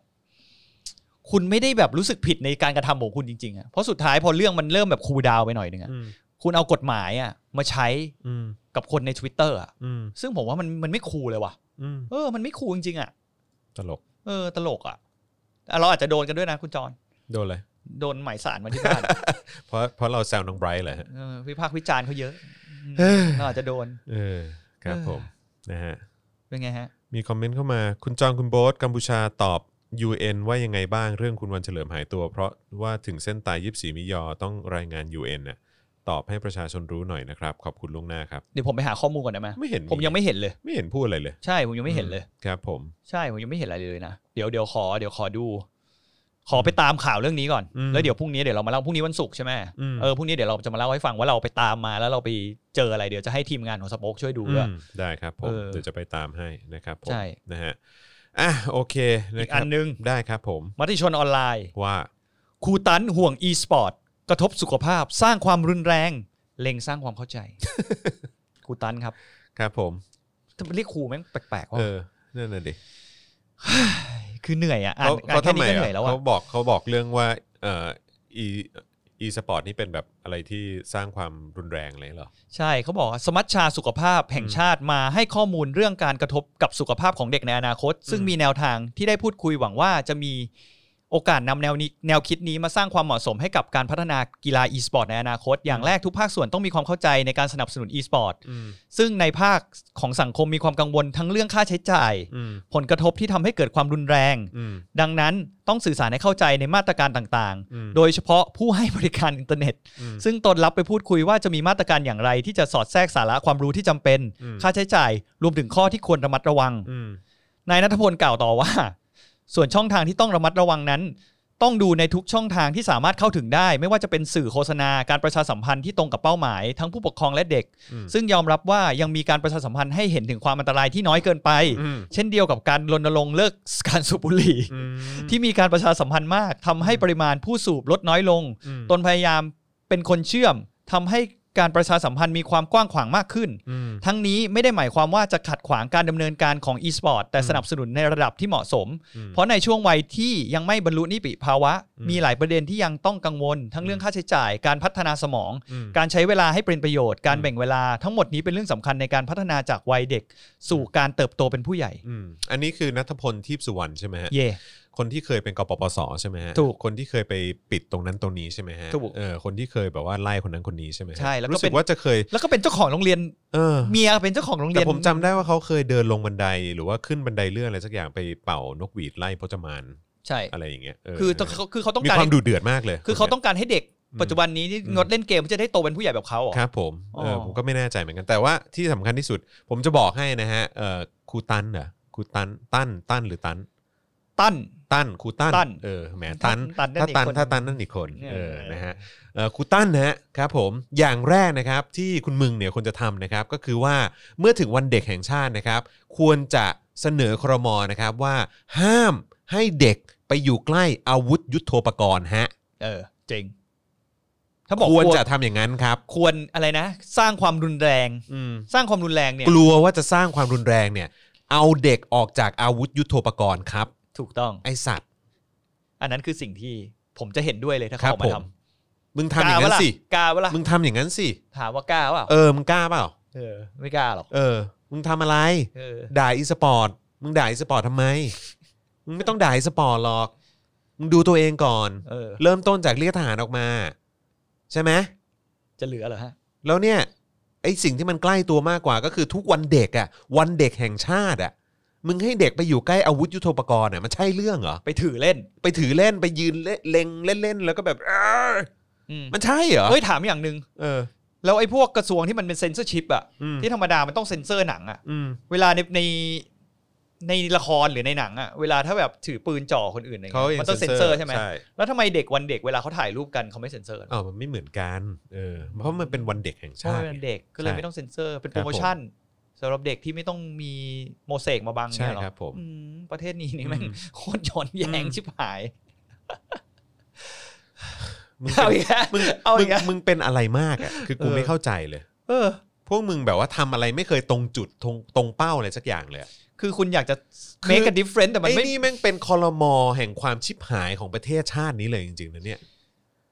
คุณไม่ได้แบบรู้สึกผิดในการกระทำของคุณจริงๆอ่ะเพราะสุดท้ายพอเรื่องมันเริ่มแบบคูลดาวน์ไปหน่อยนึงอ่ะ อืม คุณเอากฎหมายอ่ะมาใช้ อืม กับคนใน Twitter อ่ะ อืม ซึ่งผมว่ามันมันไม่คูลเลยว่ะ อืม เออ มันไม่คูลจริงๆอ่ะ ตลก เออ ตลกอ่ะอ่ะ เราอาจจะโดนกันด้วยนะคุณจอน โดนเลย โดนหมายสารมาที่บ้าน (laughs) เพราะเพราะเราแซวน้องไบรท์เหรอฮะ เออวิพากษ์วิจารณ์เขาเยอะอืม เฮ้ย เราอาจจะโดน เออครับผมนะฮะ เป็นไงฮะ มีคอมเมนต์เข้ามาคุณจองคุณโบ๊ทกัมพูชาตอบ UN ว่ายังไงบ้างเรื่องคุณวันเฉลิมหายตัว เพราะว่าถึงเส้นตายยิบสีมิยอต้องรายงาน UN น่ะตอบให้ประชาชนรู้หน่อยนะครับ ขอบคุณล่วงหน้าครับ เดี๋ยวผมไปหาข้อมูลก่อนได้ไหม ไม่เห็น ผมยังไม่เห็นเลย ไม่เห็นพูดอะไรเลย ใช่ ผมยังไม่เห็นเลย ครับผม ใช่ ผมยังไม่เห็นอะไรเลยนะ เดี๋ยวเดี๋ยวขอเดี๋ยวขอดู ขอไปตามข่าวเรื่องนี้ก่อน แล้วเดี๋ยวพรุ่งนี้เดี๋ยวเรามาเล่าพรุ่งนี้วันศุกร์ใช่ไหม ม เออ พรุ่งนี้เดี๋ยวเราจะมาเล่าให้ฟังว่าเราไปตามมาแล้วเราไปเจออะไร เดี๋ยวจะให้ทีมงานของสปอคช่วยดูด้วย มได้ครับผม เออ เดี๋ยวจะไปตามให้นะครับผม ใช่ นะฮะอ่ะโอเค อี นะ ก ครั อั บ นหนึง ได้ครับผม มติชนออนไลน์ ว่า ครูตันห่วง e สปอร์ตกระทบสุขภาพ สร้างความรุนแรง เล็งสร้างความเข้าใจ (laughs) ครูตันครับ ครับผม ถ้าเรียกครูแม่งแปลกๆว่ะ เออนั่นน่ะดิ คือเหนื่อยอ่ะอ่าน เขา อ่า เขา นแค่ ทำไม นี้ก็เหนื่อยแล้ว อ่ะ อ่ะ เขาบอกเขาบอกเรื่องว่าเอ่ออีอีสปอร์ตนี่เป็นแบบอะไรที่สร้างความรุนแรงเลยเหรอ ใช่เขาบอกว่าสมัชชาสุขภาพแห่งชาติมาให้ข้อมูลเรื่องการกระทบกับสุขภาพของเด็กในอนาคต ซึ่ง อืม มีแนวทางที่ได้พูดคุยหวังว่าจะมีโอกาสนำแนวนี้แนวคิดนี้มาสร้างความเหมาะสมให้กับการพัฒนากีฬา e สปอร์ตในอนาคต อย่างแรกทุกภาคส่วนต้องมีความเข้าใจในการสนับสนุน e สปอร์ต อืม ซึ่งในภาคของสังคมมีความกังวลทั้งเรื่องค่าใช้จ่าย อืม ผลกระทบที่ทำให้เกิดความรุนแรง อืม ดังนั้นต้องสื่อสารให้เข้าใจในมาตรการต่าง อืม ๆ โดยเฉพาะผู้ให้บริการอินเทอร์เน็ต อืม ซึ่งตนรับไปพูดคุยว่าจะมีมาตรการอย่างไรที่จะสอดแทรกสาระความรู้ที่จำเป็น อืม ค่าใช้จ่าย รวมถึงข้อที่ควรระมัดระวัง อืม นายนัทพลกล่าวต่อว่า ส่วนช่องทางที่ต้องระมัดระวังนั้น ต้องดูในทุกช่องทางที่สามารถเข้าถึงได้ ไม่ว่าจะเป็นสื่อโฆษณาการประชาสัมพันธ์ที่ตรงกับเป้าหมาย ทั้งผู้ปกครองและเด็ก อืม ซึ่งยอมรับว่ายังมีการประชาสัมพันธ์ให้เห็นถึงความอันตรายที่น้อยเกินไป อืม เช่นเดียวกับการรณรงค์เลิก (laughs) การสูบบุหรี่ อืม ที่มีการประชาสัมพันธ์มากทำให้ปริมาณผู้สูบลดน้อยลง อืม ตนพยายามเป็นคนเชื่อมทำให้การประชาสัมพันธ์มีความกว้างขวางมากขึ้น อืม ทั้งนี้ไม่ได้หมายความว่าจะขัดขวางการดำเนินการของ e-sport แต่สนับสนุนในระดับที่เหมาะสม อืม เพราะในช่วงวัยที่ยังไม่บรรลุนิติภาวะ อืม มีหลายประเด็นที่ยังต้องกังวล ทั้งเรื่องค่าใช้จ่าย การพัฒนาสมอง อืม การใช้เวลาให้เป็นประโยชน์ การ อืม แบ่งเวลาทั้งหมดนี้เป็นเรื่องสำคัญในการพัฒนาจากวัยเด็ก สู่การเติบโตเป็นผู้ใหญ่ อืมอันนี้คือนัทพลทิพสุวรรณใช่ไหมฮะ เย่ คนที่เคยเป็นกปปสใช่ไหมฮะ ถูก คนที่เคยไปปิดตรงนั้นตรงนี้ใช่ไหมฮะ ถูก เออคนที่เคยแบบว่าไล่คนนั้นคนนี้ใช่ไหมฮะ ใช่แล้วก็ รู้ เป็ สึก น ว่าจะเคย แล้วก็เป็นเจ้าของโรงเรียน เออ เมียเป็นเจ้าของโรงเรี แต่ ยน ผมจำได้ว่าเขาเคยเดินลงบันไดหรือว่าขึ้นบันไดเลื่อนอะไรสักอย่างไปเป่านกหวีดไล่พจมาน ใช่ อะไรอย่างเงี้ยเ คือต้องเขาคือเขาต้อง มี การ ความดุเดือดมากเลย คือเขาต้องการให้เด็ก อืม ปัจจุบันนี้นี่ อืม งดเล่นเกมเพื่อจะได้โตเป็นผู้ใหญ่แบบเขาเหรอ ครับผมเอออ อ ผมก็ไม่แน่ใจเหมือนกัน แต่ว่าที่สำคัญที่สุด ผมจะบอกให้นะฮะเอ่อครูตันเหรอครูตันตั้นตั้นหรือตัน ตั้น ตั้นครูตั้น ตั้น เออแหมตั้น ตั้นนั่ ถ้าน อีก ตั้น คน ถ้าตั้นนั่นอีกคน เนี่ย เออนะฮะเอ่อครูตั้นนะฮะครับผมอย่างแรกนะครับที่คุณมึงเนี่ยควรจะทำนะครับ ก็คือว่าเมื่อถึงวันเด็กแห่งชาตินะครับ ควรจะเสนอครมนะครับว่าห้ามให้เด็กไปอยู่ใกล้อาวุธยุโทโธปกรณ์ฮะ เออเจริง ถ้าบอก ควร ควร จะทำอย่างนั้นครับ ควรอะไรนะ สร้างความรุนแรง อืม สร้างความรุนแรงเนี่ย กลัวว่าจะสร้างความรุนแรงเนี่ย เอาเด็กออกจากอาวุธยุโทโธปกรณ์ครับ ถูกต้อง ไอสัตว์ อันนั้นคือสิ่งที่ผมจะเห็นด้วยเลยถ้า ค เขา รับ ออกผมาม ท มึง ำ ทำอย่างนั้น ล่ะ สิ กล้าเวล่ะ มึงทำอย่างนั้นสิ ถามว่ากล้าเปล่า เออมึงกล้าเปล่า เออ ไม่กล้าหรอก เออ มึงทำอะไร เออ ด่าอีสปอร์ต มึงด่าอีสปอร์ตทำไม มึงไม่ต้องด่าอีสปอร์ตหรอก มึงดูตัวเองก่อน เออ เริ่มต้นจากเรียกทหารออกมา ใช่ไหม จะเหลือเหรอฮะ แล้วเนี่ย ไอสิ่งที่มันใกล้ตัวมากกว่าก็คือทุกวันเด็กอะวันเด็กแห่งชาติอะมึงให้เด็กไปอยู่ใกล้อาวุธยุโทโธปกรณ์อะมันใช่เรื่องเหรอ ไปถือเล่น ไปถือเล่นไปยืนเลเล็งเล่นๆแล้วก็แบบอ้าว อืม มันใช่เหรอ เฮ้ยถามอย่างหนึ่ง เออ แล้วไอ้พวกกระทรวงที่มันเป็นเซนเซอร์ชิพอะ อืม ที่ธรรมดามันต้องเซ็นเซอร์หนังอะ อืม เวลาในในในละครหรือในหนังอะเวลาถ้าแบบถือปืนจ่อคนอื่นอะไร เขา เงี้ย ยั มั ง ต้องเซ็นเซอร์ใช่ไหม ใช่ แล้วทำไมเด็กวันเด็กเวลาเขาถ่ายรูปกันเขาไม่เซ็นเซอร์ อ๋อมันไม่เหมือนกัน เออ เพราะมันเป็นวันเด็กแห่ง เพราะ ชา มั ติไงนเป็นเด็กก็เลยไม่ต้องเซ็นเซอร์ เป็นโปรโม ครับผม ชั่นสำหรับเด็กที่ไม่ต้องมีโมเสกมาบัง ใช่ เนี่ยหรอ ครับผม อืมประเทศนี้นี่แม่ง อืม โคตรย้อนแย้ง อืม ชิบหาย มึงเป็ เอา น อีกแล้ว มึง เอา มึ อี ง กแล้ว มึงเป็นอะไรมากอ่ะคือกู เออ ไม่เข้าใจเลย เออ พวกมึงแบบว่าทำอะไรไม่เคยตรงจุดตรงตรงเป้าอะไรสักอย่างเลยอะ คือคุณอยากจะ คือ make a difference แต่มัน ไอ้ ไม่ นี่แม่งเป็นคอรมอแห่งความชิบหายของประเทศชาตินี้เลยจริงๆนะเนี่ย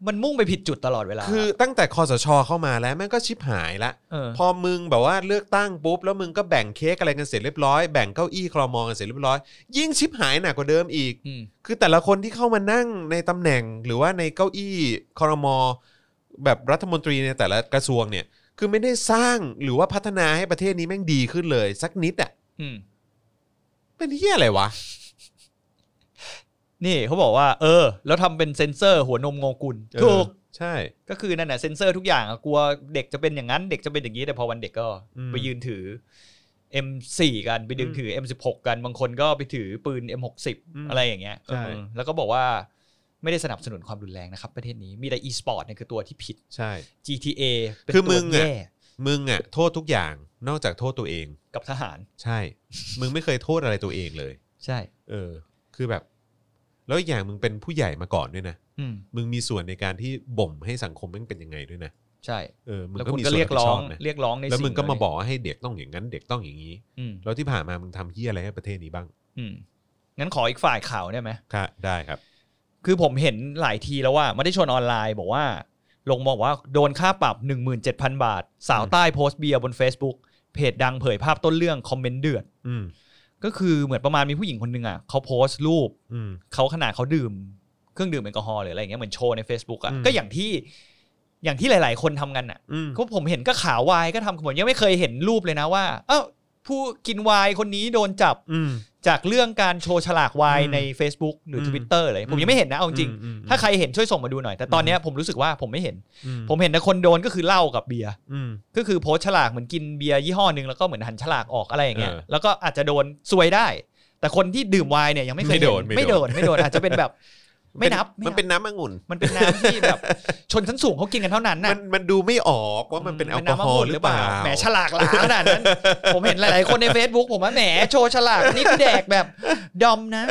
มันมุ่งไปผิดจุดตลอดเวลา คือตั้งแต่คอสชเข้ามาแล้วแม่งก็ชิบหายละ เออ พอมึงแบบว่าเลือกตั้งปุ๊บ แล้วมึงก็แบ่งเค้กอะไรกันเสร็จเรียบร้อยแบ่งเก้าอี้คลอมอกันเสร็จเรียบร้อย ยิ่งชิบหายหนักกว่าเดิมอีก อืม คือแต่ละคนที่เข้ามานั่งในตำแหน่งหรือว่าในเก้าอี้คอรมอแบบรัฐมนตรีในแต่ละกระทรวงเนี่ย คือไม่ได้สร้างหรือว่าพัฒนาให้ประเทศนี้แม่งดีขึ้นเลย สักนิดอะ่ะ อืม เป็นเฮียอะไรวะ นี่เขาบอกว่า เออ แล้วทำเป็นเซนเซอร์หัวนมงอกุล เออ ถูก ใช่ ก็คือนั่นน่ะเซนเซอร์ทุกอย่างอะกลัวเด็กจะเป็นอย่างนั้น เด็กจะเป็นอย่างนี้แต่พอวันเด็กก็ อืม ไปยืนถือ M4 กันไปดึงถือ M16 กันบางคนก็ไปถือปืน M60 ม อะไรอย่างเงี้ย ใช่ เออแล้วก็บอกว่าไม่ได้สนับสนุนความรุนแรงนะครับ ประเทศนี้มีแต่ e-sport เนี่ยคือตัวที่ผิด ใช่ GTA เป็น คือ ตั มึ ว งอะ แย่ มึงอะ่ะ โทษทุกอย่างนอกจากโทษตัวเอง กับทหาร ใช่ มึงไม่เคยโทษอะไรตัวเองเลย ใช่ เออ คือแบบ แล้วอีกอย่างมึงเป็นผู้ใหญ่มาก่อนด้วยนะ อืม มึงมีส่วนในการที่บ่มให้สังคมมันเป็นยังไงด้วยนะ ใช่ เออ มึง แล้ว ก็ คุณ มี ก็ ส่วนรัเรีย บ ก ผิด ร้อ ชองบนะ เรียกร้องในสิ่ง แล้วมึงก็มา เห บ ล่อนี้กว่าให้เด็กต้องอย่างนั้น เด็กต้องอย่างนี้ อืม แล้วที่ผ่านมามึงทำเฮียอะไรให้ประเทศนี้บ้าง อืมงั้นขออีกฝ่ายข่าวได้ไหม ค่ะ ได้ครับ คือผมเห็นหลายทีแล้วว่าไม่ได้ชนออนไลน์บอกว่า ลงบอกว่าโดนค่าปรับ 17,000 บาท สาวใต้โพสต์เบียร์บน Facebook เพจดังเผยภาพต้นเรื่องคอมเมนต์เดือด อืม ก็คือเหมือนประมาณมีผู้หญิงคนหนึ่งอ่ะเขาโพสต์รูป อืม เขาขนาดเขาดื่มเครื่องดื่มแอลกอฮอล์หรืออะไรอย่างเงี้ยเหมือนโชว์ใน Facebook อ่ะ อืม ก็อย่างที่อย่างที่หลาย ๆ คนทำกันอ่ะ อืม ก็ผมเห็นก็ขาววายก็ทำเหมือนยังไม่เคยเห็นรูปเลยนะว่า เอ้าผู้กินวายคนนี้โดนจับ อืม จากเรื่องการโชว์ฉลากวาย อืม ใน Facebook หรืออ ม Twitter เลยผมยังไม่เห็นนะเอาจริง อืม ถ้าใครเห็นช่วยส่งมาดูหน่อย แต่ตอนเนี้ยผมรู้สึกว่าผมไม่เห็น อื ผมเห็นแต่คนโดนก็คือเหล้ากับเบียร์ อืม ก็คือโพสต์ฉลากเหมือนกินเบียร์ยี่ห้อหนึ่งแล้วก็เหมือนหันฉลากออกอะไรอย่างเงี้ย เออ แล้วก็อาจจะโดนซวยได้ แต่คนที่ดื่มไวน์เนี่ยยังไม่เคย ไม่โดน เห็ ไม่ ไม่ โด โด น นไม่โดนอาจจะเป็น (laughs) แบบ ไม่นับ มันเป็น ไ น้ำองุ่น มันเป็นน้ำที่แบบ ชนชั้นสูงเขากินกันเท่านั้น มั น่ะ น มันดูไม่ออกว่ามันเป็นแอลกอ ำ ฮอล์ น หรือเปล่า แหมฉลากหลาขนาด (laughs) นั้น ผมเห็นหลายๆคนใน Facebook ผมว่าแหมโชว์ฉลากนี่กูแดกแบบดอมนะ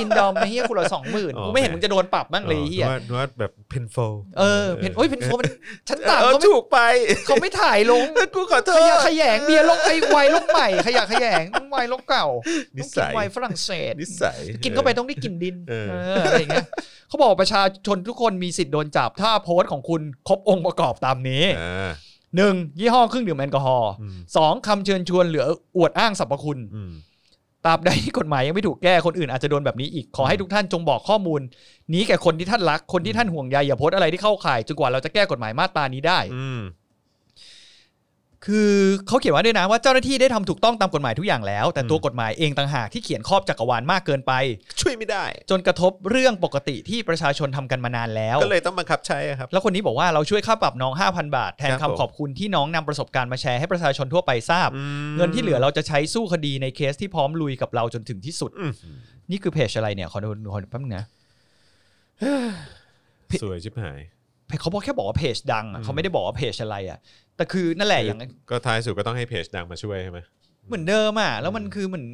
กินดอมไอ้เฮียกูละสองหมื่นกูไม่เห็นมึงจะโดนปรับบ้างเลยไอ้เฮีย ออนวดแบบเพนโฟ เออเพนโอ้ยเพนโฟมันชั้น เออต่ำเขาไม่ ถูกไป (laughs) เขาไม่ถ่ายลง กูขอโท ข ษ ยะขยงเบียร์ลกไอไวน์ลกใหม่ขยะขยงต้องไวน์ลกเก่า (laughs) นิ ต้อง สั กิน ย ไวน์ฝรั่งเศส นิสัย กินเข้าไปต้องได้กลิ่นดิน เออ เอออะไรอย่างเงี้ยเขาบอกประชาชนทุกคนมีสิทธิ์โดนจับถ้าโพสต์ของคุณครบองค์ประกอบตามนี้ เออ หนึ่งยี่ห้อเครื่องดื่มแอลกอฮอล์ อืม สองคำเชิญชวนเหลืออวดอ้างสรรพคุณ อืม ตราบใดที่กฎหมายยังไม่ถูกแก้คนอื่นอาจจะโดนแบบนี้อีกขอให้ทุกท่านจงบอกข้อมูล นี้แก่คนที่ท่านรักคนที่ท่านห่วงใยอย่าโพสต์อะไรที่เข้าข่ายจนกว่าเราจะแก้กฎหมายมาตรานี้ได้ อืม คือเขาเขียนไว้ด้วยนะว่าเจ้าหน้าที่ได้ทำถูกต้องตามกฎหมายทุกอย่างแล้ว แต่ อืม ตัวกฎหมายเองต่างหากที่เขียนครอบจักรวาลมากเกินไป ช่วยไม่ได้ จนกระทบเรื่องปกติที่ประชาชนทำกันมานานแล้ว ก็เลยต้องบังคับใช้อะครับ แล้วคนนี้บอกว่าเราช่วยค่าปรับน้อง 5,000 บาท แทน ครับคำผม ขอบคุณที่น้องนำประสบการณ์มาแชร์ให้ประชาชนทั่วไปทราบ อืม เงินที่เหลือเราจะใช้สู้คดีในเคสที่พร้อมลุยกับเราจนถึงที่สุด อืม นี่คือเพจอะไรเนี่ยขอดูขอดูแป๊บนึงนะ ผิด สวยชิบหาย เพจเขาบอกแค่บอกว่าเพจดัง อื อะ ม เขาไม่ได้บอกว่าเพจอะไรอ่ะ แต่คือนั่นแหละอย่างนั้น ก็ท้ายสุดก็ต้องให้เพจดังมาช่วยใช่ไหม เหมือนเดิมอ่ะแล้วมันคือเหมือน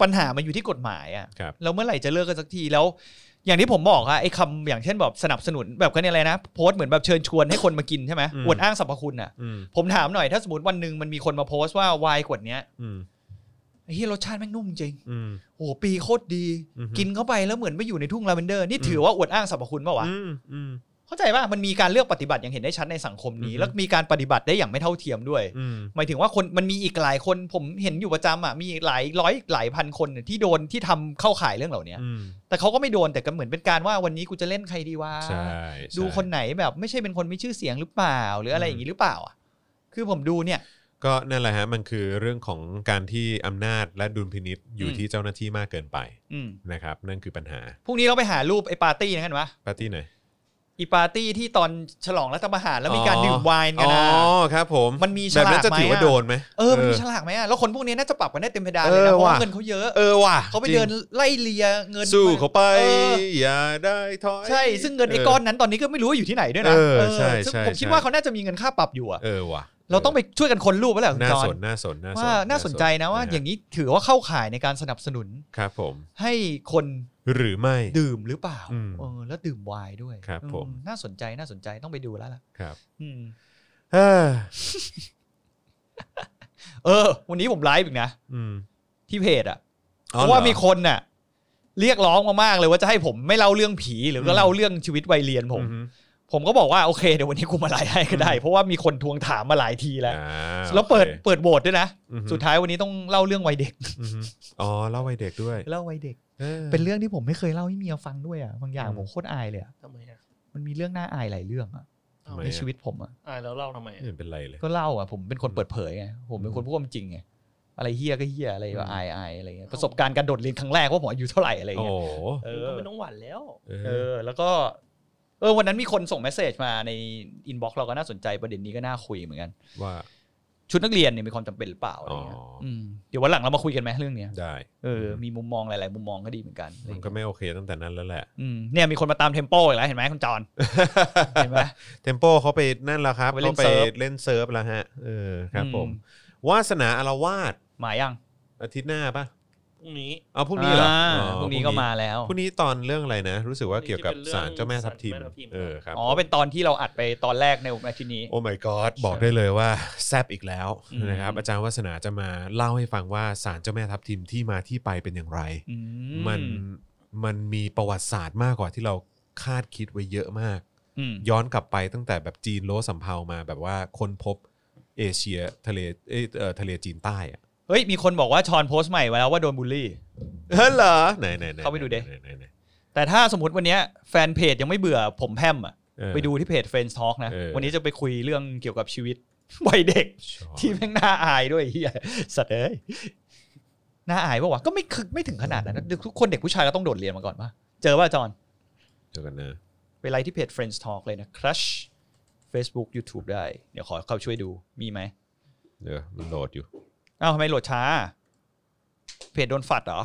ปัญหามันอยู่ที่กฎหมายอ่ะ ครับ แล้วเมื่อไหร่จะเลิกกันสักทีแล้ว อย่างที่ผมบอกอะไอ้คำอย่างเช่นแบบสนับสนุนแบบกันอะไรนะโพสต์เหมือนแบบเชิญชวนให้คนมากินใช่ไหมอวดอ้างสรรพคุณอ่ะ อืม ผมถามหน่อยถ้าสมมติวันหนึ่งมันมีคนมาโพสต์ว่าวายขวดเนี้ย อืม ไอ้เฮียรสชาติแม่งนุ่มจริง อืม โอ้โหปีโคตรดี อือฮึ กินเข้าไปแล้วเหมือนไปอยู่ในทุ่งลาเวนเดอร์นี่ถือว่าอวดอ้างสรรพคุณปะวะ อืมอืม เข้าใจป่ะมันมีการเลือกปฏิบัติอย่างเห็นได้ชัดในสังคมนี้ อืม แล้วมีการปฏิบัติได้อย่างไม่เท่าเทียมด้วย อืม หมายถึงว่าคนมันมีอีกหลายคนผมเห็นอยู่ประจำอ่ะมีหลายร้อยหลายพันคนเนี่ยที่โดนที่ทำเข้าข่ายเรื่องเหล่านี้ อืม แต่เขาก็ไม่โดนแต่ก็เหมือนเป็นการว่าวันนี้กูจะเล่นใครดีวะ ใช่ใช่ ดูคนไหนแบบไม่ใช่เป็นคนมีชื่อเสียงหรือเปล่า หรืออะไรอย่างนี้หรือเปล่าอ่ะคือผมดูเนี่ย ก็นั่นแหละฮะ มันคือเรื่องของการที่อำนาจและดุลพินิษอยู่ อืม ที่เจ้าหน้าที่มากเกินไป อืม นะครับ นั่นคือปัญหา พรุ่งนี้เราไปหารูปไอ้ปาร์ตี้นะกันวะ ปาร์ตี้ไหน อีปาร์ตี้ที่ตอนฉลองรัฐประหารแล้วมีการดื่มไวน์กัน อ๋ นะ อครับ ผม มันมีฉ แบบ ลากไหมอะ นั้นจะถือว่าโดนไหม เออมันมีฉลากไหมอ่ะแล้วคนพวกนี้น่าจะปรับกันได้เต็มเพดานเลย เอ นะ อ เพราะว่า ว่ะ เงินเขาเยอะ เออว่ะ เขาไป จริง เดินไล่เลียเงิน สู้เขาไป เออ อย่าได้ถอย ใช่ ซึ่งเงินไอ้ก้อนนั้นตอนนี้ก็ไม่รู้ว่าอยู่ที่ไหนด้วยนะ เออใช่ ซึ่ง ใช่ ผมคิด ใช่ ว่าเขาน่าจะมีเงินค่าปรับอยู่อะ เออว่ะ เราต้องไปช่วยกันคนรูปแล้วแหละคุณ น่า จอ ส ห์ น น น่าสนน่าสน ว่าน่าสนใจนะว่า ฮ อย่างนี้ถือว่าเข้าข่ายในการสนับสนุน ครับผม ให้คน หรือไม่ ดื่มหรือเปล่า อืม เออแล้วดื่มไวน์ด้วย ครับ อื ผม น่าสนใจน่าสนใจต้องไปดูแล้วล่ะ ครับ อืม เอ้อ เออ วันนี้ผมไลฟ์อีกนะ อืม ที่เพจอะ เพราะว่ามีคนน่ะ เรียกร้องมามากเลยว่าจะให้ผมไม่เล่าเรื่องผีหรือก็ อืม เล่าเรื่องชีวิตวัยเรียนผม ผมก็บอกว่าโอเคเดี๋ยววันนี้กูมาไลฟ์ให้ก็ได้ เพราะว่ามีคนทวงถามมาหลายทีแล้ว แล้วเปิดเปิดโหวตด้วยนะ สุดท้ายวันนี้ต้องเล่าเรื่องวัยเด็ก อ๋อเล่าวัยเด็กด้วย เล่าวัยเด็ก เป็นเรื่องที่ผมไม่เคยเล่าให้เมียฟังด้วยอ่ะบางอย่างผมโคตรอายเลยอะ ทำไมอ่ะ มันมีเรื่องน่าอายหลายเรื่องอะ ทำไม ใน อะ ชีวิตผมอะ อ่านแล้วเล่าทำไม ไม่ อะ เห็นเป็นไรเลย ก็เล่าอ่ะผมเป็นคนเปิดเผยไงผมเป็นคนพูดความจริงไงอะไรเฮี้ยก็เฮี้ยอะไรก็อายอายอะไรเงี้ยประสบการณ์การโดดเรียนครั้งแรกว่าผมอายุเท่าไหร่อะไร โอ้ เงี้ย โห เอ เอ อ อก็ไม่ต้องหวั่นแล้ว เอ เอ อ อแล้วก็เออวันนั้นมีคนส่งเมสเซจมาในอินบ็อกซ์เราก็น่าสนใจประเด็นนี้ก็น่าคุยเหมือนกัน ว่า ชุดนักเรียนเนี่ยมีความจำเป็นหรือเปล่าอะไรเงี้ย อ๋ออื มเดี๋ยววันหลังเรามาคุยกันไหมเรื่องเนี้ย ได้ เออมีมุมมองหลาย ๆ มุมมองก็ดีเหมือนกันอะไร มัน เงี้ย ก็ไม่โอเคตั้งแต่นั้นแล้วแหละ อืมเนี่ยมีคนมาตามเทมโปอีกแล้วเห็นไหมคุณจอนเห็นไหม เทมโปเขาไปนั่นแล้วครับ ไปเล่ เขา น ไป เซิร์ฟ เล่นเซิร์ฟแล้วฮะเออครับผม อื วาสนาอารวาส มายัง อาทิตย์หน้าปะ พรุ่งนี้ เอาพรุ่งนี้เหรออ๋ า อ พรุ่งนี้ก็มาแล้ว พรุ่งนี้ตอนเรื่องอะไรนะ รู้สึกว่าเกี่ยวกับศาลเจ้าแม่ทับทิมเออครับ อ๋อเป็นตอนที่เราอัดไปตอนแรกในอาทิตย์นี้ โอ้ my god บอกได้เลยว่าแซบอีกแล้ว อืม นะครับอาจารย์วาสนาจะมาเล่าให้ฟังว่าศาลเจ้าแม่ทับทิมที่มาที่ไปเป็นอย่างไร อื มันมันมีประวัติศาสตร์มากกว่าที่เราคาดคิดไว้เยอะมาก อืม ย้อนกลับไปตั้งแต่แบบจีนโลสัมเภามาแบบว่าคนพบเอเชียทะเลเอยเอ่อทะเลจีนใต้อะ เฮ้ยมีคนบอกว่าชอนโพสต์ใหม่มาแล้วว่าโดนบูลลี่ เฮ้ยเหรอไหนไหนหน เข้าไปดูดิ หนไหนไหน แต่ถ้าสมมติวันเนี้ยแฟนเพจยังไม่เบื่อผมแพมอ่ะ เออ ไปดูที่เพจ Friends Talk นะ เออ วันนี้จะไปคุยเรื่องเกี่ยวกับชีวิต วัยเด็ก (laughs) ชอบ ที่แม่งน่าอายด้วยเฮียสัตว์เอ้ยน่าอายปะวะก็ไม่คือไม่ถึงขนาดนั้นนะทุกคนเด็กผู้ชายก็ต้องโดดเรียนมาก่อนปะเจอว่าจอน เดี๋ยวกันนะ ไปไลค์ที่เพจ Friends Talk เลยนะ Crush Facebook YouTube ได้ เดี๋ยวขอเข้าช่วยดูมีไหม เดี๋ยวมันโหลดอยู่ อ้าวทำไมโหลดช้า เพจโดนฝัดเหรอ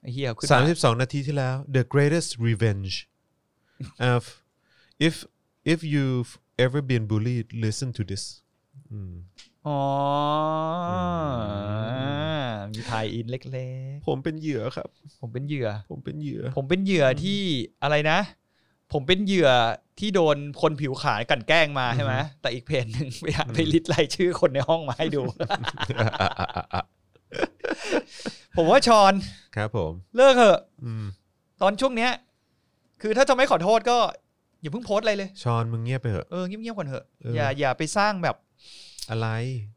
ไอ้เฮียขึ้นมา 32 นาทีที่แล้ว the greatest (laughs) revenge of if if you've ever been bullied listen to this อืม อ๋อมีไทยอินเล็ก ผมเป็นเหยื่อครับ ๆ ผมเป็นเหยื่อ ผมเป็นเหยื่อ ผมเป็นเหยื่อที่อะไรนะ ผมเป็นเหยื่อที่โดนคนผิวขาวกลันแกล้งมาใช่ไหมแต่อีกเพจหนึ่งไปหาไปลิดรายชื่อคนในห้องมาให้ (laughs) ดู ผมว่าชอน ครับผม เลิกเถอะ อืม ตอนช่วงเนี้ย คือถ้าจะไม่ขอโทษก็ อย่าเพิ่งโพสต์อะไรเลย ชอนมึงเงียบไปเถอะ เออเงียบๆก่อนเถอะ เอออ อย่าอย่าไปสร้างแบบ อะไร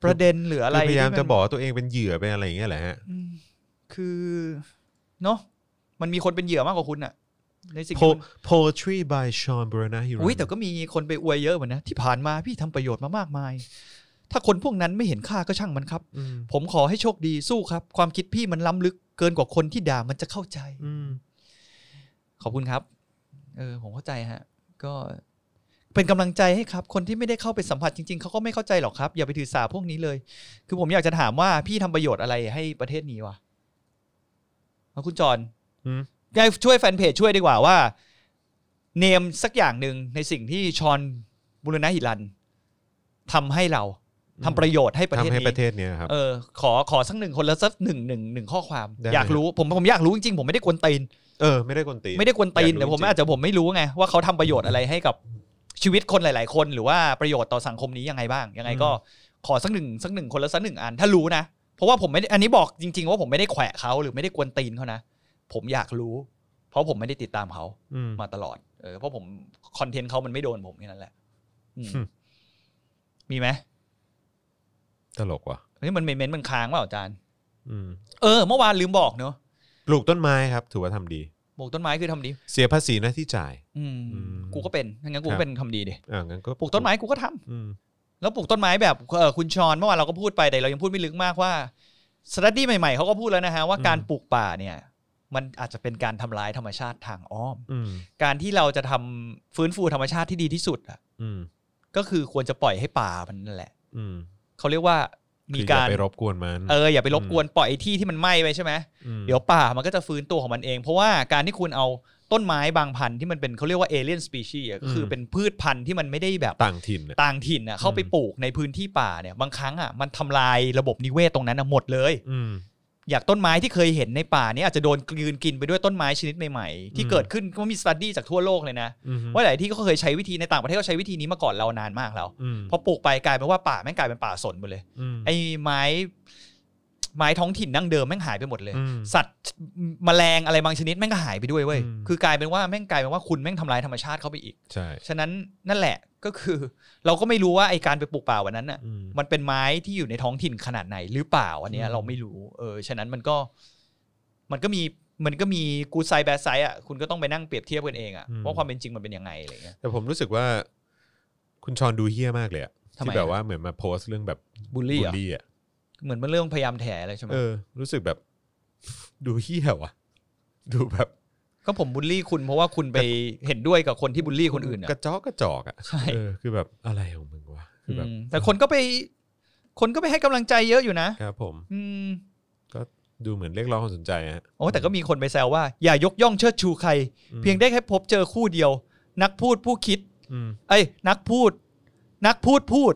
ประเด็นหรืออะไร คือพยายาม ที่น จะบอกว่าตัวเองเป็นเหยื่อเป็นอะไรอย่างเงี้ยแหละฮะ อืมคือเนาะมันมีคนเป็นเหยื่อมากกว่าคุณอะในสิ่ง โพ ที่มัน poetry by Sean b r a n a h i r อุ้ยแต่ก็มีคนไปอวยเยอะเหมือนนะ ที่ผ่านมาพี่ทำประโยชน์มามากมาย ถ้าคนพวกนั้นไม่เห็นค่าก็ช่างมันครับ ผมขอให้โชคดีสู้ครับ ความคิดพี่มันล้ำลึกเกินกว่าคนที่ด่ามันจะเข้าใจ ขอบคุณครับ เออ ผมเข้าใจฮะ ก็เป็นกำลังใจให้ครับ คนที่ไม่ได้เข้าไปสัมผัสจริงๆ เขาก็ไม่เข้าใจหรอกครับ อย่าไปถือสาพวกนี้เลย คือผมอยากจะถามว่าพี่ทำประโยชน์อะไรให้ประเทศนี้วะเอาคุณจอน ได้ช่วยแฟนเพจช่วยดีกว่าว่า เนมสักอย่างหนึ่งในสิ่งที่ชอนบุรณะหิรันทำให้เราทำประโยชน์ให้ประเทศ ทำให้ประเท นี้ ศเนี้ยครับ เออ ขอขอสักหนึ่งคนละสักหนึ่งหนึ่งหนึ่งข้อความ ได้ อยากรู้ผมผมอยากรู้จริงๆผมไม่ได้กวนตีน เออ ไม่ได้กวนตีน ไม่ได้กวนตีน อยากรู้จแต่ผมริง อาจจะผมไม่รู้ไงว่าเขาทำประโยชน์อะไรให้กับชีวิตคนหลาย ๆ คนหรือว่าประโยชน์ต่อสังคมนี้ยังไงบ้างยังไงก็ขอสักหนึ่งสักหนึ่งคนละสักหนึ่งอันถ้ารู้นะเพราะว่าผมไม่ได้อันนี้บอกจริง ๆ ว่าผมไม่ได้แขวะเขาหรือไม่ได้กวนตีนเขานะผมอยากรู้ เพราะผมไม่ได้ติดตามเขา อืม มาตลอด เออ เพราะผมคอนเทนต์เขามันไม่โดนผมแค่นั้นแหละอืม หึ มีไหม ตลกว่ะ เฮ้ยมันเมนเมนต์มันค้างว่าอาจารย์ อืม เออ เมื่อวานลืมบอกเนอะ ปลูกต้นไม้ครับ ถือว่าทำดี ปลูกต้นไม้คือทำดี เสียภาษีหน้าที่จ่าย อืม อืม กูก็เป็นงั้นกู ครั ก็ บ เป็นทำดีดิ อ่างั้นก็ ปลูกต้นไม้กูก็ทำ อืม แล้วปลูกต้นไม้แบบเออคุณชอนเมื่อวานเราก็พูดไปแต่เรายังพูดไม่ลึกมากว่าสตัดดี้ใหม่ๆเขาก็พูดแล้วนะฮะว่าการปลูกป่าเนี่ย มันอาจจะเป็นการทำลายธรรมชาติทางอ้อม อืม การที่เราจะทำฟื้นฟูธรรมชาติที่ดีที่สุดอะ อืม ก็คือควรจะปล่อยให้ป่ามันนั่นแหละ อืม เขาเรียกว่ามี คือ กาอรย่ไปรบกวนมัน เอออย่าไปรบ อืม กวนปล่อยไอ้ที่ที่มันไหม้ไปใช่ไหม ม เดี๋ยวป่ามันก็จะฟื้นตัวของมันเอง เพราะว่าการที่คุณเอาต้นไม้บางพันธุ์ที่มันเป็นเขาเรียกว่าเอเลียนสปีชีส์ก็คือเป็นพืชพันธุ์ที่มันไม่ได้แบบ ต่างถิ่นน่ะ (laughs) ต่างถิ่นน่ะเข้าไป อืม ปลูกในพื้นที่ป่าเนี่ยบางครั้งอ่ะมันทำลายระบบนิเวศตรงนั้นน่ะหมดเลย อืม อยากต้นไม้ที่เคยเห็นในป่าเนี้อาจจะโดนกลืนกินไปด้วยต้นไม้ชนิดใหม่ๆ ที่ อืม เกิดขึ้นก็มีสตัดดี้จากทั่วโลกเลยนะ อืม ว่าหลายที่ก็เคยใช้วิธีในต่างประเทศก็ใช้วิธีนี้มาก่อนเรานานมากแล้ว อืม พอปลูกไปกลายเป็นว่าป่าแม่งกลายเป็นป่าสนหมดเลย อืม ไอ้ไม้ ไม้ท้องถิ่นดั้งเดิมแม่งหายไปหมดเลย อืม สัตว์แมลงอะไรบางชนิดแม่งก็หายไปด้วยเว้ย อืม คือกลายเป็นว่าแม่งกลายเป็นว่าคุณแม่งทำลายธรรมชาติเข้าไปอีก ใช่ ฉะนั้นนั่นแหละก็คือ (laughs) เราก็ไม่รู้ว่าไอการไปปลูกป่าวันนั้นน่ะ อืม มันเป็นไม้ที่อยู่ในท้องถิ่นขนาดไหนหรือเปล่าอันเนี้ย อืม เราไม่รู้เออฉะนั้นมันก็ มันก็มีมันก็มีกูไซแบดไซอ่ะคุณก็ต้องไปนั่งเปรียบเทียบกันเองอ่ะว่าความเป็นจริงมันเป็นยังไงอะไรเงี้ย แต่ผมรู้สึกว่า คุณชอนดูเฮี้ยมากเลยอะ ทำไม ที่แบบว่าเหมือนมาโพสต์เรื่องแบบ บูล บูลลี่อ่ะ ลี่อะ เหมือนมันเรื่องพยายามแถอะไรใช่ไหม เออ รู้สึกแบบ (laughs) ดูเฮี้ยวะดูแบบ ก็ผมบูลลี่คุณเพราะว่าคุณไปเห็นด้วยกับคนที่บูลลี่คนอื่นอ่ะ กระจอกกระจอกอ่ะ ใช่ เออคือแบบอะไรของมึงวะคือแบบ อืมแต่คนก็ไป คนก็ไปให้กำลังใจเยอะอยู่นะครับ ผม อืม ดูเหมือนเรียกร้องความสนใจฮะ โอ้แต่ก็มีคนไปแซวว่า อย่ายกย่องเชิดชูใคร อืม เพียงได้แค่พบเจอคู่เดียว นักพูดผู้คิด อืม เอ้ยนักพูด นักพูดพูด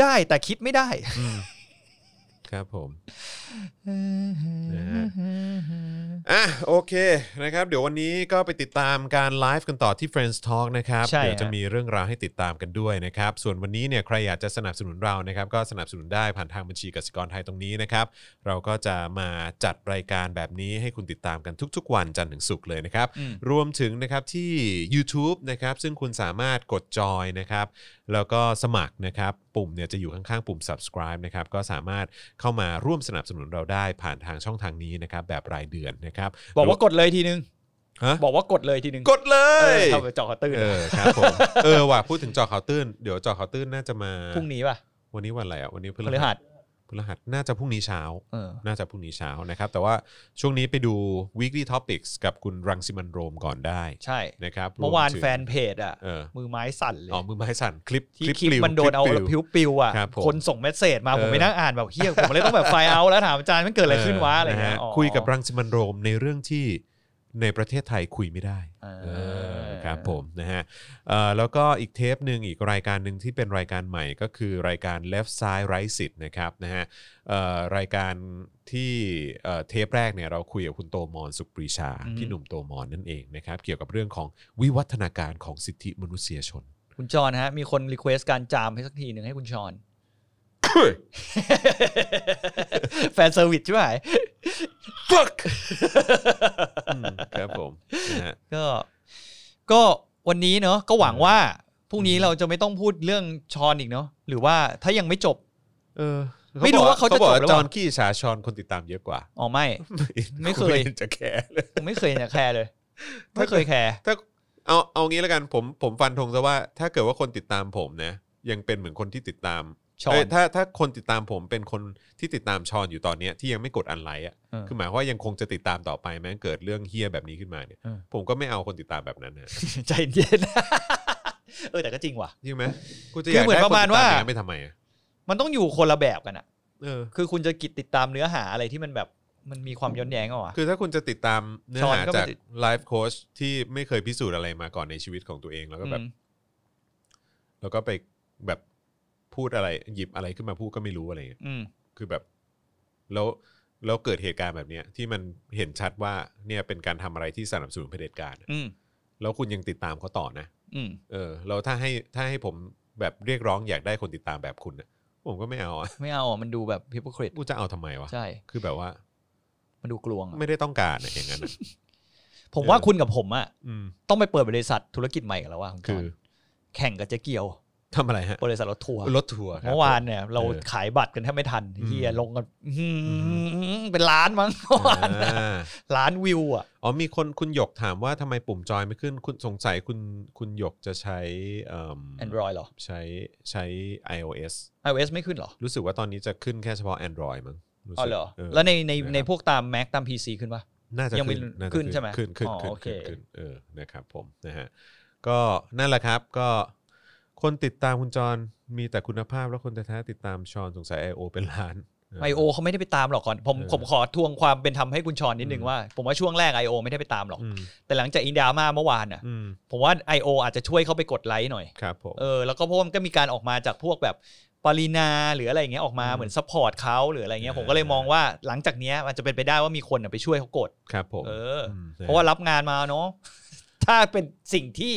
ได้แต่คิดไม่ได้ อืมครับผม นะฮะ อ่ะโอเคนะครับ เดี๋ยววันนี้ก็ไปติดตามการไลฟ์กันต่อที่ Friends Talk นะครับ ใช่ฮะ เดี๋ยวจะมีเรื่องราวให้ติดตามกันด้วยนะครับ ส่วนวันนี้เนี่ยใครอยากจะสนับสนุนเรานะครับ ก็สนับสนุนได้ผ่านทางบัญชีกสิกรไทยตรงนี้นะครับ เราก็จะมาจัดรายการแบบนี้ให้คุณติดตามกันทุก ๆ วันจันทร์ถึงศุกร์เลยนะครับ อืม รวมถึงนะครับที่ YouTube นะครับซึ่งคุณสามารถกดจอยนะครับ แล้วก็สมัครนะครับปุ่มเนี่ยจะอยู่ข้างๆ ปุ่ม subscribe นะครับก็สามารถเข้ามาร่วมสนับสนุนเราได้ผ่านทางช่องทางนี้นะครับแบบรายเดือนนะครับ บอกว่ากดเลยทีนึง ฮะ บอกว่ากดเลยทีนึง กดเล เอย อเข้าไปจอตื่น เออครับ (laughs) ผมเออว่ะพูดถึงจอข่าวตื้นเดี๋ยวจอข่าวตื้นน่าจะมา พรุ่งนี้ป่ะ วันนี้วันอะไรอ่ะวันนี้พ พ ฤ ฤ หั หั ส ส พฤหัสน่าจะพรุ่งนี้เช้า เออ น่าจะพรุ่งนี้เช้านะครับ แต่ว่าช่วงนี้ไปดู weekly topics กับคุณรังสิมันต์โรมก่อนได้ ใช่ นะครับรถึง เมื่อวานแฟนเพจอ่ะ เออ มือไม้สั่นเลย อ๋อมือไม้สั่นคลิป ที่คลิป ปลิว มันโดนเอา คลิป พิวปิวอ่ะ ครับผม คนส่งเมสเซจมา เออ ผมไปนั่งอ่านแบบเฮี้ยผมเลยต้องแบบไฟเอาแล้วถามอาจารย์มันเกิดอะไรขึ้นวะอะไรเงี้ย นฮ อ๋อ คุยกับรังสิมันต์โรมในเรื่องที่ในประเทศไทยคุยไม่ได้ เออ เออครับผมนะฮะเอ่อแล้วก็อีกเทปหนึ่งอีกรายการหนึ่งที่เป็นรายการใหม่ก็คือรายการ left side right สิทธิ์นะครับนะฮะเอ่อรายการที่เอ่อเทปแรกเนี่ยเราคุยกับคุณโตมอนสุขปรีชา พี่หนุ่มโตมอนนั่นเองนะครับเกี่ยวกับเรื่องของวิวัฒนาการของสิทธิมนุษยชน คุณจอนฮะมีคนรีเควสการจามให้สักทีหนึ่งให้คุณชอน แฟนเซอร์วิสใช่ไหม fuck อืมครับผมนะฮะ ก็ก็วันนี้เนอะก็หวัง อืม ว่าพรุ่งนี้เราจะไม่ต้องพูดเรื่องชอนอีกเนอะหรือว่าถ้ายังไม่จบ เออ ไม่รู้ว่าเขาจะ บอก จบหรือ จ เปล่า อนขี้ฉาชอนคนติดตามเยอะกว่า อ๋อไม่ ไม่เคไม่ยห็นจะแคร์เลย ผมไม่เคยจะแคร์เลย ไม่เคยแคร์ ถ้าเอาเอางี้แล้วกันผมผมฟันธงซะว่า ถ้าเกิดว่าคนติดตามผมนะยังเป็นเหมือนคนที่ติดตาม ชอ เอ้ น ยถ้าถ้าคนติดตามผมเป็นคนที่ติดตามชอนอยู่ตอนเนี้ยที่ยังไม่กดอันไลค์อ่ะ เออ คือหมายความว่ายังคงจะติดตามต่อไปแม้เกิดเรื่องเฮี้ยแบบนี้ขึ้นมาเนี่ย เออ ผมก็ไม่เอาคนติดตามแบบนั้นนะ ใจเย็น เออแต่ก็จริงว่ะ จริงไหมกูจะ คืออยาก เหมือน ได้ ประมาณ คนติดต ว่า อย่งนั้นไปทำไมอะ มันต้องอยู่คนละแบบกันอะ เออ คือคุณจะกิดติดตามเนื้อหาอะไรที่มันแบบมันมีความย้อนแย้งอ่ะวะ คือถ้าคุณจะติดตามเนื้อ ชอน หา ก็ไม่ จาก ติด ไลฟ์โค้ชที่ไม่เคยพิสูจน์อะไรมาก่อนในชีวิตของตัวเองแล้วก็แบบ อืม แล้วก็ไปแบบพูดอะไรหยิบอะไรขึ้นมาพูดก็ไม่รู้อะไรเงี้ย อืม คือแบบแล้วแล้วเกิดเหตุการณ์แบบเนี้ยที่มันเห็นชัดว่าเนี่ยเป็นการทำอะไรที่สนับสนุนเผด็จการอะ อืม แล้วคุณยังติดตามเขาต่อนะ อืม เออแล้วถ้าให้ถ้าให้ผมแบบเรียกร้องอยากได้คนติดตามแบบคุณนะผมก็ไม่เอาอะ (laughs) ไม่เอาอะมันดูแบบพิพคริต กูจะเอาทำไมวะ ใช่ คือแบบว่า มันดูกลวงอะ ไม่ได้ต้องการอะอย่างนั้นอะ ผมว่าคุณกับผมอะ อืม ต้องไปเปิดบริษัทธุรกิจใหม่กันแล้วว่าคุณจ คื อน อ แข่งกับเจ๊เกียว ทำอะไรฮะ บริษัทรถทัวร์ รถทัวร์ครับ เมื่อวานเนี่ยเรา เออ ขายบัตรกันแทบไม่ทัน อืม เฮียลงกันอื้อหืออ ม เป็นล้านมั้งเมื่อวาน อ่า (laughs) ล้านวิวอ่ะ (laughs) อ๋อมีคนคุณหยกถามว่าทำไมปุ่มจอยไม่ขึ้น คุณสงสัยคุณคุณหยกจะใช้เอิ่ม แอนดรอยเหรอ ใช้ใช้ iOS iOS ไม่ขึ้นเหรอ รู้สึกว่าตอนนี้จะขึ้นแค่เฉพาะ Android มั้งสึก อ๋อเหรอ ออ แล้วในใน นะครับ ในพวกตาม Mac ตาม PC ขึ้นปะ น่าจะ ยังไม่ ขึ้นน่าจะ ขึ้นใช่ไหม ขึ้นขึ้น อ๋อ ขึ้น โอเค ขึ้นขึ้นเออนะครับผมนะฮะก็นั่นแหละครับก็คนติดตามคุณจรมีแต่คุณภาพแล้วคนแท้ๆติดตามชอนสงสัย IO เป็นล้านเ ไอโอเขาไม่ได้ไปตามหรอกก่อน ผม เออ ผมขอทวงความเป็นธรรมให้คุณชอนนิดนึง อืม ว่า ผมว่าช่วงแรก IO ไม่ได้ไปตามหรอก อืม แต่หลังจากอินดามาเมื่อวานน่ะ อืม ผมว่า IO อาจจะช่วยเขาไปกดไลค์หน่อย ครับผม เออแล้วก็เพราะว่ามันก็มีการออกมาจากพวกแบบปรินาหรืออะไรอย่างเงี้ยออกมา อืม เหมือนซัพพอร์ตเขาหรืออะไรเงี้ย อ่า ผมก็เลยมองว่าหลังจากเนี้ยมันจะเป็นไปได้ว่ามีคนน่ะไปช่วยเขากด ครับผม เอออ มนฮ เพราะว่ารับงานมาเนาะ (laughs) ถ้าเป็นสิ่งที่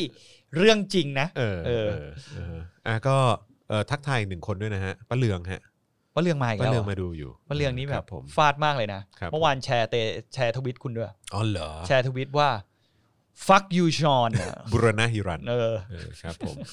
เรื่องจริงนะ เออ เอ เอ อ อเอออ่ะก็เออทักทายอีกหนึ่งคนด้วยนะฮะป้าเลืองฮะ ป้าเรื่องมาอีก ป้า แล้ว เรือง อะ มาดูอยู่ ป้าเรื่องนี้แบ ค บ ผม ฟาดมากเลยนะครับ เมื่อวานแชร์เตแชร์ทวิตคุณด้วย อ๋อเหรอ แชร์ทวิตว่า fuck you Sean อะ บุรณะฮิรัน เออ เออครับผม (laughs)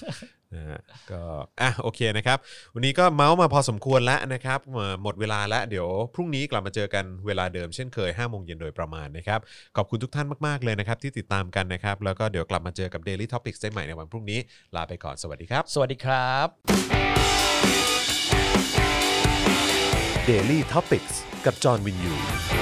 นะฮะก็อ่ะโอเคนะครับ วันนี้ก็เมาส์มาพอสมควรแล้วนะครับเอ่อหมดเวลาแล้วเดี๋ยวพรุ่งนี้กลับมาเจอกันเวลาเดิมเช่นเคย5โมงเย็นโดยประมาณนะครับ ขอบคุณทุกท่านมาก ๆ เลยนะครับ ที่ติดตามกันนะครับ แล้วก็เดี๋ยวกลับมาเจอกับ Daily Topics ได้ใหม่ในวันพรุ่งนี้ ลาไปก่อนสวัสดีครับ สวัสดีครับ Daily Topics กับจอห์นวินยู